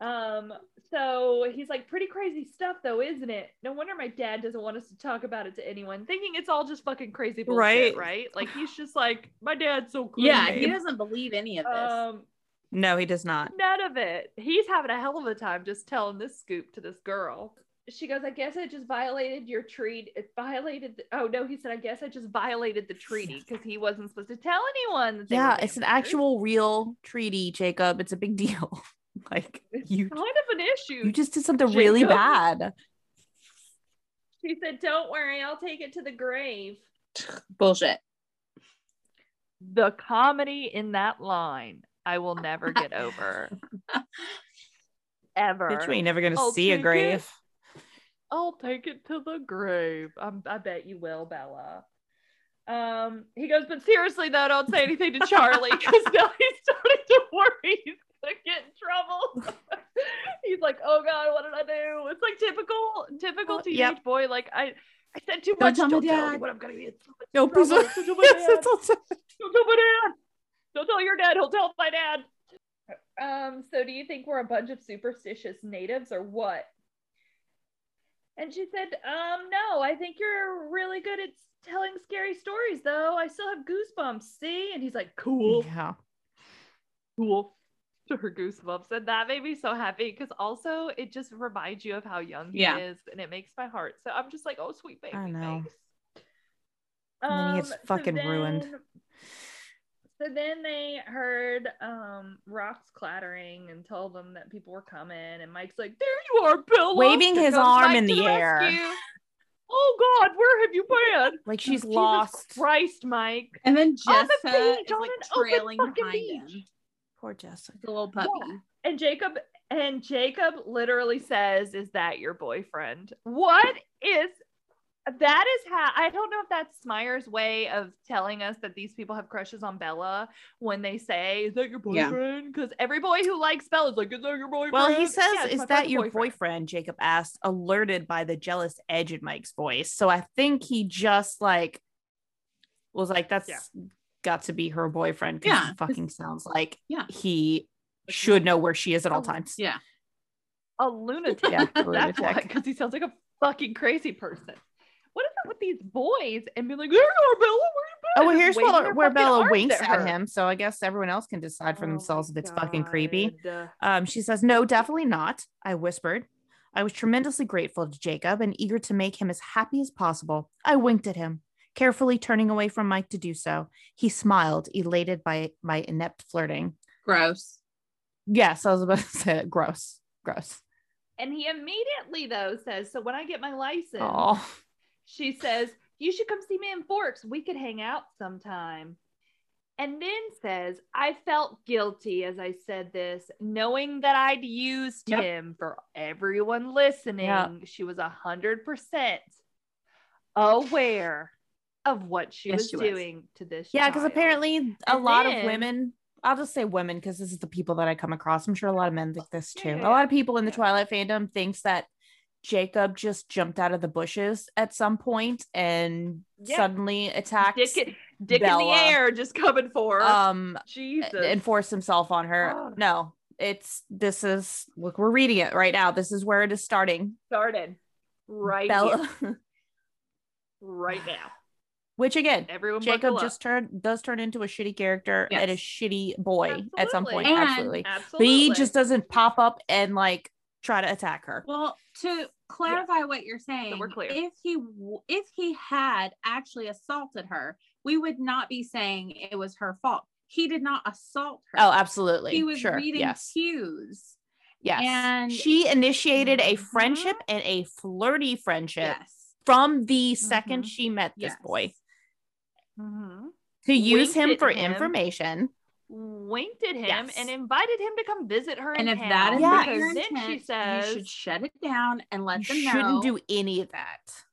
[SPEAKER 2] Um, so he's like, pretty crazy stuff though, isn't it? No wonder my dad doesn't want us to talk about it to anyone, thinking it's all just fucking crazy bullshit, right?
[SPEAKER 3] Right.
[SPEAKER 2] Like he's just like, my dad's so crazy.
[SPEAKER 5] Yeah. He doesn't believe any of this.
[SPEAKER 2] um,
[SPEAKER 3] No, he does not.
[SPEAKER 2] none of it. He's having a hell of a time just telling this scoop to this girl. She goes, I guess I just violated your treat. It violated. The- oh no, he said, I guess I just violated the treaty because he wasn't supposed to tell anyone. That they
[SPEAKER 3] Yeah,
[SPEAKER 2] were
[SPEAKER 3] it's an
[SPEAKER 2] vampires.
[SPEAKER 3] actual real treaty, Jacob. It's a big deal. like you
[SPEAKER 2] kind of an issue.
[SPEAKER 3] you just did something really
[SPEAKER 2] Jacob.
[SPEAKER 3] bad.
[SPEAKER 2] She said, Don't worry, I'll take it to the grave.
[SPEAKER 5] Bullshit.
[SPEAKER 2] The comedy in that line, I will never get over. Ever.
[SPEAKER 3] Bitch, we ain't never gonna
[SPEAKER 2] I'll
[SPEAKER 3] see a
[SPEAKER 2] take it.
[SPEAKER 3] grave.
[SPEAKER 2] I'll take it to the grave. i I bet you will, Bella. Um, he goes, but seriously though, don't say anything to Charlie because now he's starting to worry he's gonna get in trouble. he's like, oh god, what did I do? It's like typical, typical
[SPEAKER 3] Oh,
[SPEAKER 2] teenage
[SPEAKER 3] yep.
[SPEAKER 2] boy. Like I, I said too
[SPEAKER 5] Don't
[SPEAKER 2] much.
[SPEAKER 5] tell my
[SPEAKER 2] don't tell
[SPEAKER 5] dad."
[SPEAKER 2] anyone, I'm gonna be in so much
[SPEAKER 3] No, please
[SPEAKER 2] trouble.
[SPEAKER 3] don't-
[SPEAKER 2] Don't tell my
[SPEAKER 3] Yes,
[SPEAKER 2] dad.
[SPEAKER 3] it's also
[SPEAKER 2] Don't tell my dad. Don't tell your dad. He'll tell my dad. Um, so do you think we're a bunch of superstitious natives or what? And she said, um, no, I think you're really good at telling scary stories, though. I still have goosebumps, see? And he's like, cool,
[SPEAKER 3] yeah.
[SPEAKER 2] cool. Her goosebumps. And that made me so happy because also it just reminds you of how young he
[SPEAKER 5] Yeah.
[SPEAKER 2] is and it makes my heart. So I'm just like, oh, sweet baby.
[SPEAKER 3] I know.
[SPEAKER 2] face.
[SPEAKER 3] And then he gets
[SPEAKER 2] Um, so
[SPEAKER 3] fucking ruined.
[SPEAKER 2] then- So then they heard um, rocks clattering and told them that people were coming. And Mike's like, "There you are, Bill!"
[SPEAKER 3] Waving his arm in the air.
[SPEAKER 2] Oh God, where have you been?
[SPEAKER 3] Like she's
[SPEAKER 2] Jesus
[SPEAKER 3] lost.
[SPEAKER 2] Christ, Mike.
[SPEAKER 5] And then
[SPEAKER 2] On
[SPEAKER 5] Jessica
[SPEAKER 2] the beach,
[SPEAKER 5] is
[SPEAKER 2] on
[SPEAKER 5] like
[SPEAKER 2] an open
[SPEAKER 5] trailing
[SPEAKER 2] fucking
[SPEAKER 5] behind
[SPEAKER 2] beach.
[SPEAKER 5] him.
[SPEAKER 3] Poor Jessica.
[SPEAKER 5] The little puppy.
[SPEAKER 2] And Jacob and Jacob literally says, "Is that your boyfriend?" What is that? Is how I don't know if that's Smyer's way of telling us that these people have crushes on Bella when they say, "Is that your
[SPEAKER 5] Yeah.
[SPEAKER 2] boyfriend?" Because every boy who likes Bella is like, "Is that your boyfriend?"
[SPEAKER 3] Well, he says,
[SPEAKER 2] "Yeah, it's my
[SPEAKER 3] "Is
[SPEAKER 2] friend's
[SPEAKER 3] that your boyfriend. Jacob asked, alerted by the jealous edge in Mike's voice. So I think he just like was like, "That's got to be her boyfriend." 'cause
[SPEAKER 5] Yeah,
[SPEAKER 3] he fucking sounds like
[SPEAKER 5] Yeah.
[SPEAKER 3] he should know where she is at all
[SPEAKER 2] Oh,
[SPEAKER 3] times.
[SPEAKER 5] yeah.
[SPEAKER 2] A lunatic.
[SPEAKER 3] Yeah, a
[SPEAKER 2] That's why,
[SPEAKER 3] lunatic.
[SPEAKER 2] because he sounds like a fucking crazy person. What is it with these boys and being like, "There you are, Bella. Where you been?"
[SPEAKER 3] Oh well,
[SPEAKER 2] Just
[SPEAKER 3] here's
[SPEAKER 2] waving
[SPEAKER 3] where,
[SPEAKER 2] their
[SPEAKER 3] where
[SPEAKER 2] fucking
[SPEAKER 3] Bella
[SPEAKER 2] arms
[SPEAKER 3] winks at,
[SPEAKER 2] her.
[SPEAKER 3] him, so I guess everyone else can decide for
[SPEAKER 2] Oh my
[SPEAKER 3] themselves if it's fucking creepy.
[SPEAKER 2] God.
[SPEAKER 3] Um, she says, No, definitely not. I whispered. I was tremendously grateful to Jacob and eager to make him as happy as possible. I winked at him, carefully turning away from Mike to do so. He smiled, elated by my inept flirting.
[SPEAKER 5] Gross.
[SPEAKER 3] Yes, I was about to say it. gross, gross.
[SPEAKER 2] And he immediately, though, says, So when I get my license,
[SPEAKER 3] Oh,
[SPEAKER 2] she says, You should come see me in Forks. We could hang out sometime. And then says, I felt guilty as I said this, knowing that I'd used
[SPEAKER 5] Yep.
[SPEAKER 2] him for everyone listening. She was a 100% aware of what she
[SPEAKER 5] Yes,
[SPEAKER 2] was
[SPEAKER 5] she was.
[SPEAKER 2] doing to this.
[SPEAKER 3] yeah, because
[SPEAKER 2] child.
[SPEAKER 3] apparently a
[SPEAKER 2] And
[SPEAKER 3] lot
[SPEAKER 2] then-
[SPEAKER 3] of women. I'll just say women because this is the people that I come across. I'm sure a lot of men think this
[SPEAKER 2] Yeah,
[SPEAKER 3] too.
[SPEAKER 2] yeah,
[SPEAKER 3] A lot of people in the
[SPEAKER 2] yeah.
[SPEAKER 3] Twilight fandom thinks that Jacob just jumped out of the bushes at some point and
[SPEAKER 2] Yeah.
[SPEAKER 3] suddenly attacked
[SPEAKER 2] Dick, in- dick in the
[SPEAKER 3] Bella.
[SPEAKER 2] air just coming for her.
[SPEAKER 3] um
[SPEAKER 2] Jesus. Oh.
[SPEAKER 3] and force himself on her. No, it's this is look, we're reading it right now. This is where it is starting.
[SPEAKER 2] started right here,
[SPEAKER 3] Bella,
[SPEAKER 2] right now.
[SPEAKER 3] which again,
[SPEAKER 2] Everyone,
[SPEAKER 3] Jacob
[SPEAKER 2] buckle
[SPEAKER 3] just turned does turn into a shitty character
[SPEAKER 5] Yes.
[SPEAKER 3] and a shitty boy at some point.
[SPEAKER 5] Absolutely. And-
[SPEAKER 3] absolutely.
[SPEAKER 2] up. absolutely.
[SPEAKER 3] But he just doesn't pop up and like try to attack her.
[SPEAKER 5] Well, to clarify what you're saying,
[SPEAKER 2] we're clear.
[SPEAKER 5] if he w- if he had actually assaulted her, we would not be saying it was her fault. He did not assault her.
[SPEAKER 3] Oh, absolutely.
[SPEAKER 5] He was
[SPEAKER 3] sure.
[SPEAKER 5] reading
[SPEAKER 3] yes.
[SPEAKER 5] cues.
[SPEAKER 3] Yes.
[SPEAKER 5] and- Mm-hmm.
[SPEAKER 3] she initiated a
[SPEAKER 2] Mhm.
[SPEAKER 3] friendship and a flirty friendship
[SPEAKER 5] Yes. Mm-hmm.
[SPEAKER 3] from the 2nd she met this
[SPEAKER 5] Yes.
[SPEAKER 3] boy
[SPEAKER 2] Mhm.
[SPEAKER 3] to use
[SPEAKER 2] Winked
[SPEAKER 3] him
[SPEAKER 2] at
[SPEAKER 3] for
[SPEAKER 2] him.
[SPEAKER 3] information.
[SPEAKER 2] winked at him
[SPEAKER 3] Yes.
[SPEAKER 2] and invited him to come visit her.
[SPEAKER 5] And
[SPEAKER 2] in
[SPEAKER 5] if
[SPEAKER 2] town
[SPEAKER 5] that is
[SPEAKER 3] Yeah.
[SPEAKER 5] not
[SPEAKER 2] because
[SPEAKER 5] your
[SPEAKER 2] then
[SPEAKER 5] intent,
[SPEAKER 2] she says
[SPEAKER 5] you should shut it down and let them
[SPEAKER 3] you
[SPEAKER 5] know.
[SPEAKER 3] shouldn't do any of that.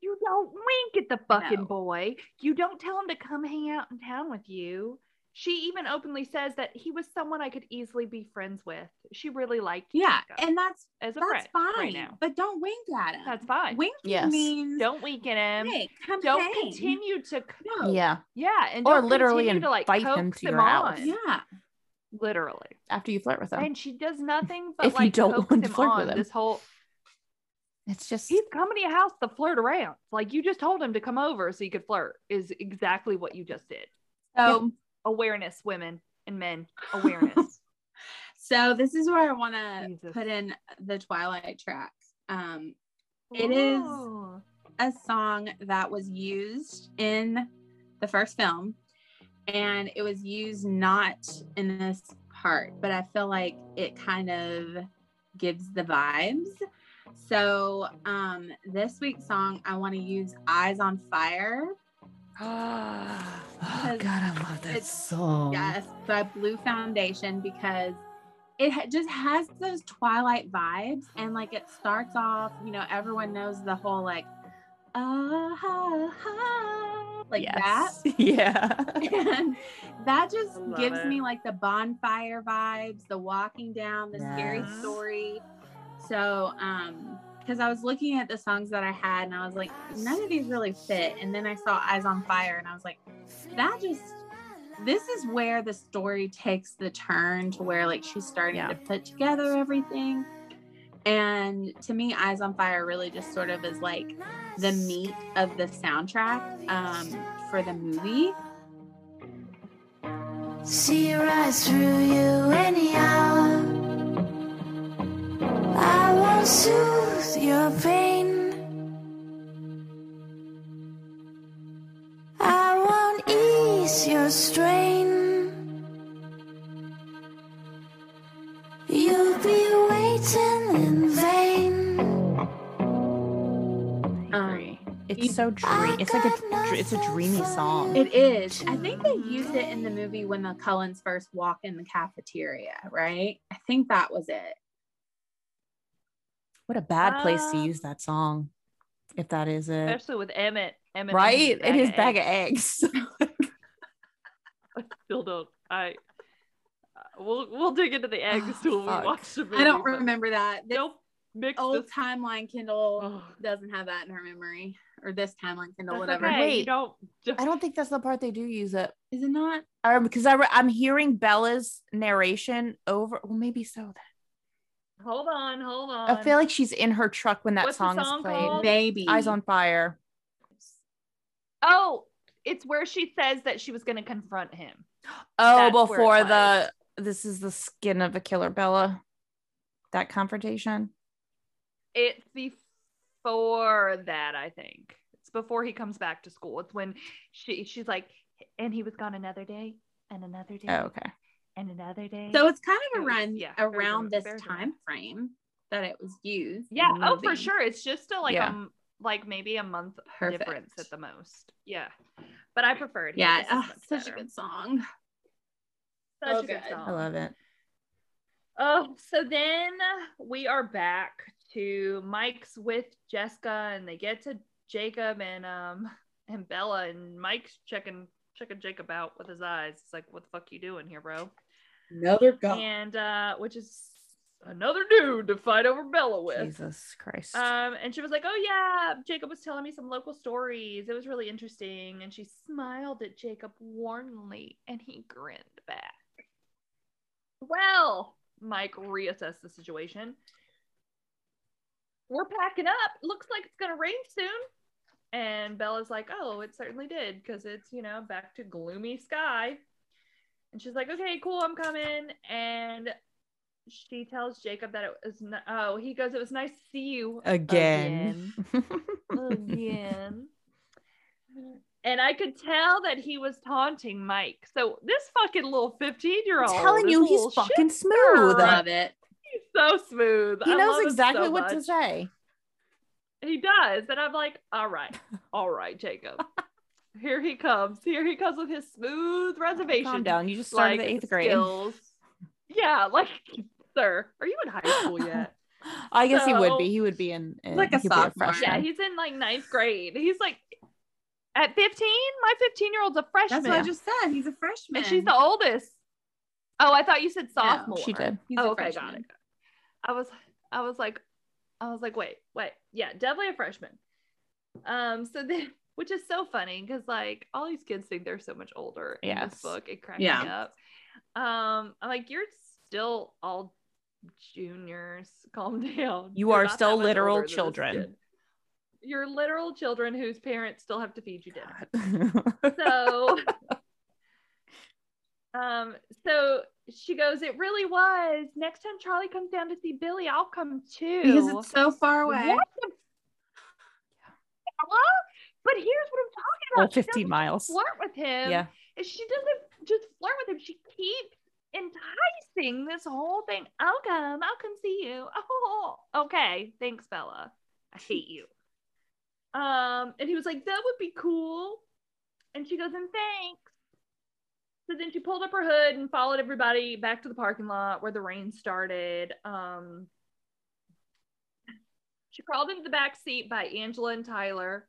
[SPEAKER 2] "You don't wink at the fucking
[SPEAKER 5] No.
[SPEAKER 2] boy. You don't tell him to come hang out in town with you. She even openly says that he was someone I could easily be friends with. She really liked
[SPEAKER 5] Yeah,
[SPEAKER 2] Jacob
[SPEAKER 5] and that's
[SPEAKER 2] as a
[SPEAKER 5] that's
[SPEAKER 2] friend
[SPEAKER 5] fine.
[SPEAKER 2] right now.
[SPEAKER 5] But don't wink at him.
[SPEAKER 2] That's fine.
[SPEAKER 5] Winking
[SPEAKER 3] Yes.
[SPEAKER 5] means
[SPEAKER 2] Don't weaken him.
[SPEAKER 5] hey, come
[SPEAKER 2] don't
[SPEAKER 5] hang.
[SPEAKER 2] continue to c-
[SPEAKER 5] No.
[SPEAKER 3] yeah.
[SPEAKER 2] yeah, and
[SPEAKER 3] Or
[SPEAKER 2] don't
[SPEAKER 3] literally
[SPEAKER 2] continue to like
[SPEAKER 3] invite him
[SPEAKER 2] coax
[SPEAKER 3] to your house.
[SPEAKER 2] on.
[SPEAKER 5] Yeah.
[SPEAKER 2] Literally.
[SPEAKER 3] After you flirt with them,
[SPEAKER 2] And she does nothing but
[SPEAKER 3] If you
[SPEAKER 2] like
[SPEAKER 3] don't
[SPEAKER 2] coax
[SPEAKER 3] want to
[SPEAKER 2] him
[SPEAKER 3] flirt
[SPEAKER 2] on
[SPEAKER 3] with him.
[SPEAKER 2] this whole
[SPEAKER 3] it's just
[SPEAKER 2] he's coming to your house to flirt around. Like you just told him to come over so you could flirt is exactly what you just did.
[SPEAKER 5] So
[SPEAKER 2] Awareness, women and men, awareness.
[SPEAKER 5] so this is where I want to
[SPEAKER 2] Jesus.
[SPEAKER 5] put in the Twilight track. Um, It is-
[SPEAKER 2] Ooh.
[SPEAKER 5] a song that was used in the first film and it was used not in this part but i feel like it kind of gives the vibes so um this week's song i want to use eyes on fire
[SPEAKER 3] oh
[SPEAKER 5] Because
[SPEAKER 3] god, I love that
[SPEAKER 5] it's-
[SPEAKER 3] song.
[SPEAKER 5] yes by blue foundation because it ha- just has those twilight vibes and like it starts off you know everyone knows the whole like uh, ha, ha, like that
[SPEAKER 3] Yeah.
[SPEAKER 5] and that just
[SPEAKER 2] I love
[SPEAKER 5] gives
[SPEAKER 2] it.
[SPEAKER 5] me like the bonfire vibes, the walking down, the scary
[SPEAKER 3] Yes.
[SPEAKER 5] story. So, um, because I was looking at the songs that I had and I was like, none of these really fit. And then I saw Eyes on Fire and I was like, that just, this is where the story takes the turn to where like she's starting
[SPEAKER 3] Yeah.
[SPEAKER 5] to put together everything. And to me, Eyes on Fire really just sort of is like the meat of the soundtrack um, for the movie.
[SPEAKER 7] See you right through you any hour. I will soothe your pain. I won't ease your strain. You'll be waiting in vain.
[SPEAKER 5] Um,
[SPEAKER 3] Agree.
[SPEAKER 5] you-
[SPEAKER 3] It's so dreamy. It's like a dr- it's a dreamy song.
[SPEAKER 5] It is. I think they used it in the movie when the Cullens first walk in the cafeteria, right? I think that was it.
[SPEAKER 3] what a bad place to
[SPEAKER 2] Uh,
[SPEAKER 3] use that song, if that is it.
[SPEAKER 2] Especially with Emmett. Emmett
[SPEAKER 3] Right? It is bag
[SPEAKER 2] eggs.
[SPEAKER 3] of eggs.
[SPEAKER 2] I still don't. I uh, we'll we'll dig into the eggs till we
[SPEAKER 3] Oh, fuck.
[SPEAKER 2] watch the movie.
[SPEAKER 5] I don't
[SPEAKER 2] but
[SPEAKER 5] remember that. The
[SPEAKER 2] Don't mix
[SPEAKER 5] old
[SPEAKER 2] this.
[SPEAKER 5] timeline Kindle
[SPEAKER 2] Ugh,
[SPEAKER 5] doesn't have that in her memory, or this timeline Kindle,
[SPEAKER 2] that's
[SPEAKER 5] whatever.
[SPEAKER 2] okay. You
[SPEAKER 3] Wait.
[SPEAKER 2] don't.
[SPEAKER 3] I don't think that's the part they do use it.
[SPEAKER 5] Is it not?
[SPEAKER 3] Or because I re- I'm hearing Bella's narration over. Well, maybe so. Then.
[SPEAKER 2] Hold on. Hold on.
[SPEAKER 3] I feel like she's in her truck when that
[SPEAKER 2] Um, What's the
[SPEAKER 3] song,
[SPEAKER 2] song
[SPEAKER 3] is played.
[SPEAKER 2] called?
[SPEAKER 5] Maybe.
[SPEAKER 3] Eyes on fire.
[SPEAKER 2] Oh, it's where she says that she was going to confront him.
[SPEAKER 3] Oh,
[SPEAKER 2] That's where it
[SPEAKER 3] before
[SPEAKER 2] was.
[SPEAKER 3] the this is the skin of a killer Bella. That confrontation.
[SPEAKER 2] It's before that, I think. It's before he comes back to school. It's when she she's like, and he was gone another day, and another day,
[SPEAKER 3] Oh, okay.
[SPEAKER 2] and another day.
[SPEAKER 5] So it's kind of
[SPEAKER 2] It was-
[SPEAKER 5] around
[SPEAKER 2] yeah, very
[SPEAKER 5] around
[SPEAKER 2] dramatic,
[SPEAKER 5] this
[SPEAKER 2] very
[SPEAKER 5] time
[SPEAKER 2] dramatic.
[SPEAKER 5] frame that it was used. in
[SPEAKER 2] yeah.
[SPEAKER 5] the
[SPEAKER 2] Oh, for
[SPEAKER 5] movie.
[SPEAKER 2] sure. It's just a, like
[SPEAKER 3] Yeah.
[SPEAKER 2] um like maybe a month
[SPEAKER 5] Perfect.
[SPEAKER 2] difference at the most. Yeah, but I preferred. it.
[SPEAKER 5] Yeah,
[SPEAKER 2] This is
[SPEAKER 5] oh,
[SPEAKER 2] much
[SPEAKER 5] such
[SPEAKER 2] better.
[SPEAKER 5] a good song.
[SPEAKER 2] Such
[SPEAKER 5] so
[SPEAKER 2] a good
[SPEAKER 5] good. I
[SPEAKER 2] song.
[SPEAKER 3] I love it.
[SPEAKER 2] Oh, so then we are back to Mike's with Jessica, and they get to Jacob and um and Bella, and Mike's checking checking Jacob out with his eyes. It's like, what the fuck you doing here, bro?
[SPEAKER 5] Another
[SPEAKER 2] And uh, which is another dude to fight over Bella with.
[SPEAKER 3] Jesus Christ.
[SPEAKER 2] Um, and she was like, "Oh yeah, Jacob was telling me some local stories. It was really interesting." And she smiled at Jacob warmly, and he grinned back. Well, Mike reassessed the situation. We're packing up. Looks like it's gonna rain soon. And Bella's like, "Oh, it certainly did, because it's you know back to gloomy sky." And she's like, "Okay, cool, I'm coming." And she tells Jacob that it was n oh, he goes, "It was nice to see you
[SPEAKER 3] again.
[SPEAKER 2] again. Oh, And I could tell that he was taunting Mike. So this fucking little 15 year
[SPEAKER 3] I'm
[SPEAKER 2] old.
[SPEAKER 3] telling you, he's fucking smooth.
[SPEAKER 5] Love it.
[SPEAKER 2] so smooth.
[SPEAKER 3] He
[SPEAKER 2] I love
[SPEAKER 3] knows
[SPEAKER 2] it
[SPEAKER 3] exactly
[SPEAKER 2] so
[SPEAKER 3] what to
[SPEAKER 2] much.
[SPEAKER 3] say.
[SPEAKER 2] He does. And I'm like, all right, all right, Jacob. Here he comes. Here he comes with his smooth reservation.
[SPEAKER 3] Calm down. You just started
[SPEAKER 2] like,
[SPEAKER 3] the eighth grade.
[SPEAKER 2] Skills. Yeah, like, sir, are you in high school yet?
[SPEAKER 3] I guess he would
[SPEAKER 2] So-
[SPEAKER 3] be. He would be in, in
[SPEAKER 5] Like a
[SPEAKER 3] he'd be
[SPEAKER 5] sophomore.
[SPEAKER 3] freshman.
[SPEAKER 2] Yeah, he's in like ninth grade. He's like At 15, my 15 year old's a freshman.
[SPEAKER 5] That's what I just said. He's a freshman.
[SPEAKER 2] and she's the oldest. Oh, I thought you said sophomore.
[SPEAKER 3] she did.
[SPEAKER 5] He's
[SPEAKER 2] Oh,
[SPEAKER 5] a
[SPEAKER 2] okay,
[SPEAKER 5] freshman.
[SPEAKER 2] got it. I was, I was like, I was like, wait, wait, yeah, definitely a freshman. Um, so then, which is so funny because like all these kids think they're so much older in
[SPEAKER 3] Yes.
[SPEAKER 2] this book. It cracks
[SPEAKER 5] Yeah.
[SPEAKER 2] me up. Um, I'm like, you're still all juniors. Calm down.
[SPEAKER 3] You
[SPEAKER 2] You're
[SPEAKER 3] are
[SPEAKER 2] not that
[SPEAKER 3] still
[SPEAKER 2] much
[SPEAKER 3] literal
[SPEAKER 2] older than this
[SPEAKER 3] children.
[SPEAKER 2] kid. You're literal children whose parents still have to feed you dinner
[SPEAKER 3] God.
[SPEAKER 2] so um so she goes it really was next time charlie comes down to see billy i'll come too
[SPEAKER 5] because it's so far away.
[SPEAKER 2] What the- Hello? but here's what i'm talking about
[SPEAKER 3] Well,
[SPEAKER 2] She doesn't
[SPEAKER 3] 15 miles.
[SPEAKER 2] flirt with him
[SPEAKER 3] Yeah.
[SPEAKER 2] and she doesn't just flirt with him she keeps enticing this whole thing i'll come i'll come see you oh okay thanks bella i hate you um and he was like that would be cool and she goes and thanks so then she pulled up her hood and followed everybody back to the parking lot where the rain started um she crawled into the back seat by angela and tyler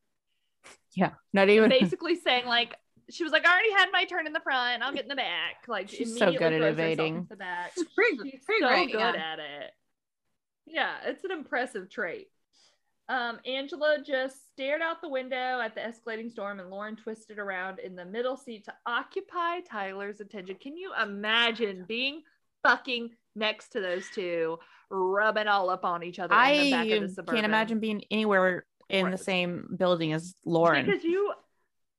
[SPEAKER 3] Yeah. Not even.
[SPEAKER 2] basically saying like she was like, I already had my turn in the front. I'll get in the back. Like
[SPEAKER 3] She's so good
[SPEAKER 2] immediately
[SPEAKER 3] at
[SPEAKER 2] throws herself
[SPEAKER 3] evading.
[SPEAKER 2] into The back.
[SPEAKER 5] She's pretty-
[SPEAKER 2] She's
[SPEAKER 5] pretty
[SPEAKER 2] so
[SPEAKER 5] great,
[SPEAKER 2] good
[SPEAKER 5] yeah.
[SPEAKER 2] at it. Yeah, it's an impressive trait. Um, Angela just stared out the window at the escalating storm, and Lauren twisted around in the middle seat to occupy Tyler's attention. Can you imagine being fucking next to those two, rubbing all up on each other? in the back
[SPEAKER 3] I
[SPEAKER 2] of the Suburban?
[SPEAKER 3] can't imagine being anywhere in the
[SPEAKER 2] Gross.
[SPEAKER 3] same building as Lauren. Oh
[SPEAKER 2] Because you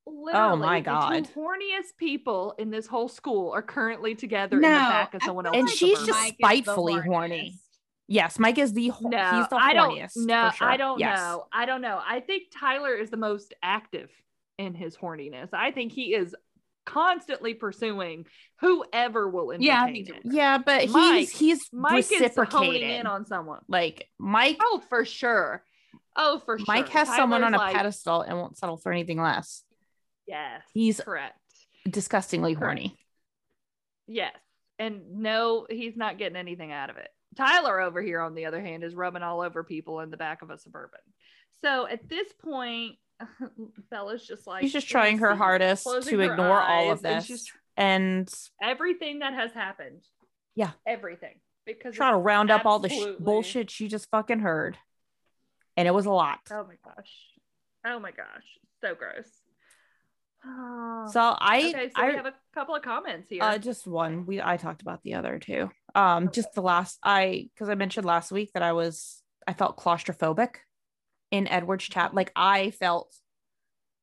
[SPEAKER 2] literally
[SPEAKER 3] my
[SPEAKER 2] the
[SPEAKER 3] God.
[SPEAKER 2] two horniest people in this whole school are currently together in
[SPEAKER 5] No,
[SPEAKER 2] the back of
[SPEAKER 6] I
[SPEAKER 2] someone
[SPEAKER 6] feel
[SPEAKER 2] else.
[SPEAKER 3] And
[SPEAKER 6] like
[SPEAKER 3] she's just
[SPEAKER 6] Mike is the
[SPEAKER 3] spitefully horny.
[SPEAKER 6] horniest.
[SPEAKER 3] Yes, Mike is the ho-
[SPEAKER 2] Oh no,
[SPEAKER 3] he's the
[SPEAKER 2] I don't
[SPEAKER 3] horniest.
[SPEAKER 2] know.
[SPEAKER 3] for sure.
[SPEAKER 2] I don't
[SPEAKER 3] Yes.
[SPEAKER 2] know. I don't know. I think Tyler is the most active in his horniness. I think he is constantly pursuing whoever will entertain
[SPEAKER 5] Yeah, I think you're
[SPEAKER 2] it.
[SPEAKER 3] Yeah, but
[SPEAKER 2] Mike-
[SPEAKER 3] he's he's
[SPEAKER 2] Mike is honing
[SPEAKER 3] reciprocated.
[SPEAKER 2] in on someone.
[SPEAKER 3] like Mike
[SPEAKER 2] Oh, for sure. Oh, for sure.
[SPEAKER 3] Mike has someone on
[SPEAKER 2] Tyler's
[SPEAKER 3] a
[SPEAKER 2] like,
[SPEAKER 3] pedestal and won't settle for anything less.
[SPEAKER 2] Yes,
[SPEAKER 3] He's-
[SPEAKER 2] correct.
[SPEAKER 3] Disgustingly
[SPEAKER 2] Correct.
[SPEAKER 3] horny.
[SPEAKER 2] Yes. And no, he's not getting anything out of it. Tyler over here, on the other hand, is rubbing all over people in the back of a suburban. So at this point, Bella's just like
[SPEAKER 3] She's just
[SPEAKER 2] in
[SPEAKER 3] trying her
[SPEAKER 2] seat,
[SPEAKER 3] hardest
[SPEAKER 2] closing
[SPEAKER 3] to
[SPEAKER 2] her
[SPEAKER 3] ignore all of
[SPEAKER 2] eyes, and
[SPEAKER 3] this
[SPEAKER 2] she's tr-
[SPEAKER 3] and
[SPEAKER 2] everything that has happened.
[SPEAKER 3] Yeah.
[SPEAKER 2] Everything. Because
[SPEAKER 3] try to
[SPEAKER 2] it's
[SPEAKER 3] round up all the sh-
[SPEAKER 2] absolutely-
[SPEAKER 3] bullshit she just fucking heard. And it was a lot.
[SPEAKER 2] Oh my gosh. Oh my gosh. So gross. Ah.
[SPEAKER 3] So I
[SPEAKER 2] okay, so
[SPEAKER 3] I
[SPEAKER 2] we have a couple of comments here.
[SPEAKER 3] Uh, just one. We I talked about the other two. Um, just the last I because I mentioned last week that I was I felt claustrophobic in Edward's chat. Like I felt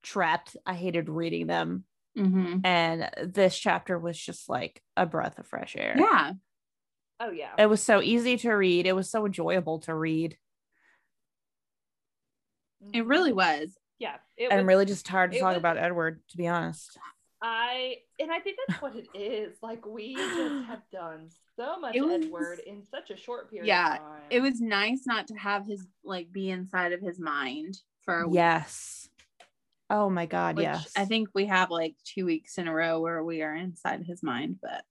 [SPEAKER 3] trapped. I hated reading them,
[SPEAKER 5] Mm-hmm.
[SPEAKER 3] and this chapter was just like a breath of fresh air.
[SPEAKER 5] Yeah.
[SPEAKER 2] oh yeah.
[SPEAKER 3] It was so easy to read. It was so enjoyable to read.
[SPEAKER 5] It really was.
[SPEAKER 2] Mm-hmm. Yeah. It
[SPEAKER 3] I'm
[SPEAKER 2] was-
[SPEAKER 3] really just tired to
[SPEAKER 2] it
[SPEAKER 3] talk
[SPEAKER 2] was-
[SPEAKER 3] about Edward, to be honest.
[SPEAKER 2] I and I think that's what it is. Like we just have done so much
[SPEAKER 5] It was-
[SPEAKER 2] Edward in such a short period
[SPEAKER 5] Yeah,
[SPEAKER 2] of time.
[SPEAKER 5] It was nice not to have his like be inside of his mind for a week.
[SPEAKER 3] Yes. Oh my god,
[SPEAKER 5] which
[SPEAKER 3] yes.
[SPEAKER 5] I think we have like two weeks in a row where we are inside his mind, but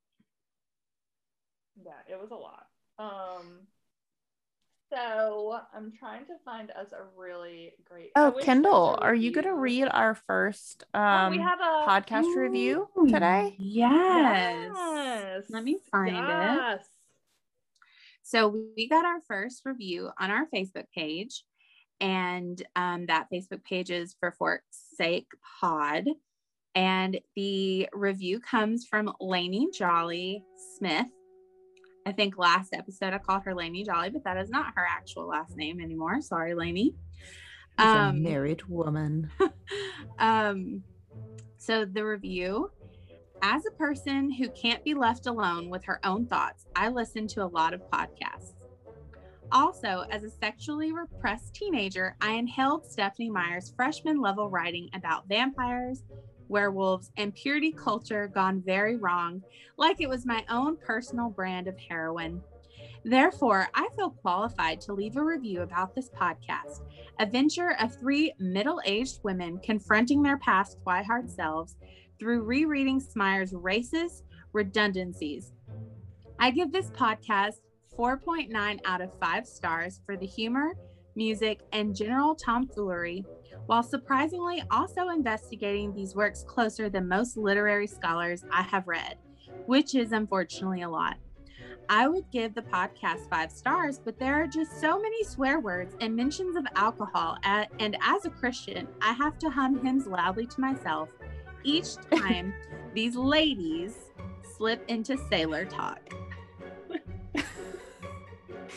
[SPEAKER 2] yeah, it was a lot. Um so I'm trying to find us a really great I
[SPEAKER 3] Oh,
[SPEAKER 2] wish
[SPEAKER 3] Kendall,
[SPEAKER 2] there was a
[SPEAKER 3] are you gonna
[SPEAKER 2] review.
[SPEAKER 3] read our first
[SPEAKER 2] Oh,
[SPEAKER 3] um
[SPEAKER 2] we have a
[SPEAKER 3] podcast review
[SPEAKER 5] Ooh,
[SPEAKER 3] today?
[SPEAKER 5] Mm. Yes. Let me find it.
[SPEAKER 2] yes.
[SPEAKER 5] So we got our first review on our Facebook page, and um, that Facebook page is for Fork's Sake Pod. And the review comes from Lainey Jolly Smith. I think last episode I called her Lainey Jolly, but that is not her actual last name anymore. Sorry, Lainey.
[SPEAKER 3] married woman.
[SPEAKER 5] um, so the review as a person who can't be left alone with her own thoughts, I listen to a lot of podcasts. Also, as a sexually repressed teenager, I inhaled Stephanie Meyer's freshman level writing about vampires, werewolves, and purity culture gone very wrong, like it was my own personal brand of heroin. Therefore, I feel qualified to leave a review about this podcast a venture of three middle aged women confronting their past twihard selves through rereading Smyer's racist redundancies. I give this podcast 4.9 out of 5 stars for the humor, music, and general tomfoolery, While surprisingly also investigating these works closer than most literary scholars I have read, which is unfortunately a lot. I would give the podcast five stars, but there are just so many swear words and mentions of alcohol. a- And as a Christian, I have to hum hymns loudly to myself each time these ladies slip into sailor talk.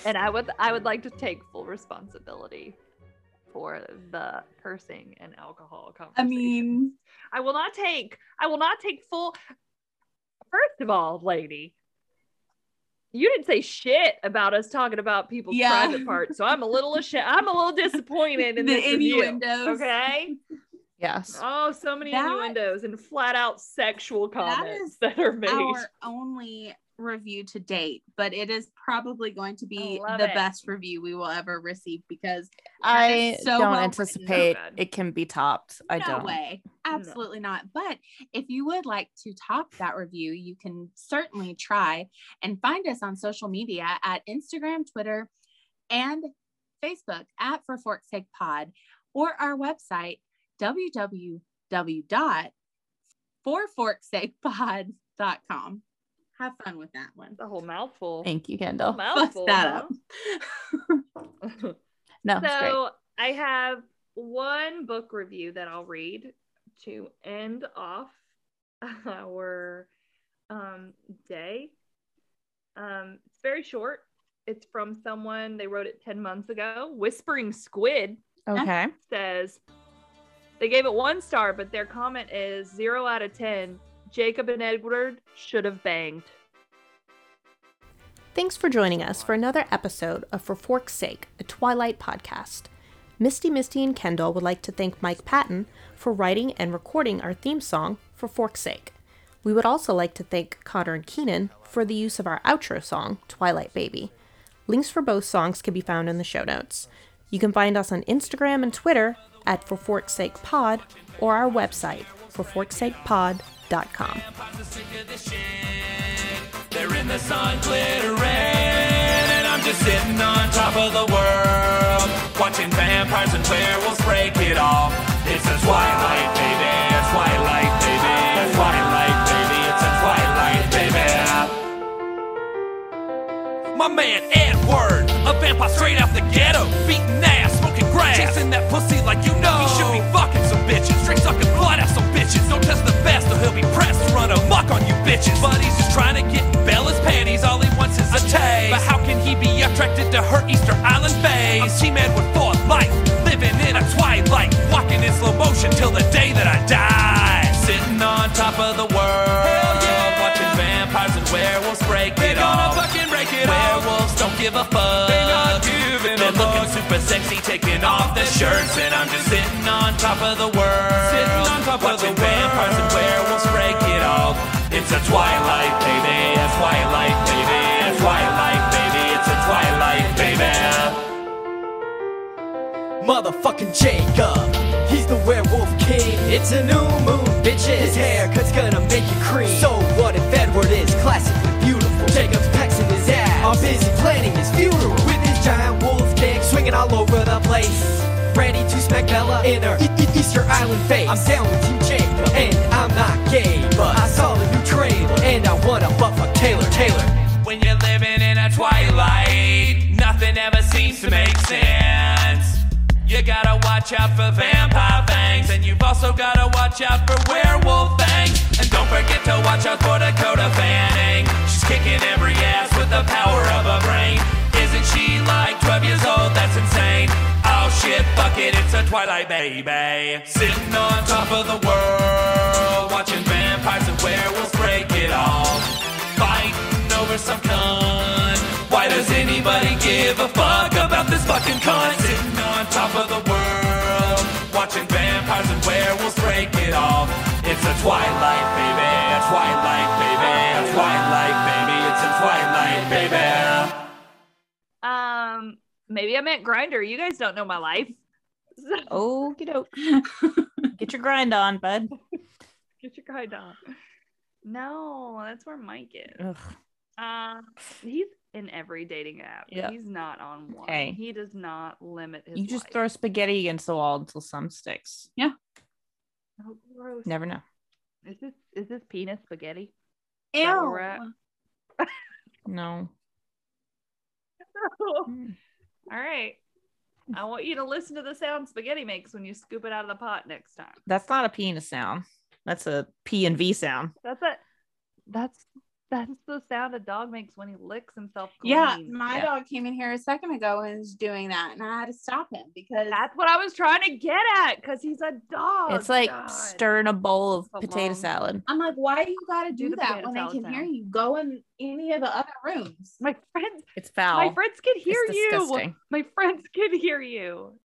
[SPEAKER 2] and I would I would like to take full responsibility for the cursing and alcohol
[SPEAKER 5] I
[SPEAKER 2] conversation.
[SPEAKER 5] mean,
[SPEAKER 2] I will not take I will not take full First of all, lady, you didn't say shit about us talking about people's
[SPEAKER 5] Yeah.
[SPEAKER 2] private parts, so I'm a little ashamed. I'm a little disappointed in
[SPEAKER 5] the
[SPEAKER 2] this review.
[SPEAKER 5] innuendos.
[SPEAKER 2] Okay.
[SPEAKER 3] Yes.
[SPEAKER 2] Oh, so many
[SPEAKER 5] That-
[SPEAKER 2] innuendos and flat out sexual
[SPEAKER 5] That
[SPEAKER 2] comments
[SPEAKER 5] is
[SPEAKER 2] that, are made.
[SPEAKER 5] Our only review to date, but it is probably going to be
[SPEAKER 2] love
[SPEAKER 5] the
[SPEAKER 2] it.
[SPEAKER 5] best review we will ever receive because
[SPEAKER 3] I
[SPEAKER 5] so
[SPEAKER 3] don't
[SPEAKER 5] well written.
[SPEAKER 3] anticipate
[SPEAKER 2] So good.
[SPEAKER 3] it can be topped. I
[SPEAKER 5] no
[SPEAKER 3] don't.
[SPEAKER 5] way. Absolutely not. But if you would like to top that review, you can certainly try and find us on social media at Instagram, Twitter, and Facebook at For Fork's Sake Pod or our website, www.forforksakepod.com. Have fun with that one.
[SPEAKER 2] the whole mouthful.
[SPEAKER 3] Thank you,
[SPEAKER 2] Whole
[SPEAKER 3] Kendall.
[SPEAKER 5] Bust
[SPEAKER 2] mouthful. huh?
[SPEAKER 5] that up.
[SPEAKER 3] No, it's great.
[SPEAKER 2] so I have one book review that I'll read to end off our um, day. Um, it's very short. It's from someone, they wrote it 10 months ago. Whispering Squid
[SPEAKER 3] Okay.
[SPEAKER 2] says they gave it one star, but their comment is zero out of 10. Jacob and Edward should have banged.
[SPEAKER 8] Thanks for joining us for another episode of For Fork's Sake, a Twilight podcast. Misty, Misty, and Kendall would like to thank Mike Patton for writing and recording our theme song, For Fork's Sake. We would also like to thank Connor and Keenan for the use of our outro song, Twilight Baby. Links for both songs can be found in the show notes. You can find us on Instagram and Twitter at For Fork's Sake Pod or our website, forforksakepod.com.
[SPEAKER 4] Vampires are sick of this shit. They're in the sun glittering, and I'm just sitting on top of the world, watching vampires and werewolves break it off. It's a twilight, baby. It's twilight, baby. It's twilight, baby. It's a twilight, baby. My man Edward, a vampire straight out the ghetto, beating ass, smoking grass, chasing that pussy like you know. He should be fucking some bitches, drink sucking blood out some bitches. Don't test the best, or he'll be pressed, run amok on you bitches. But he's just trying to get in Bella's panties. All he wants is a taste. But how can he be attracted to her Easter Island face? I'm T-Man with for life, living in a twilight, walking in slow motion till the day that I die. Sitting on top of the world, watching vampires and werewolves break it off. Werewolves don't give a fuck. They're not giving They're looking super sexy, taking off their shirts, and I'm just sitting on top of the world. Sitting on top Watching of the vampires and werewolves break it off. It's a twilight, baby. A twilight, baby. A twilight, baby. It's a twilight, baby motherfucking Jacob. He's the werewolf king. It's a new moon, bitches. His haircut's gonna make you cream. So what if Edward is classically beautiful? Jacob's packs in his ass. I'm busy planning his funeral with his giant wolf dick swinging all over the place. Ready to smack Bella in her E- E- Easter Island face. I'm down with Team Jacob, and I'm not gay, but I saw the new trailer and I wanna fuck fuck Taylor Taylor. When you're living in a twilight, nothing ever seems to make sense. You gotta watch out for vampire fangs, and you've also gotta watch out for werewolf fangs. And don't forget to watch out for Dakota Fanning. She's kicking every ass with the power of her brain. Isn't she like 12 years old? That's insane. Oh shit, fuck it, it's a Twilight baby. Sitting on top of the world, watching vampires and werewolves break it all. Fighting over some cunt. Why does anybody give a fuck about this fucking cunt? Sitting on top of the world, watching vampires and werewolves break it off. It's a twilight, baby. A twilight, baby. A twilight, baby. It's a twilight, baby.
[SPEAKER 2] Um, maybe I meant grinder. You guys don't know my life. So-
[SPEAKER 3] Okie doke. Get your grind on, bud.
[SPEAKER 2] Get your Uh. guy down. No, that's where Mike is.
[SPEAKER 3] Ugh.
[SPEAKER 2] Um, he's in every dating app.
[SPEAKER 3] Yep.
[SPEAKER 2] He's not on one.
[SPEAKER 3] Hey.
[SPEAKER 2] He does not limit his
[SPEAKER 3] You just
[SPEAKER 2] life.
[SPEAKER 3] throw spaghetti against the wall until some sticks.
[SPEAKER 2] Oh, gross.
[SPEAKER 3] Never know.
[SPEAKER 2] Is this is this penis spaghetti?
[SPEAKER 5] Ew.
[SPEAKER 2] that where we're at?
[SPEAKER 3] No. Oh. Hmm.
[SPEAKER 2] All right. I want you to listen to the sound spaghetti makes when you scoop it out of the pot next time.
[SPEAKER 3] That's not a penis sound. That's a P and V sound.
[SPEAKER 2] That's it. That's that's the sound a dog makes when he licks himself clean.
[SPEAKER 5] Yeah, my
[SPEAKER 3] Yeah.
[SPEAKER 5] dog came in here a second ago and was doing that, and I had to stop him because
[SPEAKER 2] that's what I was trying to get at because he's a dog.
[SPEAKER 3] it's like
[SPEAKER 2] God.
[SPEAKER 3] stirring Oh, a bowl of
[SPEAKER 2] So
[SPEAKER 3] potato
[SPEAKER 2] long.
[SPEAKER 3] salad.
[SPEAKER 5] I'm like, why you gotta
[SPEAKER 2] Do
[SPEAKER 5] do,
[SPEAKER 2] the
[SPEAKER 5] that
[SPEAKER 2] potato
[SPEAKER 5] when they
[SPEAKER 2] salad
[SPEAKER 5] can hear
[SPEAKER 2] sound.
[SPEAKER 5] you? Go in any of the other rooms.
[SPEAKER 2] my friends.
[SPEAKER 3] It's foul.
[SPEAKER 2] My friends can hear
[SPEAKER 3] it's
[SPEAKER 2] you.
[SPEAKER 3] disgusting.
[SPEAKER 2] My friends can hear you.